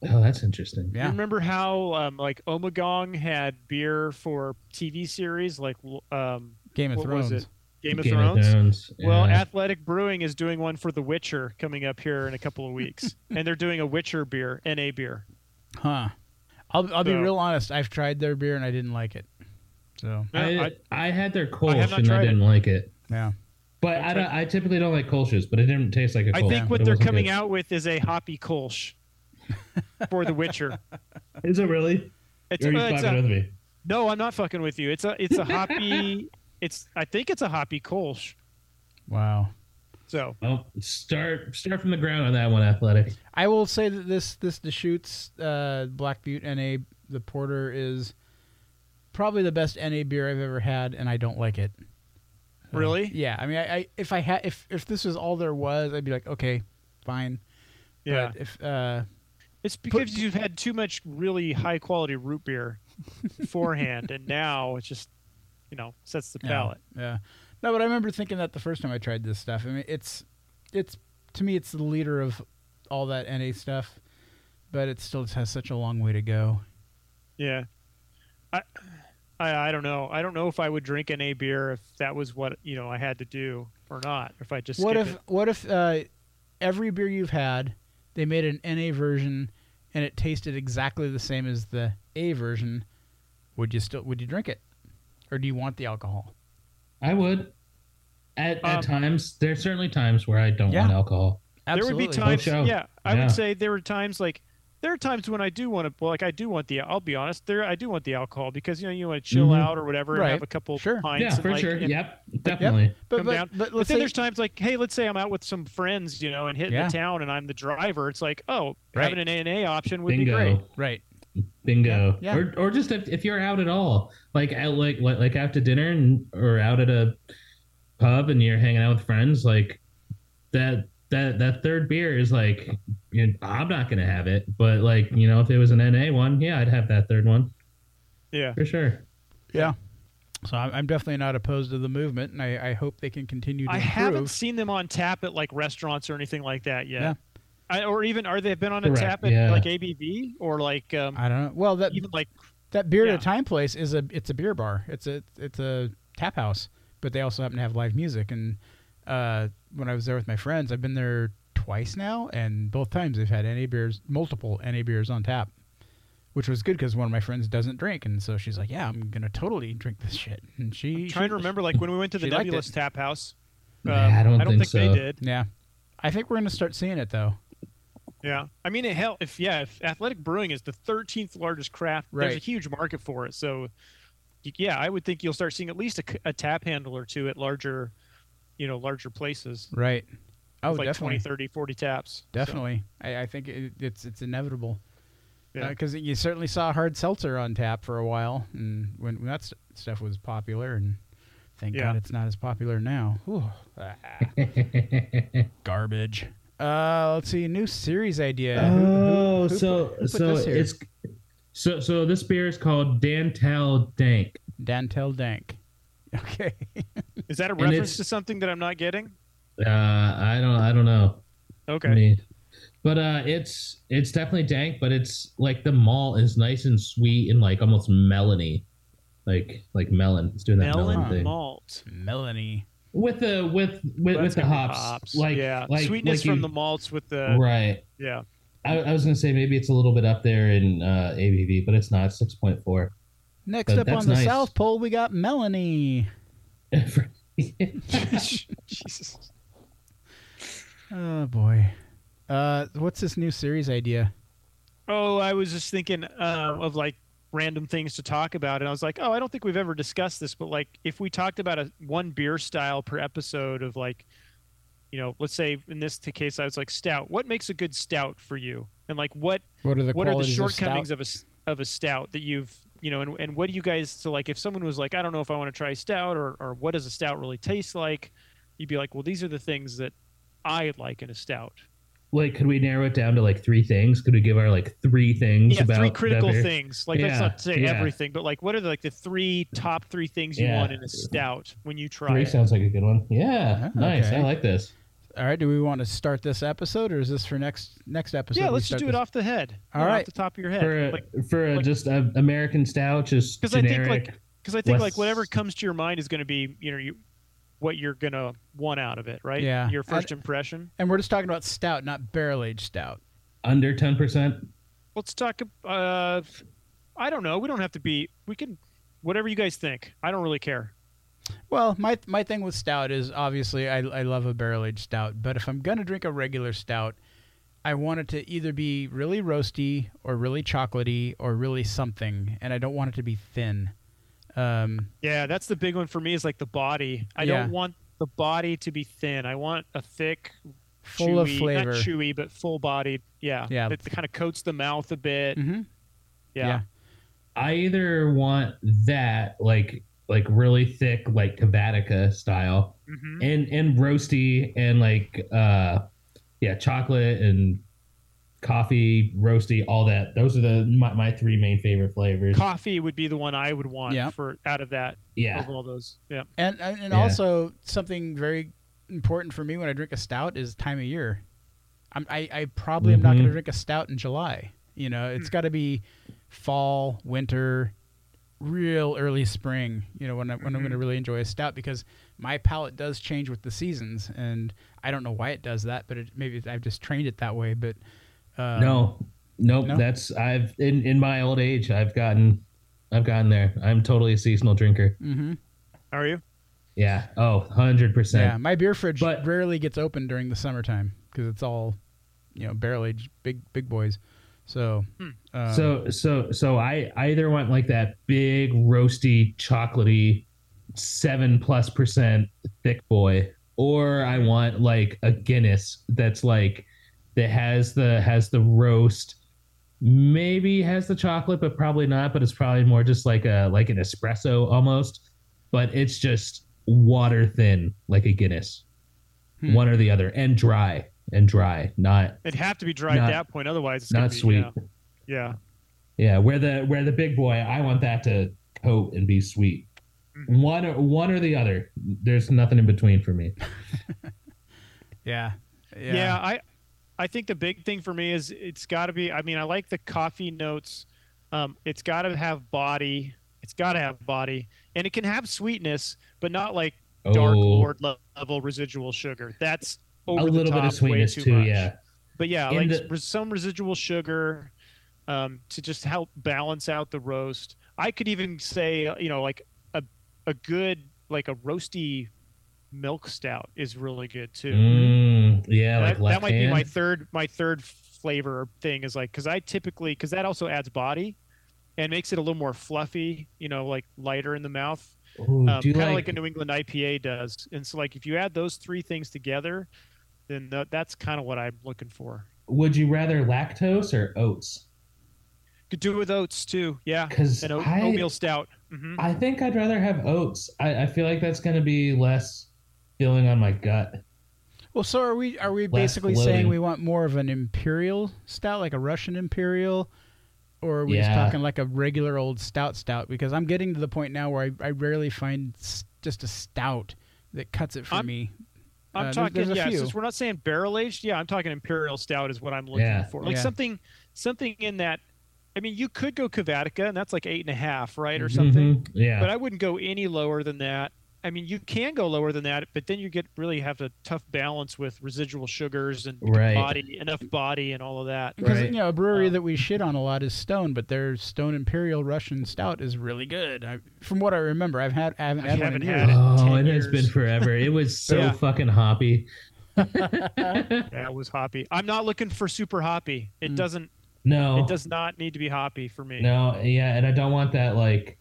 [SPEAKER 4] Oh, that's interesting.
[SPEAKER 2] yeah,
[SPEAKER 3] You remember how um, like Omagong had beer for TV series like um,
[SPEAKER 2] Game of
[SPEAKER 3] what was
[SPEAKER 2] Thrones.
[SPEAKER 3] it? Game, of,
[SPEAKER 4] Game
[SPEAKER 3] Thrones?
[SPEAKER 4] Thrones,
[SPEAKER 3] Well,
[SPEAKER 4] yeah.
[SPEAKER 3] Athletic Brewing is doing one for The Witcher coming up here in a couple of weeks, and they're doing a Witcher beer, NA beer.
[SPEAKER 2] Huh. I'll I'll be
[SPEAKER 3] So-
[SPEAKER 2] real honest. I've tried their beer and I didn't like it. So
[SPEAKER 4] I, I had their
[SPEAKER 3] I have
[SPEAKER 4] Kolsch
[SPEAKER 3] not
[SPEAKER 4] and I
[SPEAKER 3] tried it.
[SPEAKER 4] didn't like it.
[SPEAKER 2] yeah,
[SPEAKER 4] But I, don't, I typically don't like Kolsch's, but it didn't taste like a
[SPEAKER 3] I
[SPEAKER 4] Kolsch.
[SPEAKER 3] think what
[SPEAKER 4] It
[SPEAKER 3] they're
[SPEAKER 4] wasn't
[SPEAKER 3] coming
[SPEAKER 4] good.
[SPEAKER 3] out with is a hoppy Kolsch for The Witcher.
[SPEAKER 4] Is it really?
[SPEAKER 3] It's,
[SPEAKER 4] Or you
[SPEAKER 3] uh, it's
[SPEAKER 4] fucking
[SPEAKER 3] a-
[SPEAKER 4] with me?
[SPEAKER 3] no, I'm not fucking with you. It's a it's a hoppy. It's I think it's a hoppy Kolsch.
[SPEAKER 2] wow.
[SPEAKER 3] So
[SPEAKER 4] Well, start start from the ground on that one, athletic.
[SPEAKER 2] I will say that this this Deschutes uh, Black Butte NA the porter is probably the best NA beer I've ever had, and I don't like it.
[SPEAKER 4] Uh,
[SPEAKER 2] So,
[SPEAKER 3] Really?
[SPEAKER 2] Yeah. I mean, I, I if I had if if this was all there was, I'd be like, okay, fine.
[SPEAKER 3] yeah,
[SPEAKER 2] But if uh,
[SPEAKER 3] it's because you've had too much really high quality root beer beforehand, and now it's just you know sets the
[SPEAKER 2] Yeah.
[SPEAKER 3] palate.
[SPEAKER 2] yeah, no, but I remember thinking that the first time I tried this stuff. I mean, it's it's to me, it's the leader of all that NA stuff, but it still has such a long way to go.
[SPEAKER 3] Yeah. I, I I don't know. I don't know if I would drink NA beer if that was what you know I had to do or not. If I just
[SPEAKER 2] What
[SPEAKER 3] skip
[SPEAKER 2] if
[SPEAKER 3] it.
[SPEAKER 2] what if uh, every beer you've had, they made an NA version, and it tasted exactly the same as the A version? Would you still would you drink it, or do you want the alcohol?
[SPEAKER 4] I would. At,
[SPEAKER 3] Um,
[SPEAKER 4] at times, there's certainly times where I don't
[SPEAKER 2] Yeah.
[SPEAKER 4] want alcohol.
[SPEAKER 3] there would be
[SPEAKER 2] Absolutely.
[SPEAKER 3] times?
[SPEAKER 4] show.
[SPEAKER 3] Yeah, I
[SPEAKER 4] Yeah.
[SPEAKER 3] would say there were times like there are times when I do want to. Well, like I do want the. I'll be honest. There I do want the alcohol because you know you want to chill
[SPEAKER 4] Mhm.
[SPEAKER 3] out or whatever and
[SPEAKER 2] Right.
[SPEAKER 3] have a couple
[SPEAKER 2] Sure.
[SPEAKER 3] pints.
[SPEAKER 4] Yeah,
[SPEAKER 3] and,
[SPEAKER 4] for
[SPEAKER 3] like,
[SPEAKER 4] sure.
[SPEAKER 3] and
[SPEAKER 4] Yep, definitely.
[SPEAKER 2] But,
[SPEAKER 3] come
[SPEAKER 2] but,
[SPEAKER 3] down.
[SPEAKER 2] but
[SPEAKER 3] But
[SPEAKER 2] let's
[SPEAKER 3] then
[SPEAKER 2] say-
[SPEAKER 3] there's times like, hey, let's say I'm out with some friends, you know, and hitting
[SPEAKER 2] Yeah.
[SPEAKER 3] the town, and I'm the driver. It's like, oh, having an A and A option would be
[SPEAKER 4] Bingo.
[SPEAKER 3] great.
[SPEAKER 2] right.
[SPEAKER 4] Bingo.
[SPEAKER 2] Yeah, yeah.
[SPEAKER 4] Or or just if, if you're out at all, like at like like, like after dinner and, or out at a pub and you're hanging out with friends, like that that that third beer is like you know, I'm not gonna have it, but like you know if it was an NA one, yeah, I'd have that third one
[SPEAKER 3] Yeah.
[SPEAKER 4] for sure.
[SPEAKER 2] So I'm, I'm definitely not opposed to the movement, and I, I hope they can continue to
[SPEAKER 3] I
[SPEAKER 2] improve.
[SPEAKER 3] haven't seen them on tap at like restaurants or anything like that yet.
[SPEAKER 2] Yeah.
[SPEAKER 3] I, or even are they been on a
[SPEAKER 4] Correct,
[SPEAKER 3] tap at
[SPEAKER 4] yeah.
[SPEAKER 3] like ABV or like um,
[SPEAKER 2] I don't know. Well, that
[SPEAKER 3] even like
[SPEAKER 2] that beer at
[SPEAKER 3] yeah.
[SPEAKER 2] a time place is a it's a beer bar. It's a it's a tap house, but they also happen to have live music. And uh, when I was there with my friends, I've been there twice now, and both times they've had NA beers, multiple NA beers on tap, which was good because one of my friends doesn't drink, and so she's like, "Yeah, I'm gonna totally drink this shit." And she
[SPEAKER 3] trying to remember like when we went to the
[SPEAKER 2] she liked it.
[SPEAKER 3] Nebulous Tap House. um,
[SPEAKER 4] Nah, I don't think
[SPEAKER 3] they
[SPEAKER 4] so.
[SPEAKER 3] did.
[SPEAKER 2] yeah, I think we're gonna start seeing it though.
[SPEAKER 3] Yeah, I mean, it, hell, if yeah, if Athletic Brewing is the 13th largest craft, there's a
[SPEAKER 2] Right.
[SPEAKER 3] huge market for it. So yeah, I would think you'll start seeing at least a, c- a tap handle or two at larger, you know, larger places.
[SPEAKER 2] Right. Oh,
[SPEAKER 3] with like
[SPEAKER 2] definitely.
[SPEAKER 3] 20, 30, 40 taps. So,
[SPEAKER 2] Definitely. I, I think it, it's it's inevitable.
[SPEAKER 3] Yeah.
[SPEAKER 2] Because you certainly saw hard seltzer on tap for a while, and when, when that st- stuff was popular, and thank
[SPEAKER 3] Yeah.
[SPEAKER 2] God it's not as popular now. Whew. Ah, garbage. Uh, let's see. New series idea.
[SPEAKER 4] Uh-huh.
[SPEAKER 1] Oh,
[SPEAKER 2] who
[SPEAKER 1] so
[SPEAKER 2] put- who put
[SPEAKER 1] so
[SPEAKER 2] this here?
[SPEAKER 1] it's so so this beer is called Dantel Dank.
[SPEAKER 2] Dantel Dank. Okay.
[SPEAKER 3] Is that a
[SPEAKER 1] And
[SPEAKER 3] reference
[SPEAKER 1] it's-
[SPEAKER 3] to something that I'm not getting?
[SPEAKER 1] Uh, I don't I don't know.
[SPEAKER 3] Okay.
[SPEAKER 1] I mean,
[SPEAKER 4] But uh, it's it's definitely dank, but it's like the malt is nice and sweet and like almost melony, like like melon. It's doing that melon,
[SPEAKER 3] Melon
[SPEAKER 4] thing
[SPEAKER 3] malt.
[SPEAKER 2] Melanie.
[SPEAKER 4] with the with with, with
[SPEAKER 3] That's
[SPEAKER 4] the
[SPEAKER 3] gonna be
[SPEAKER 4] hops, like
[SPEAKER 3] yeah.
[SPEAKER 4] like,
[SPEAKER 3] Sweetness
[SPEAKER 4] like
[SPEAKER 3] from
[SPEAKER 4] you-
[SPEAKER 3] the malts with the
[SPEAKER 4] right.
[SPEAKER 3] yeah.
[SPEAKER 4] I, I was gonna say maybe it's a little bit up there in uh, ABV, but it's not. Six point four.
[SPEAKER 2] Next
[SPEAKER 4] That-
[SPEAKER 2] up on
[SPEAKER 4] that's
[SPEAKER 2] the
[SPEAKER 4] nice.
[SPEAKER 2] South Pole, we got Melanie.
[SPEAKER 3] Jesus.
[SPEAKER 2] Oh boy. Uh, what's this new series idea?
[SPEAKER 3] Oh, I was just thinking um, of like random things to talk about, and I was like, oh, I don't think we've ever discussed this, but like if we talked about a one beer style per episode of like, you know, let's say in this t- case, I was like stout. What makes a good stout for you? And like what
[SPEAKER 2] What are the
[SPEAKER 3] what are the
[SPEAKER 2] qualities of
[SPEAKER 3] shortcomings
[SPEAKER 2] stout?
[SPEAKER 3] of, a s a of a stout that you've you know, and, and what do you guys so like if someone was like, I don't know if I want to try stout or or what does a stout really taste like, you'd be like, well, these are the things that I like in a stout.
[SPEAKER 4] Like, could we narrow it down to like three things? Could we give our like three things
[SPEAKER 3] yeah,
[SPEAKER 4] about
[SPEAKER 3] three
[SPEAKER 4] that
[SPEAKER 3] critical
[SPEAKER 4] beer?
[SPEAKER 3] things. Like let's
[SPEAKER 4] Yeah,
[SPEAKER 3] not say
[SPEAKER 4] yeah.
[SPEAKER 3] everything, but like what are the, like the three top three things you
[SPEAKER 4] Yeah.
[SPEAKER 3] want in a stout when you try
[SPEAKER 4] Three
[SPEAKER 3] it?
[SPEAKER 4] sounds like a good one. Yeah,
[SPEAKER 3] Ah,
[SPEAKER 2] Oh,
[SPEAKER 4] nice.
[SPEAKER 2] okay.
[SPEAKER 4] I like this.
[SPEAKER 2] All right. Do we want to start this episode, or is this for next next episode?
[SPEAKER 3] yeah,
[SPEAKER 2] we
[SPEAKER 3] let's just
[SPEAKER 2] start
[SPEAKER 3] do
[SPEAKER 2] this?
[SPEAKER 3] it off the head.
[SPEAKER 2] All
[SPEAKER 3] All right,
[SPEAKER 2] right.
[SPEAKER 3] off the top of your
[SPEAKER 4] for a,
[SPEAKER 3] head. Like
[SPEAKER 4] for a,
[SPEAKER 3] like-
[SPEAKER 4] just a American stout, just
[SPEAKER 3] because I think
[SPEAKER 4] generic.
[SPEAKER 3] like because I think like
[SPEAKER 4] West-
[SPEAKER 3] whatever comes to your mind is going to be you know you what you're going to want out of it, right?
[SPEAKER 2] Yeah.
[SPEAKER 3] Your
[SPEAKER 2] I'd-
[SPEAKER 3] 1st impression.
[SPEAKER 2] And we're just talking about stout, not barrel aged stout.
[SPEAKER 4] under ten percent.
[SPEAKER 3] Let's talk. ab- Uh, I don't know. We don't have to be. We can whatever you guys think. I don't really care.
[SPEAKER 2] Well, my my thing with stout is obviously I I love a barrel aged stout, but if I'm gonna drink a regular stout, I want it to either be really roasty or really chocolatey or really something, and I don't want it to be thin. Um,
[SPEAKER 3] Yeah, that's the big one for me is like the body. I
[SPEAKER 2] Yeah.
[SPEAKER 3] don't want the body to be thin. I want a thick,
[SPEAKER 2] Full
[SPEAKER 3] chewy,
[SPEAKER 2] of flavor.
[SPEAKER 3] not chewy, but full bodied. Yeah,
[SPEAKER 2] Yeah.
[SPEAKER 3] That, kind of coats the mouth a bit.
[SPEAKER 2] mm-hmm.
[SPEAKER 3] Yeah.
[SPEAKER 2] yeah.
[SPEAKER 4] I either want that like like really thick like Cavatica style
[SPEAKER 3] Mhm.
[SPEAKER 4] and and roasty and like uh yeah chocolate and coffee roasty all that those are the my, my three main favorite flavors
[SPEAKER 3] Coffee would be the one I would want
[SPEAKER 2] Yeah.
[SPEAKER 3] for out of that
[SPEAKER 4] yeah
[SPEAKER 3] of all those. Yeah,
[SPEAKER 2] And and, and
[SPEAKER 4] Yeah.
[SPEAKER 2] also something very important for me when I drink a stout is time of year. I'm, I I probably am not going to
[SPEAKER 4] Mhm.
[SPEAKER 2] drink a stout in July. You know,
[SPEAKER 4] Mm.
[SPEAKER 2] it's got to be fall, winter, real early spring. You know, when I, when I'm going
[SPEAKER 4] Mm-hmm.
[SPEAKER 2] to really enjoy a stout because my palate does change with the seasons, and I don't know why it does that, but it, maybe I've just trained it that way. But uh,
[SPEAKER 4] no nope
[SPEAKER 2] No?
[SPEAKER 4] that's I've in in my old age I've gotten I've gotten there I'm totally a seasonal drinker
[SPEAKER 2] hmm
[SPEAKER 3] are you?
[SPEAKER 4] yeah oh 100
[SPEAKER 2] Yeah,
[SPEAKER 4] percent
[SPEAKER 2] my beer fridge
[SPEAKER 4] But-
[SPEAKER 2] rarely gets open during the summertime because it's all, you know, barrel aged big big boys. So,
[SPEAKER 3] Hmm.
[SPEAKER 2] um,
[SPEAKER 4] so so so I either want like that big roasty chocolatey seven plus percent thick boy, or I want like a Guinness that's like that has the has the roast, maybe has the chocolate, but probably not. But it's probably more just like a like an espresso almost, but it's just water thin like a Guinness,
[SPEAKER 2] Hmm.
[SPEAKER 4] one or the other, and dry and dry, not
[SPEAKER 3] It'd have to be dry
[SPEAKER 4] Not-
[SPEAKER 3] at that point, otherwise it's gonna
[SPEAKER 4] not
[SPEAKER 3] be,
[SPEAKER 4] sweet.
[SPEAKER 3] Yeah, yeah.
[SPEAKER 4] Yeah, where the where the big boy, I want that to coat and be sweet.
[SPEAKER 3] Mhm.
[SPEAKER 4] One or one or the other. There's nothing in between for me.
[SPEAKER 2] yeah, yeah,
[SPEAKER 3] yeah. I I think the big thing for me is it's got to be. I mean, I like the coffee notes. Um, it's got to have body. It's got to have body, and it can have sweetness, but not like dark
[SPEAKER 4] Oh,
[SPEAKER 3] lord le- level residual sugar. That's over
[SPEAKER 4] a
[SPEAKER 3] the
[SPEAKER 4] little
[SPEAKER 3] top,
[SPEAKER 4] bit of sweetness
[SPEAKER 3] way
[SPEAKER 4] too.
[SPEAKER 3] too much.
[SPEAKER 4] Yeah,
[SPEAKER 3] but yeah,
[SPEAKER 4] In
[SPEAKER 3] like
[SPEAKER 4] the-
[SPEAKER 3] res- some residual sugar um, to just help balance out the roast. I could even say, you know, like a a good like a roasty milk stout is really good too
[SPEAKER 4] Mm, yeah, like
[SPEAKER 3] that,
[SPEAKER 4] left
[SPEAKER 3] that might
[SPEAKER 4] hand.
[SPEAKER 3] be my third my third flavor thing is like because I typically because that also adds body, and makes it a little more fluffy, you know, like lighter in the mouth.
[SPEAKER 4] Ooh,
[SPEAKER 3] um,
[SPEAKER 4] do you
[SPEAKER 3] kind of like
[SPEAKER 4] like-
[SPEAKER 3] a New England IPA does. And so, like, if you add those three things together, then th- that's kind of what I'm looking for.
[SPEAKER 4] would you rather lactose or oats?
[SPEAKER 3] Could do it with oats too, yeah,
[SPEAKER 4] Because
[SPEAKER 3] and o-
[SPEAKER 4] I,
[SPEAKER 3] oatmeal stout. hmm
[SPEAKER 4] I think I'd rather have oats. I, I feel like that's going to be less feeling on my gut.
[SPEAKER 2] Well, so are we? Are we
[SPEAKER 4] Less
[SPEAKER 2] basically saying
[SPEAKER 4] bloating.
[SPEAKER 2] we want more of an imperial stout, like a Russian imperial, or are we just
[SPEAKER 4] Yeah.
[SPEAKER 2] talking like a regular old stout stout? Because I'm getting to the point now where I, I rarely find s- just a stout that cuts it for
[SPEAKER 3] I'm-
[SPEAKER 2] me.
[SPEAKER 3] I'm
[SPEAKER 2] Uh, there's-
[SPEAKER 3] talking,
[SPEAKER 2] there's a
[SPEAKER 3] yeah.
[SPEAKER 2] few.
[SPEAKER 3] Since we're not saying barrel aged, yeah, I'm talking imperial stout is what I'm looking
[SPEAKER 4] Yeah.
[SPEAKER 3] for. Like
[SPEAKER 2] Yeah.
[SPEAKER 3] something, something in that. I mean, you could go Cavatica, and that's like eight and a half, right, or something.
[SPEAKER 4] Mhm, Yeah.
[SPEAKER 3] But I wouldn't go any lower than that. I mean, you can go lower than that, but then you get really have a tough balance with residual sugars and
[SPEAKER 4] Right.
[SPEAKER 3] body enough body and all of that.
[SPEAKER 2] Because
[SPEAKER 4] Right.
[SPEAKER 2] you know a brewery
[SPEAKER 3] Um,
[SPEAKER 2] that we shit on a lot is Stone, but their Stone Imperial Russian Stout is really good. I, from what I remember, I've had I haven't
[SPEAKER 3] I
[SPEAKER 2] had one
[SPEAKER 3] haven't
[SPEAKER 2] in
[SPEAKER 3] had
[SPEAKER 2] years.
[SPEAKER 3] it. in
[SPEAKER 4] oh,
[SPEAKER 3] 10
[SPEAKER 4] it has
[SPEAKER 3] years.
[SPEAKER 4] been forever. It was so
[SPEAKER 3] Yeah.
[SPEAKER 4] fucking hoppy.
[SPEAKER 3] That was hoppy. I'm not looking for super hoppy. It
[SPEAKER 2] Mm.
[SPEAKER 3] doesn't.
[SPEAKER 4] No.
[SPEAKER 3] It does not need to be hoppy for me.
[SPEAKER 4] Oh. No, yeah, and I don't want that like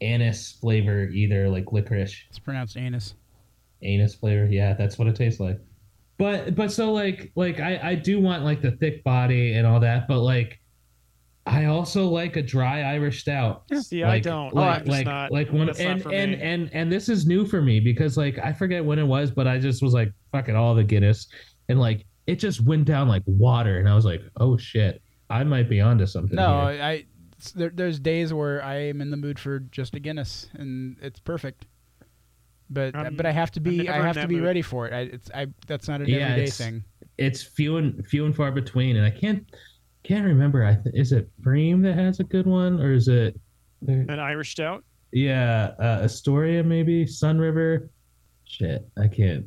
[SPEAKER 4] anise flavor either, like licorice
[SPEAKER 2] It's pronounced anus.
[SPEAKER 4] anus flavor. Yeah, that's what it tastes like. But but so like like I I do want like the thick body and all that, but like I also like a dry Irish stout.
[SPEAKER 3] See, I
[SPEAKER 4] like,
[SPEAKER 3] don't. I'm
[SPEAKER 4] Like
[SPEAKER 3] just
[SPEAKER 4] like,
[SPEAKER 3] not.
[SPEAKER 4] like one
[SPEAKER 3] that's not
[SPEAKER 4] and
[SPEAKER 3] for
[SPEAKER 4] and,
[SPEAKER 3] me.
[SPEAKER 4] and and this is new for me because like I forget when it was, but I just was like fucking all the Guinness and like it just went down like water, and I was like, oh shit, I might be onto something.
[SPEAKER 2] No,
[SPEAKER 4] here.
[SPEAKER 2] I it's- there, there's days where I am in the mood for just a Guinness and it's perfect. But
[SPEAKER 3] I'm-
[SPEAKER 2] but I have to be
[SPEAKER 3] never
[SPEAKER 2] I
[SPEAKER 3] in
[SPEAKER 2] have to
[SPEAKER 3] that
[SPEAKER 2] be
[SPEAKER 3] mood.
[SPEAKER 2] ready for it. I, it's I that's not an
[SPEAKER 4] Yeah,
[SPEAKER 2] everyday
[SPEAKER 4] it's-
[SPEAKER 2] thing.
[SPEAKER 4] it's few and few and far between, and I can't can't remember. I th- is it Bream that has a good one, or is it? there-
[SPEAKER 3] An Irish stout.
[SPEAKER 4] Yeah, uh, Astoria maybe Sun River. Shit, I can't.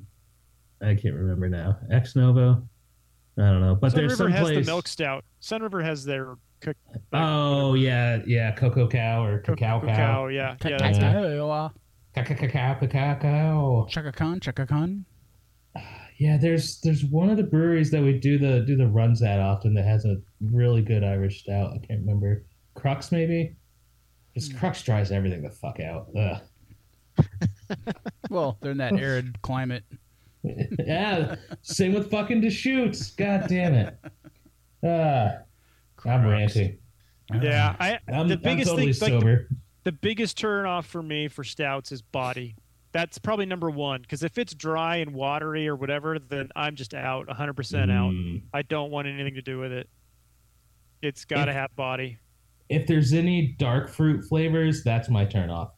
[SPEAKER 4] I can't remember now. Ex Novo. I don't know, but
[SPEAKER 3] Sun
[SPEAKER 4] there's
[SPEAKER 3] River
[SPEAKER 4] some
[SPEAKER 3] has
[SPEAKER 4] place.
[SPEAKER 3] the milk stout. Sun River has their cook.
[SPEAKER 4] oh yeah, yeah, Cocoa Cow or Cacao Cow.
[SPEAKER 3] Cacao, yeah, yeah.
[SPEAKER 2] Ca-
[SPEAKER 3] that's-
[SPEAKER 4] yeah.
[SPEAKER 2] Cacao,
[SPEAKER 4] Cacao Cacao Cacao.
[SPEAKER 2] Chaka Khan, Chaka Khan.
[SPEAKER 4] Yeah, there's there's one of the breweries that we do the do the runs at often that has a really good Irish stout. I can't remember. Crux maybe.
[SPEAKER 3] Hmm.
[SPEAKER 4] Because Crux dries everything the fuck out. Ugh.
[SPEAKER 2] Well, they're in that arid climate.
[SPEAKER 4] yeah, same with fucking Deschutes. God damn it. Uh, I'm ranting.
[SPEAKER 3] Yeah, I.
[SPEAKER 4] I'm,
[SPEAKER 3] the
[SPEAKER 4] I'm
[SPEAKER 3] biggest
[SPEAKER 4] totally
[SPEAKER 3] thing, like,
[SPEAKER 4] sober.
[SPEAKER 3] the biggest turn off for me for stouts is body. That's probably number one because if it's dry and watery or whatever, then I'm just out, 100 percent out.
[SPEAKER 4] Mm.
[SPEAKER 3] I don't want anything to do with it. It's got to have body.
[SPEAKER 4] If there's any dark fruit flavors, that's my turn off.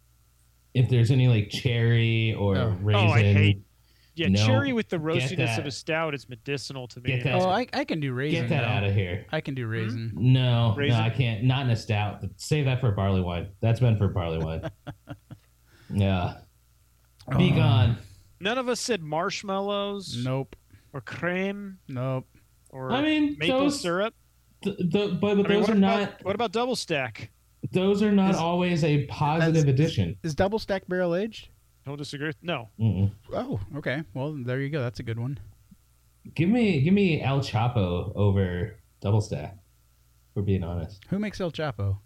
[SPEAKER 4] If there's any like cherry or
[SPEAKER 2] Oh.
[SPEAKER 4] raisin,
[SPEAKER 3] I hate- Yeah,
[SPEAKER 4] No,
[SPEAKER 3] cherry with the roastiness of
[SPEAKER 4] that.
[SPEAKER 3] a stout is medicinal to me.
[SPEAKER 4] Get that.
[SPEAKER 2] Oh, I, I can do raisin.
[SPEAKER 4] get that Hmm?
[SPEAKER 2] though.
[SPEAKER 4] out of here.
[SPEAKER 2] I can do raisin.
[SPEAKER 4] No,
[SPEAKER 3] Raisin?
[SPEAKER 4] no, I can't. Not in a stout. Save that for barley wine. That's been for barley wine. yeah. Be
[SPEAKER 3] Um,
[SPEAKER 2] Oh.
[SPEAKER 4] gone.
[SPEAKER 3] None of us said marshmallows
[SPEAKER 2] Nope.
[SPEAKER 3] or creme
[SPEAKER 2] Nope.
[SPEAKER 3] or
[SPEAKER 4] I mean,
[SPEAKER 3] maple
[SPEAKER 4] those,
[SPEAKER 3] syrup.
[SPEAKER 4] th- th- but, but
[SPEAKER 3] I mean,
[SPEAKER 4] those
[SPEAKER 3] what
[SPEAKER 4] are
[SPEAKER 3] about,
[SPEAKER 4] not.
[SPEAKER 3] What about double stack?
[SPEAKER 4] Those are not
[SPEAKER 2] Is-
[SPEAKER 4] always a positive addition.
[SPEAKER 2] Is double stack barrel aged?
[SPEAKER 3] Don't disagree. with- No,
[SPEAKER 4] Mm-mm.
[SPEAKER 2] Oh, okay. Well, there you go. That's a good one.
[SPEAKER 4] Give me, give me El Chapo over double stack. If we're being honest.
[SPEAKER 2] Who makes El Chapo?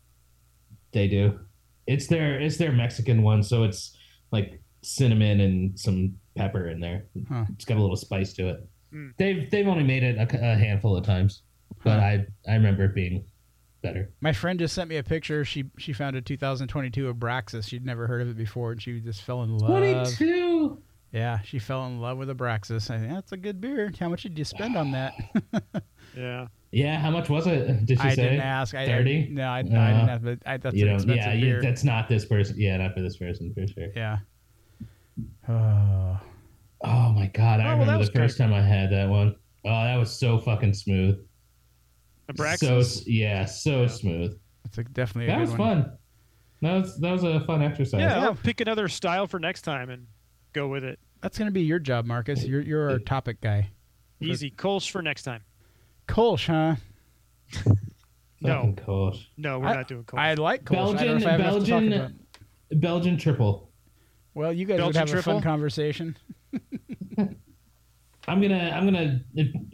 [SPEAKER 4] They do. It's their, it's their Mexican one, so it's like cinnamon and some pepper in there.
[SPEAKER 2] Huh. Hmm.
[SPEAKER 4] It's got a little spice to it.
[SPEAKER 3] Mm.
[SPEAKER 4] They've, they've only made it a, c- a handful of times. but I I remember it being better.
[SPEAKER 2] My friend just sent me a picture. She she found a 2022 Abraxas. She'd never heard of it before, and she just fell in love.
[SPEAKER 4] two.
[SPEAKER 2] Yeah, she fell in love with Abraxas. I think that's a good beer. How much did you spend on that?
[SPEAKER 3] yeah.
[SPEAKER 4] Yeah, how much was it? Did she
[SPEAKER 2] I
[SPEAKER 4] say?
[SPEAKER 2] didn't ask. I, I-
[SPEAKER 4] 30?
[SPEAKER 2] no, I, I
[SPEAKER 4] Uh,
[SPEAKER 2] didn't ask. But I, that's
[SPEAKER 4] you
[SPEAKER 2] an
[SPEAKER 4] know,
[SPEAKER 2] expensive
[SPEAKER 4] yeah,
[SPEAKER 2] beer.
[SPEAKER 4] you, that's not this person. Yeah, not for this person for sure.
[SPEAKER 2] yeah. Oh,
[SPEAKER 4] Oh my god, I
[SPEAKER 3] Oh, well, that
[SPEAKER 4] remember
[SPEAKER 3] was
[SPEAKER 4] the first time I had that one. Oh, that was so fucking smooth.
[SPEAKER 3] Abraxas.
[SPEAKER 4] So s- yeah, so
[SPEAKER 3] Yeah.
[SPEAKER 4] smooth.
[SPEAKER 2] that's a, definitely a
[SPEAKER 4] That
[SPEAKER 2] good
[SPEAKER 4] was
[SPEAKER 2] one.
[SPEAKER 4] fun. That was that was a fun exercise.
[SPEAKER 3] yeah, I'll pick another style for next time and go with it.
[SPEAKER 2] That's gonna be your job, Marcus. You're you're our topic guy.
[SPEAKER 3] Easy. Kolsch for next time.
[SPEAKER 2] Kolsch, huh?
[SPEAKER 3] No,
[SPEAKER 4] fucking cool.
[SPEAKER 3] no, we're
[SPEAKER 2] I-
[SPEAKER 3] not doing Kolsch.
[SPEAKER 2] I like Kolsch. I don't know if I have enough to talk
[SPEAKER 4] Belgian-
[SPEAKER 2] about.
[SPEAKER 4] Belgian triple.
[SPEAKER 2] Well, you guys would
[SPEAKER 3] Belgian
[SPEAKER 2] have a fun
[SPEAKER 3] triple?
[SPEAKER 2] conversation.
[SPEAKER 4] I'm gonna I'm gonna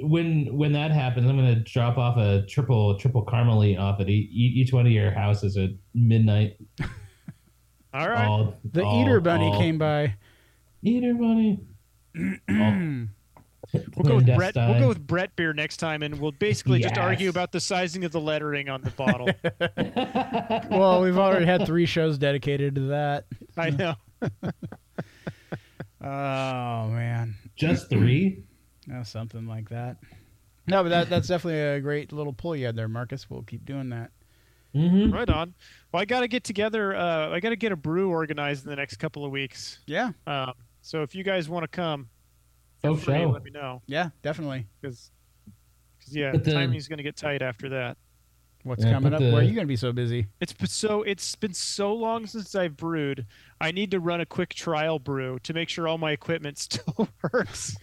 [SPEAKER 4] when when that happens, I'm gonna drop off a triple triple caramely off at each, each one of your houses at midnight.
[SPEAKER 3] All right.
[SPEAKER 4] All-
[SPEAKER 2] The
[SPEAKER 4] all-
[SPEAKER 2] eater bunny
[SPEAKER 4] all-
[SPEAKER 2] came by.
[SPEAKER 4] Eater bunny.
[SPEAKER 2] Oh.
[SPEAKER 4] All-
[SPEAKER 3] We'll go with Brett. We'll
[SPEAKER 4] Clandestine.
[SPEAKER 3] go with Brett beer next time, and we'll basically just argue
[SPEAKER 4] Yes.
[SPEAKER 3] about the sizing of the lettering on the bottle.
[SPEAKER 2] Well, we've already had three shows dedicated to that.
[SPEAKER 3] I know.
[SPEAKER 2] Oh man,
[SPEAKER 4] Just three.
[SPEAKER 2] no, something like that. No, but that that's definitely a great little pull you had there, Marcus. We'll keep doing that.
[SPEAKER 4] Mm-hmm.
[SPEAKER 3] Right on. Well, I got to get together. Uh, I got to get a brew organized in the next couple of weeks.
[SPEAKER 2] Yeah,
[SPEAKER 3] Um, so if you guys want to come,
[SPEAKER 4] Oh,
[SPEAKER 3] free,
[SPEAKER 4] show.
[SPEAKER 3] let me know
[SPEAKER 2] yeah, definitely.
[SPEAKER 3] because, yeah,
[SPEAKER 4] But the-
[SPEAKER 3] timing's going to get tight after that.
[SPEAKER 2] What's
[SPEAKER 4] Yeah,
[SPEAKER 2] coming
[SPEAKER 4] put
[SPEAKER 2] up?
[SPEAKER 4] the-
[SPEAKER 2] Where are you going to be so busy?
[SPEAKER 3] It's been so it's been so long since I've brewed. I need to run a quick trial brew to make sure all my equipment still works.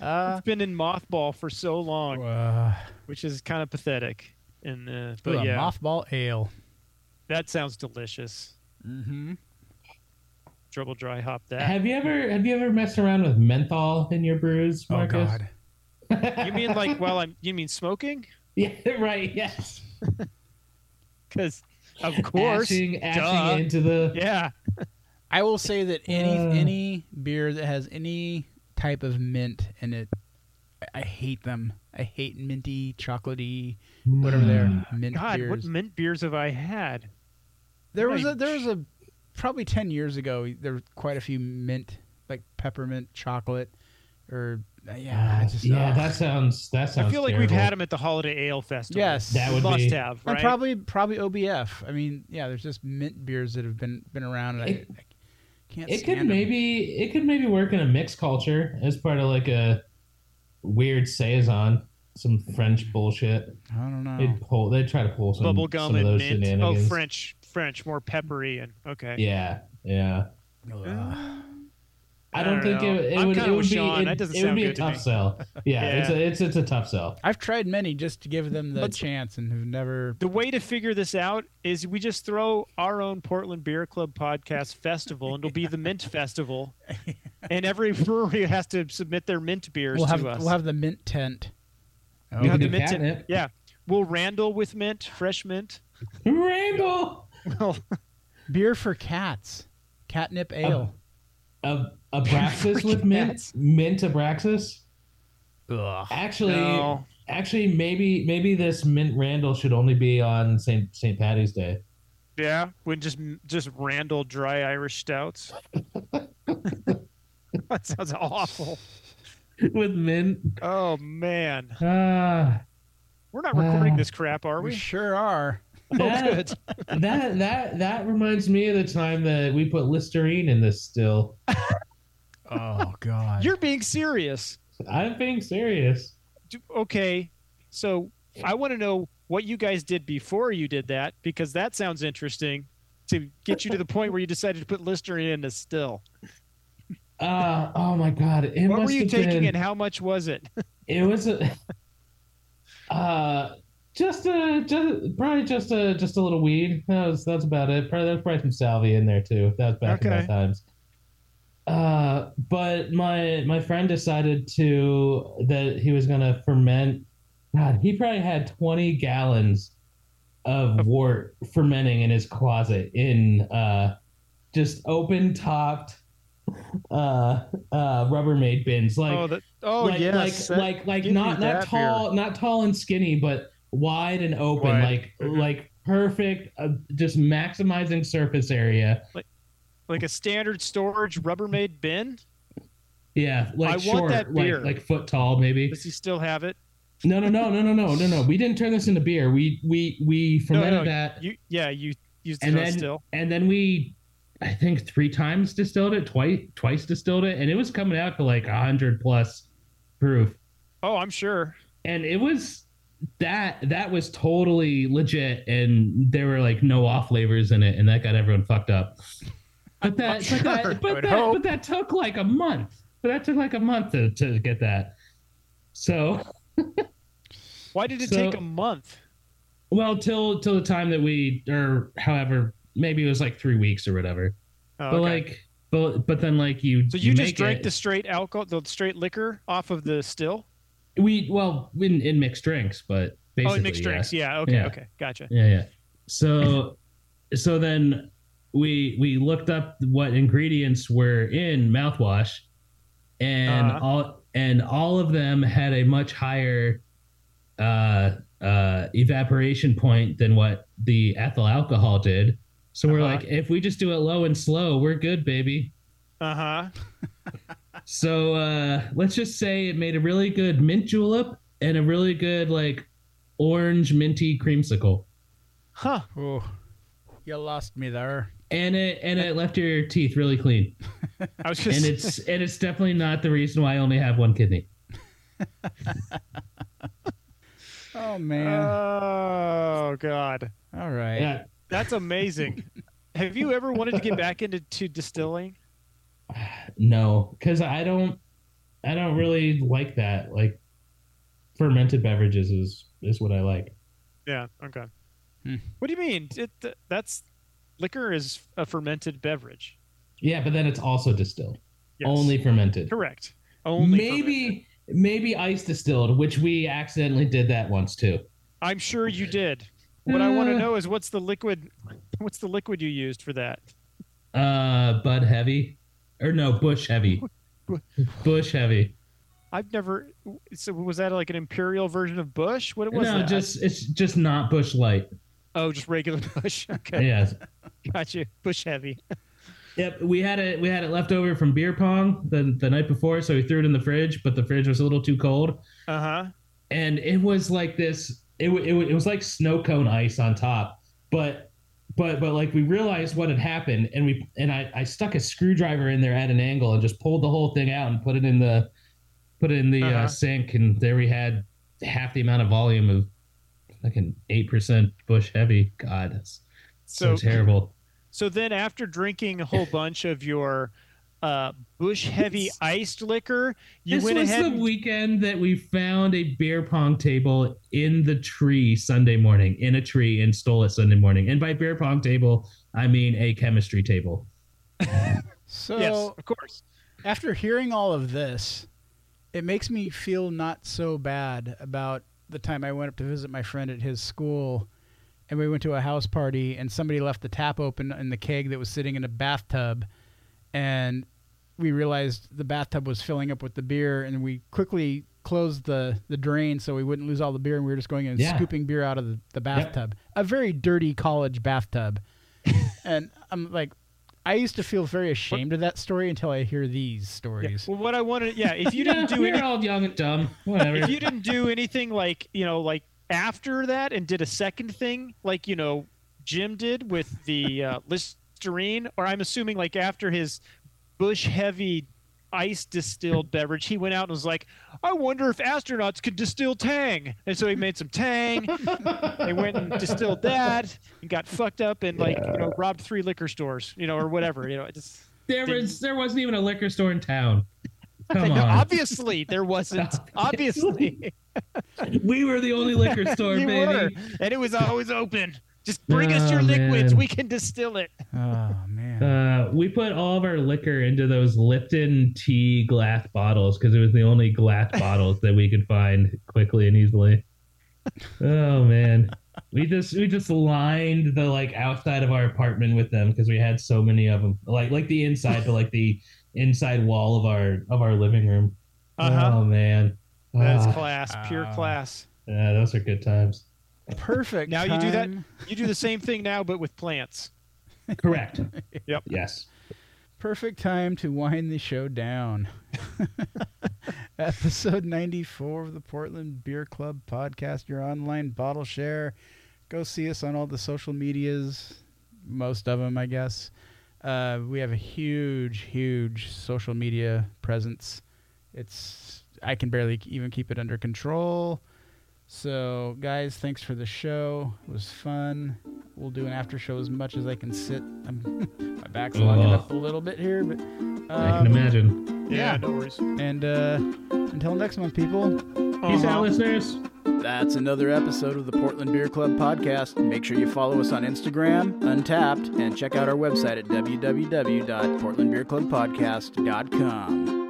[SPEAKER 2] Uh,
[SPEAKER 3] It's been in mothball for so long,
[SPEAKER 2] uh,
[SPEAKER 3] which is kind of pathetic. And uh,
[SPEAKER 2] but
[SPEAKER 3] but yeah,
[SPEAKER 2] mothball ale.
[SPEAKER 3] that sounds delicious.
[SPEAKER 2] Mm-hmm.
[SPEAKER 3] Triple dry hop that.
[SPEAKER 4] Have you ever have you ever messed around with menthol in your brews,
[SPEAKER 2] Oh
[SPEAKER 4] Marcus?
[SPEAKER 2] God,
[SPEAKER 3] You mean like while I'm? You mean smoking?
[SPEAKER 4] Yeah, right. Yes.
[SPEAKER 3] Because of course, duh.
[SPEAKER 4] Ashing, ashing into the
[SPEAKER 3] yeah.
[SPEAKER 2] I will say that any
[SPEAKER 4] Uh.
[SPEAKER 2] any beer that has any type of mint in it, I- I hate them. I hate minty, chocolatey, whatever they
[SPEAKER 4] Hmm.
[SPEAKER 2] are. Mint
[SPEAKER 3] God,
[SPEAKER 2] beers.
[SPEAKER 3] what mint beers have I had?
[SPEAKER 2] There was a
[SPEAKER 3] Right.
[SPEAKER 2] there was a probably ten years ago. There were quite a few mint, like peppermint chocolate, or uh, yeah, I just,
[SPEAKER 4] Ah, yeah,
[SPEAKER 2] ugh.
[SPEAKER 4] that sounds that sounds.
[SPEAKER 3] I feel like we've had
[SPEAKER 4] terrible.
[SPEAKER 3] them at the Holiday Ale Festival.
[SPEAKER 2] Yes.
[SPEAKER 4] That would
[SPEAKER 3] must
[SPEAKER 4] be-
[SPEAKER 3] have
[SPEAKER 2] and
[SPEAKER 3] right.
[SPEAKER 2] probably probably OBF. I mean, yeah, there's just mint beers that have been been around, and
[SPEAKER 4] It-
[SPEAKER 2] I, I can't.
[SPEAKER 4] It
[SPEAKER 2] stand
[SPEAKER 4] could
[SPEAKER 2] 'em.
[SPEAKER 4] maybe it could maybe work in a mixed culture as part of like a weird saison, some French bullshit.
[SPEAKER 2] I don't
[SPEAKER 3] Oh.
[SPEAKER 2] know.
[SPEAKER 4] They'd pull. They'd try to pull some
[SPEAKER 3] Bubblegum
[SPEAKER 4] some of
[SPEAKER 3] and
[SPEAKER 4] those
[SPEAKER 3] mint. Oh,
[SPEAKER 4] shenanigans.
[SPEAKER 3] French, French, more peppery and okay.
[SPEAKER 4] Yeah, yeah.
[SPEAKER 2] Ugh.
[SPEAKER 4] I
[SPEAKER 3] I
[SPEAKER 4] don't
[SPEAKER 3] don't
[SPEAKER 4] think
[SPEAKER 3] know.
[SPEAKER 4] it, it
[SPEAKER 3] I'm
[SPEAKER 4] would.
[SPEAKER 3] kinda
[SPEAKER 4] It would
[SPEAKER 3] with
[SPEAKER 4] be.
[SPEAKER 3] Sean.
[SPEAKER 4] It,
[SPEAKER 3] That doesn't
[SPEAKER 4] it would
[SPEAKER 3] sound
[SPEAKER 4] be a
[SPEAKER 3] good to
[SPEAKER 4] tough
[SPEAKER 3] me.
[SPEAKER 4] sell. Yeah, it's
[SPEAKER 3] Yeah.
[SPEAKER 4] a it's it's a tough sell.
[SPEAKER 2] I've tried many just to give them the
[SPEAKER 3] Let's-
[SPEAKER 2] chance and have never.
[SPEAKER 3] The way to figure this out is we just throw our own Portland Beer Club podcast festival, and it'll be the Mint Festival, and every brewery has to submit their mint beers
[SPEAKER 2] We'll
[SPEAKER 3] to
[SPEAKER 2] have
[SPEAKER 3] us.
[SPEAKER 2] we'll have the mint tent. Oh,
[SPEAKER 4] We
[SPEAKER 3] have
[SPEAKER 4] can
[SPEAKER 3] to
[SPEAKER 4] do
[SPEAKER 3] mint it.
[SPEAKER 4] catnip.
[SPEAKER 3] yeah, we'll Randall with mint, fresh mint.
[SPEAKER 4] Ramble.
[SPEAKER 3] Well,
[SPEAKER 2] beer for cats, catnip ale.
[SPEAKER 4] A Abraxas with mint.
[SPEAKER 3] Yes.
[SPEAKER 4] Mint Abraxas.
[SPEAKER 2] Ugh.
[SPEAKER 4] Actually,
[SPEAKER 3] No.
[SPEAKER 4] actually, maybe maybe this mint Randall should only be on Saint Saint Patty's Day.
[SPEAKER 3] yeah, when just just Randall dry Irish stouts. that sounds awful.
[SPEAKER 4] with mint.
[SPEAKER 3] Oh man,
[SPEAKER 4] Ah,
[SPEAKER 3] we're not recording
[SPEAKER 4] Uh,
[SPEAKER 3] this crap, are
[SPEAKER 2] We
[SPEAKER 3] we?
[SPEAKER 2] sure are.
[SPEAKER 4] that, that that that reminds me of the time that we put Listerine in this still.
[SPEAKER 2] Oh God.
[SPEAKER 3] You're being serious.
[SPEAKER 4] I'm being serious.
[SPEAKER 3] do- okay so i want to know what you guys did before you did that because that sounds interesting to get you to the point where you decided to put listerine in as still
[SPEAKER 4] Uh, oh my god, it
[SPEAKER 3] what were
[SPEAKER 4] must
[SPEAKER 3] you
[SPEAKER 4] have
[SPEAKER 3] taking
[SPEAKER 4] been-
[SPEAKER 3] and how much was it
[SPEAKER 4] It was a, uh, just a just probably just a just a little weed. That was that's about it. Probably there's probably some salvia in there too. That was back in
[SPEAKER 3] Okay.
[SPEAKER 4] my times. Uh, but my my friend decided to that he was gonna ferment. God, he probably had twenty gallons of wort fermenting in his closet in uh, just open topped uh uh Rubbermaid bins like
[SPEAKER 3] oh that oh
[SPEAKER 4] like,
[SPEAKER 3] yes
[SPEAKER 4] like like like
[SPEAKER 3] give
[SPEAKER 4] not
[SPEAKER 3] me
[SPEAKER 4] not
[SPEAKER 3] that
[SPEAKER 4] tall not tall and skinny but wide and open
[SPEAKER 3] Wide.
[SPEAKER 4] like
[SPEAKER 3] Mhm.
[SPEAKER 4] like perfect uh, just maximizing surface area
[SPEAKER 3] like a standard storage rubbermaid bin
[SPEAKER 4] yeah like
[SPEAKER 3] I want
[SPEAKER 4] short
[SPEAKER 3] that beer.
[SPEAKER 4] like like foot tall maybe
[SPEAKER 3] does he still have it
[SPEAKER 4] no no no no no no no no we didn't turn this into beer we we we
[SPEAKER 3] No,
[SPEAKER 4] fermented
[SPEAKER 3] no,
[SPEAKER 4] that
[SPEAKER 3] you yeah you used it
[SPEAKER 4] And
[SPEAKER 3] on
[SPEAKER 4] then-
[SPEAKER 3] still
[SPEAKER 4] and then we i think three times distilled it twice twice distilled it and it was coming out to like 100 plus proof
[SPEAKER 3] oh i'm sure
[SPEAKER 4] and it was that that was totally legit and there were like no off flavors in it and that got everyone fucked up but that
[SPEAKER 2] sure,
[SPEAKER 4] but
[SPEAKER 2] I
[SPEAKER 4] that
[SPEAKER 2] would
[SPEAKER 4] but that,
[SPEAKER 2] hope.
[SPEAKER 4] but that took like a month but that took like a month to, to get that so
[SPEAKER 3] why did it
[SPEAKER 4] So-
[SPEAKER 3] take a month
[SPEAKER 4] well till till the time that we or however maybe it was like three weeks or whatever
[SPEAKER 3] oh,
[SPEAKER 4] but
[SPEAKER 3] okay.
[SPEAKER 4] like But but then like you.
[SPEAKER 3] So you, just
[SPEAKER 4] make
[SPEAKER 3] drank
[SPEAKER 4] it-
[SPEAKER 3] the straight alcohol, the straight liquor off of the still.
[SPEAKER 4] We well in, in mixed drinks, but basically
[SPEAKER 3] oh, it mixed
[SPEAKER 4] yes.
[SPEAKER 3] drinks. Yeah. Okay.
[SPEAKER 4] Yeah.
[SPEAKER 3] Okay. Gotcha.
[SPEAKER 4] Yeah, yeah. So, so then we we looked up what ingredients were in mouthwash, and
[SPEAKER 3] Uh-huh.
[SPEAKER 4] all and all of them had a much higher uh, uh, evaporation point than what the ethyl alcohol did. So we're
[SPEAKER 3] Uh-huh.
[SPEAKER 4] like, if we just do it low and slow, we're good, baby.
[SPEAKER 3] Uh huh.
[SPEAKER 4] So uh, let's just say it made a really good mint julep and a really good like orange minty creamsicle.
[SPEAKER 3] Huh.
[SPEAKER 2] Oh, you lost me there.
[SPEAKER 4] and it and it left your teeth really clean
[SPEAKER 3] I was
[SPEAKER 4] and
[SPEAKER 3] just.
[SPEAKER 4] it's and it's definitely not the reason why i only have one kidney
[SPEAKER 2] Oh man.
[SPEAKER 3] oh God.
[SPEAKER 2] All right.
[SPEAKER 4] yeah
[SPEAKER 3] That's amazing. Have you ever wanted to get back into to distilling?
[SPEAKER 4] no because i don't i don't really like that like fermented beverages is is what i like
[SPEAKER 3] Yeah. Okay.
[SPEAKER 2] Hmm.
[SPEAKER 3] What do you mean? It, th- that's liquor is a fermented beverage.
[SPEAKER 4] yeah but then it's also distilled
[SPEAKER 3] Yes.
[SPEAKER 4] only fermented
[SPEAKER 3] correct. Only
[SPEAKER 4] maybe
[SPEAKER 3] fermented.
[SPEAKER 4] maybe ice distilled which we accidentally did that once too
[SPEAKER 3] I'm sure you did. What I want to
[SPEAKER 4] Uh.
[SPEAKER 3] know is what's the liquid? What's the liquid you used for that?
[SPEAKER 4] uh bud heavy or no bush heavy bush heavy
[SPEAKER 3] I've never. So was that like an imperial version of Bush? What it was?
[SPEAKER 4] no
[SPEAKER 3] that?
[SPEAKER 4] just it's just not bush light
[SPEAKER 3] oh, just regular Bush. Okay,
[SPEAKER 4] yes
[SPEAKER 3] got you. Bush heavy.
[SPEAKER 4] Yep, we had it. We had it left over from beer pong the the night before, so we threw it in the fridge. But the fridge was a little too cold,
[SPEAKER 3] Uh huh.
[SPEAKER 4] and it was like this. It wa- it, wa- it was like snow cone ice on top, but but but like we realized what had happened, and we and I I stuck a screwdriver in there at an angle and just pulled the whole thing out and put it in the put it in the uh
[SPEAKER 3] Uh-huh.
[SPEAKER 4] sink, and there we had half the amount of volume of like an eight percent bush heavy. God, that's so,
[SPEAKER 3] So-
[SPEAKER 4] terrible.
[SPEAKER 3] So then, after drinking a whole bunch of your uh, Bush heavy iced liquor, you
[SPEAKER 4] this
[SPEAKER 3] went
[SPEAKER 4] was
[SPEAKER 3] ahead.
[SPEAKER 4] the
[SPEAKER 3] and-
[SPEAKER 4] weekend that we found a beer pong table in the tree Sunday morning, in a tree, and stole it Sunday morning. And by beer pong table, I mean a chemistry table.
[SPEAKER 2] So
[SPEAKER 3] yes, of course.
[SPEAKER 2] after hearing all of this, it makes me feel not so bad about the time I went up to visit my friend at his school and we went to a house party and somebody left the tap open in the keg that was sitting in a bathtub and we realized the bathtub was filling up with the beer and we quickly closed the, the drain so we wouldn't lose all the beer and we were just going in and
[SPEAKER 4] Yeah.
[SPEAKER 2] scooping beer out of the, the bathtub. A very dirty college bathtub. and I'm like I used to feel very ashamed of that story until I hear these stories.
[SPEAKER 3] Well, what I wanted, yeah, if you
[SPEAKER 4] Yeah,
[SPEAKER 3] didn't do
[SPEAKER 4] we were
[SPEAKER 3] any,
[SPEAKER 4] all young and dumb. Whatever.
[SPEAKER 3] if you didn't do anything like you know, like after that, and did a second thing like you know Jim did with the uh, Listerine, or I'm assuming like after his Bush heavy ice distilled beverage, he went out and was like, I wonder if astronauts could distill Tang, and so he made some Tang. they went and distilled that and got fucked up and like you know robbed three liquor stores, you know, or whatever, you know. It just
[SPEAKER 4] there was there wasn't even a liquor store in town. Come
[SPEAKER 3] No,
[SPEAKER 4] on.
[SPEAKER 3] obviously there wasn't. obviously,
[SPEAKER 4] We were the only liquor store,
[SPEAKER 3] you
[SPEAKER 4] baby.
[SPEAKER 3] were, and it was always open. Just bring us your
[SPEAKER 4] Oh,
[SPEAKER 3] liquids;
[SPEAKER 4] man.
[SPEAKER 3] we can distill it.
[SPEAKER 2] Oh man.
[SPEAKER 4] Uh, we put all of our liquor into those Lipton tea glass bottles because it was the only glass bottles that we could find quickly and easily. Oh man, we just we just lined the like outside of our apartment with them because we had so many of them. Like like the inside, but like the inside wall of our of our living room.
[SPEAKER 3] Uh-huh.
[SPEAKER 4] Oh man,
[SPEAKER 3] That's
[SPEAKER 4] Ah,
[SPEAKER 3] class, pure
[SPEAKER 2] Ah.
[SPEAKER 3] class.
[SPEAKER 4] yeah, those are good times.
[SPEAKER 2] Perfect.
[SPEAKER 3] Now you do that-
[SPEAKER 2] time.
[SPEAKER 3] You do the same thing now, but with plants.
[SPEAKER 4] Correct.
[SPEAKER 3] Yep.
[SPEAKER 4] Yes.
[SPEAKER 2] Perfect time to wind the show down. Episode 94 of the Portland Beer Club podcast, your online bottle share. Go see us on all the social medias, most of them, I guess. Uh, we have a huge, huge social media presence. It's I can barely even keep it under control. So, guys, thanks for the show. It was fun. We'll do an after show as much as I can sit. I'm, my back's logging up a little bit here, but
[SPEAKER 4] I can
[SPEAKER 2] um,
[SPEAKER 4] imagine.
[SPEAKER 2] Yeah.
[SPEAKER 3] no worries.
[SPEAKER 2] and uh, until next month, people.
[SPEAKER 4] Peace
[SPEAKER 3] Uh-huh.
[SPEAKER 4] out, listeners.
[SPEAKER 2] That's another episode of the Portland Beer Club podcast. Make sure you follow us on Instagram, Untapped, and check out our website at www.portlandbeerclubpodcast.com.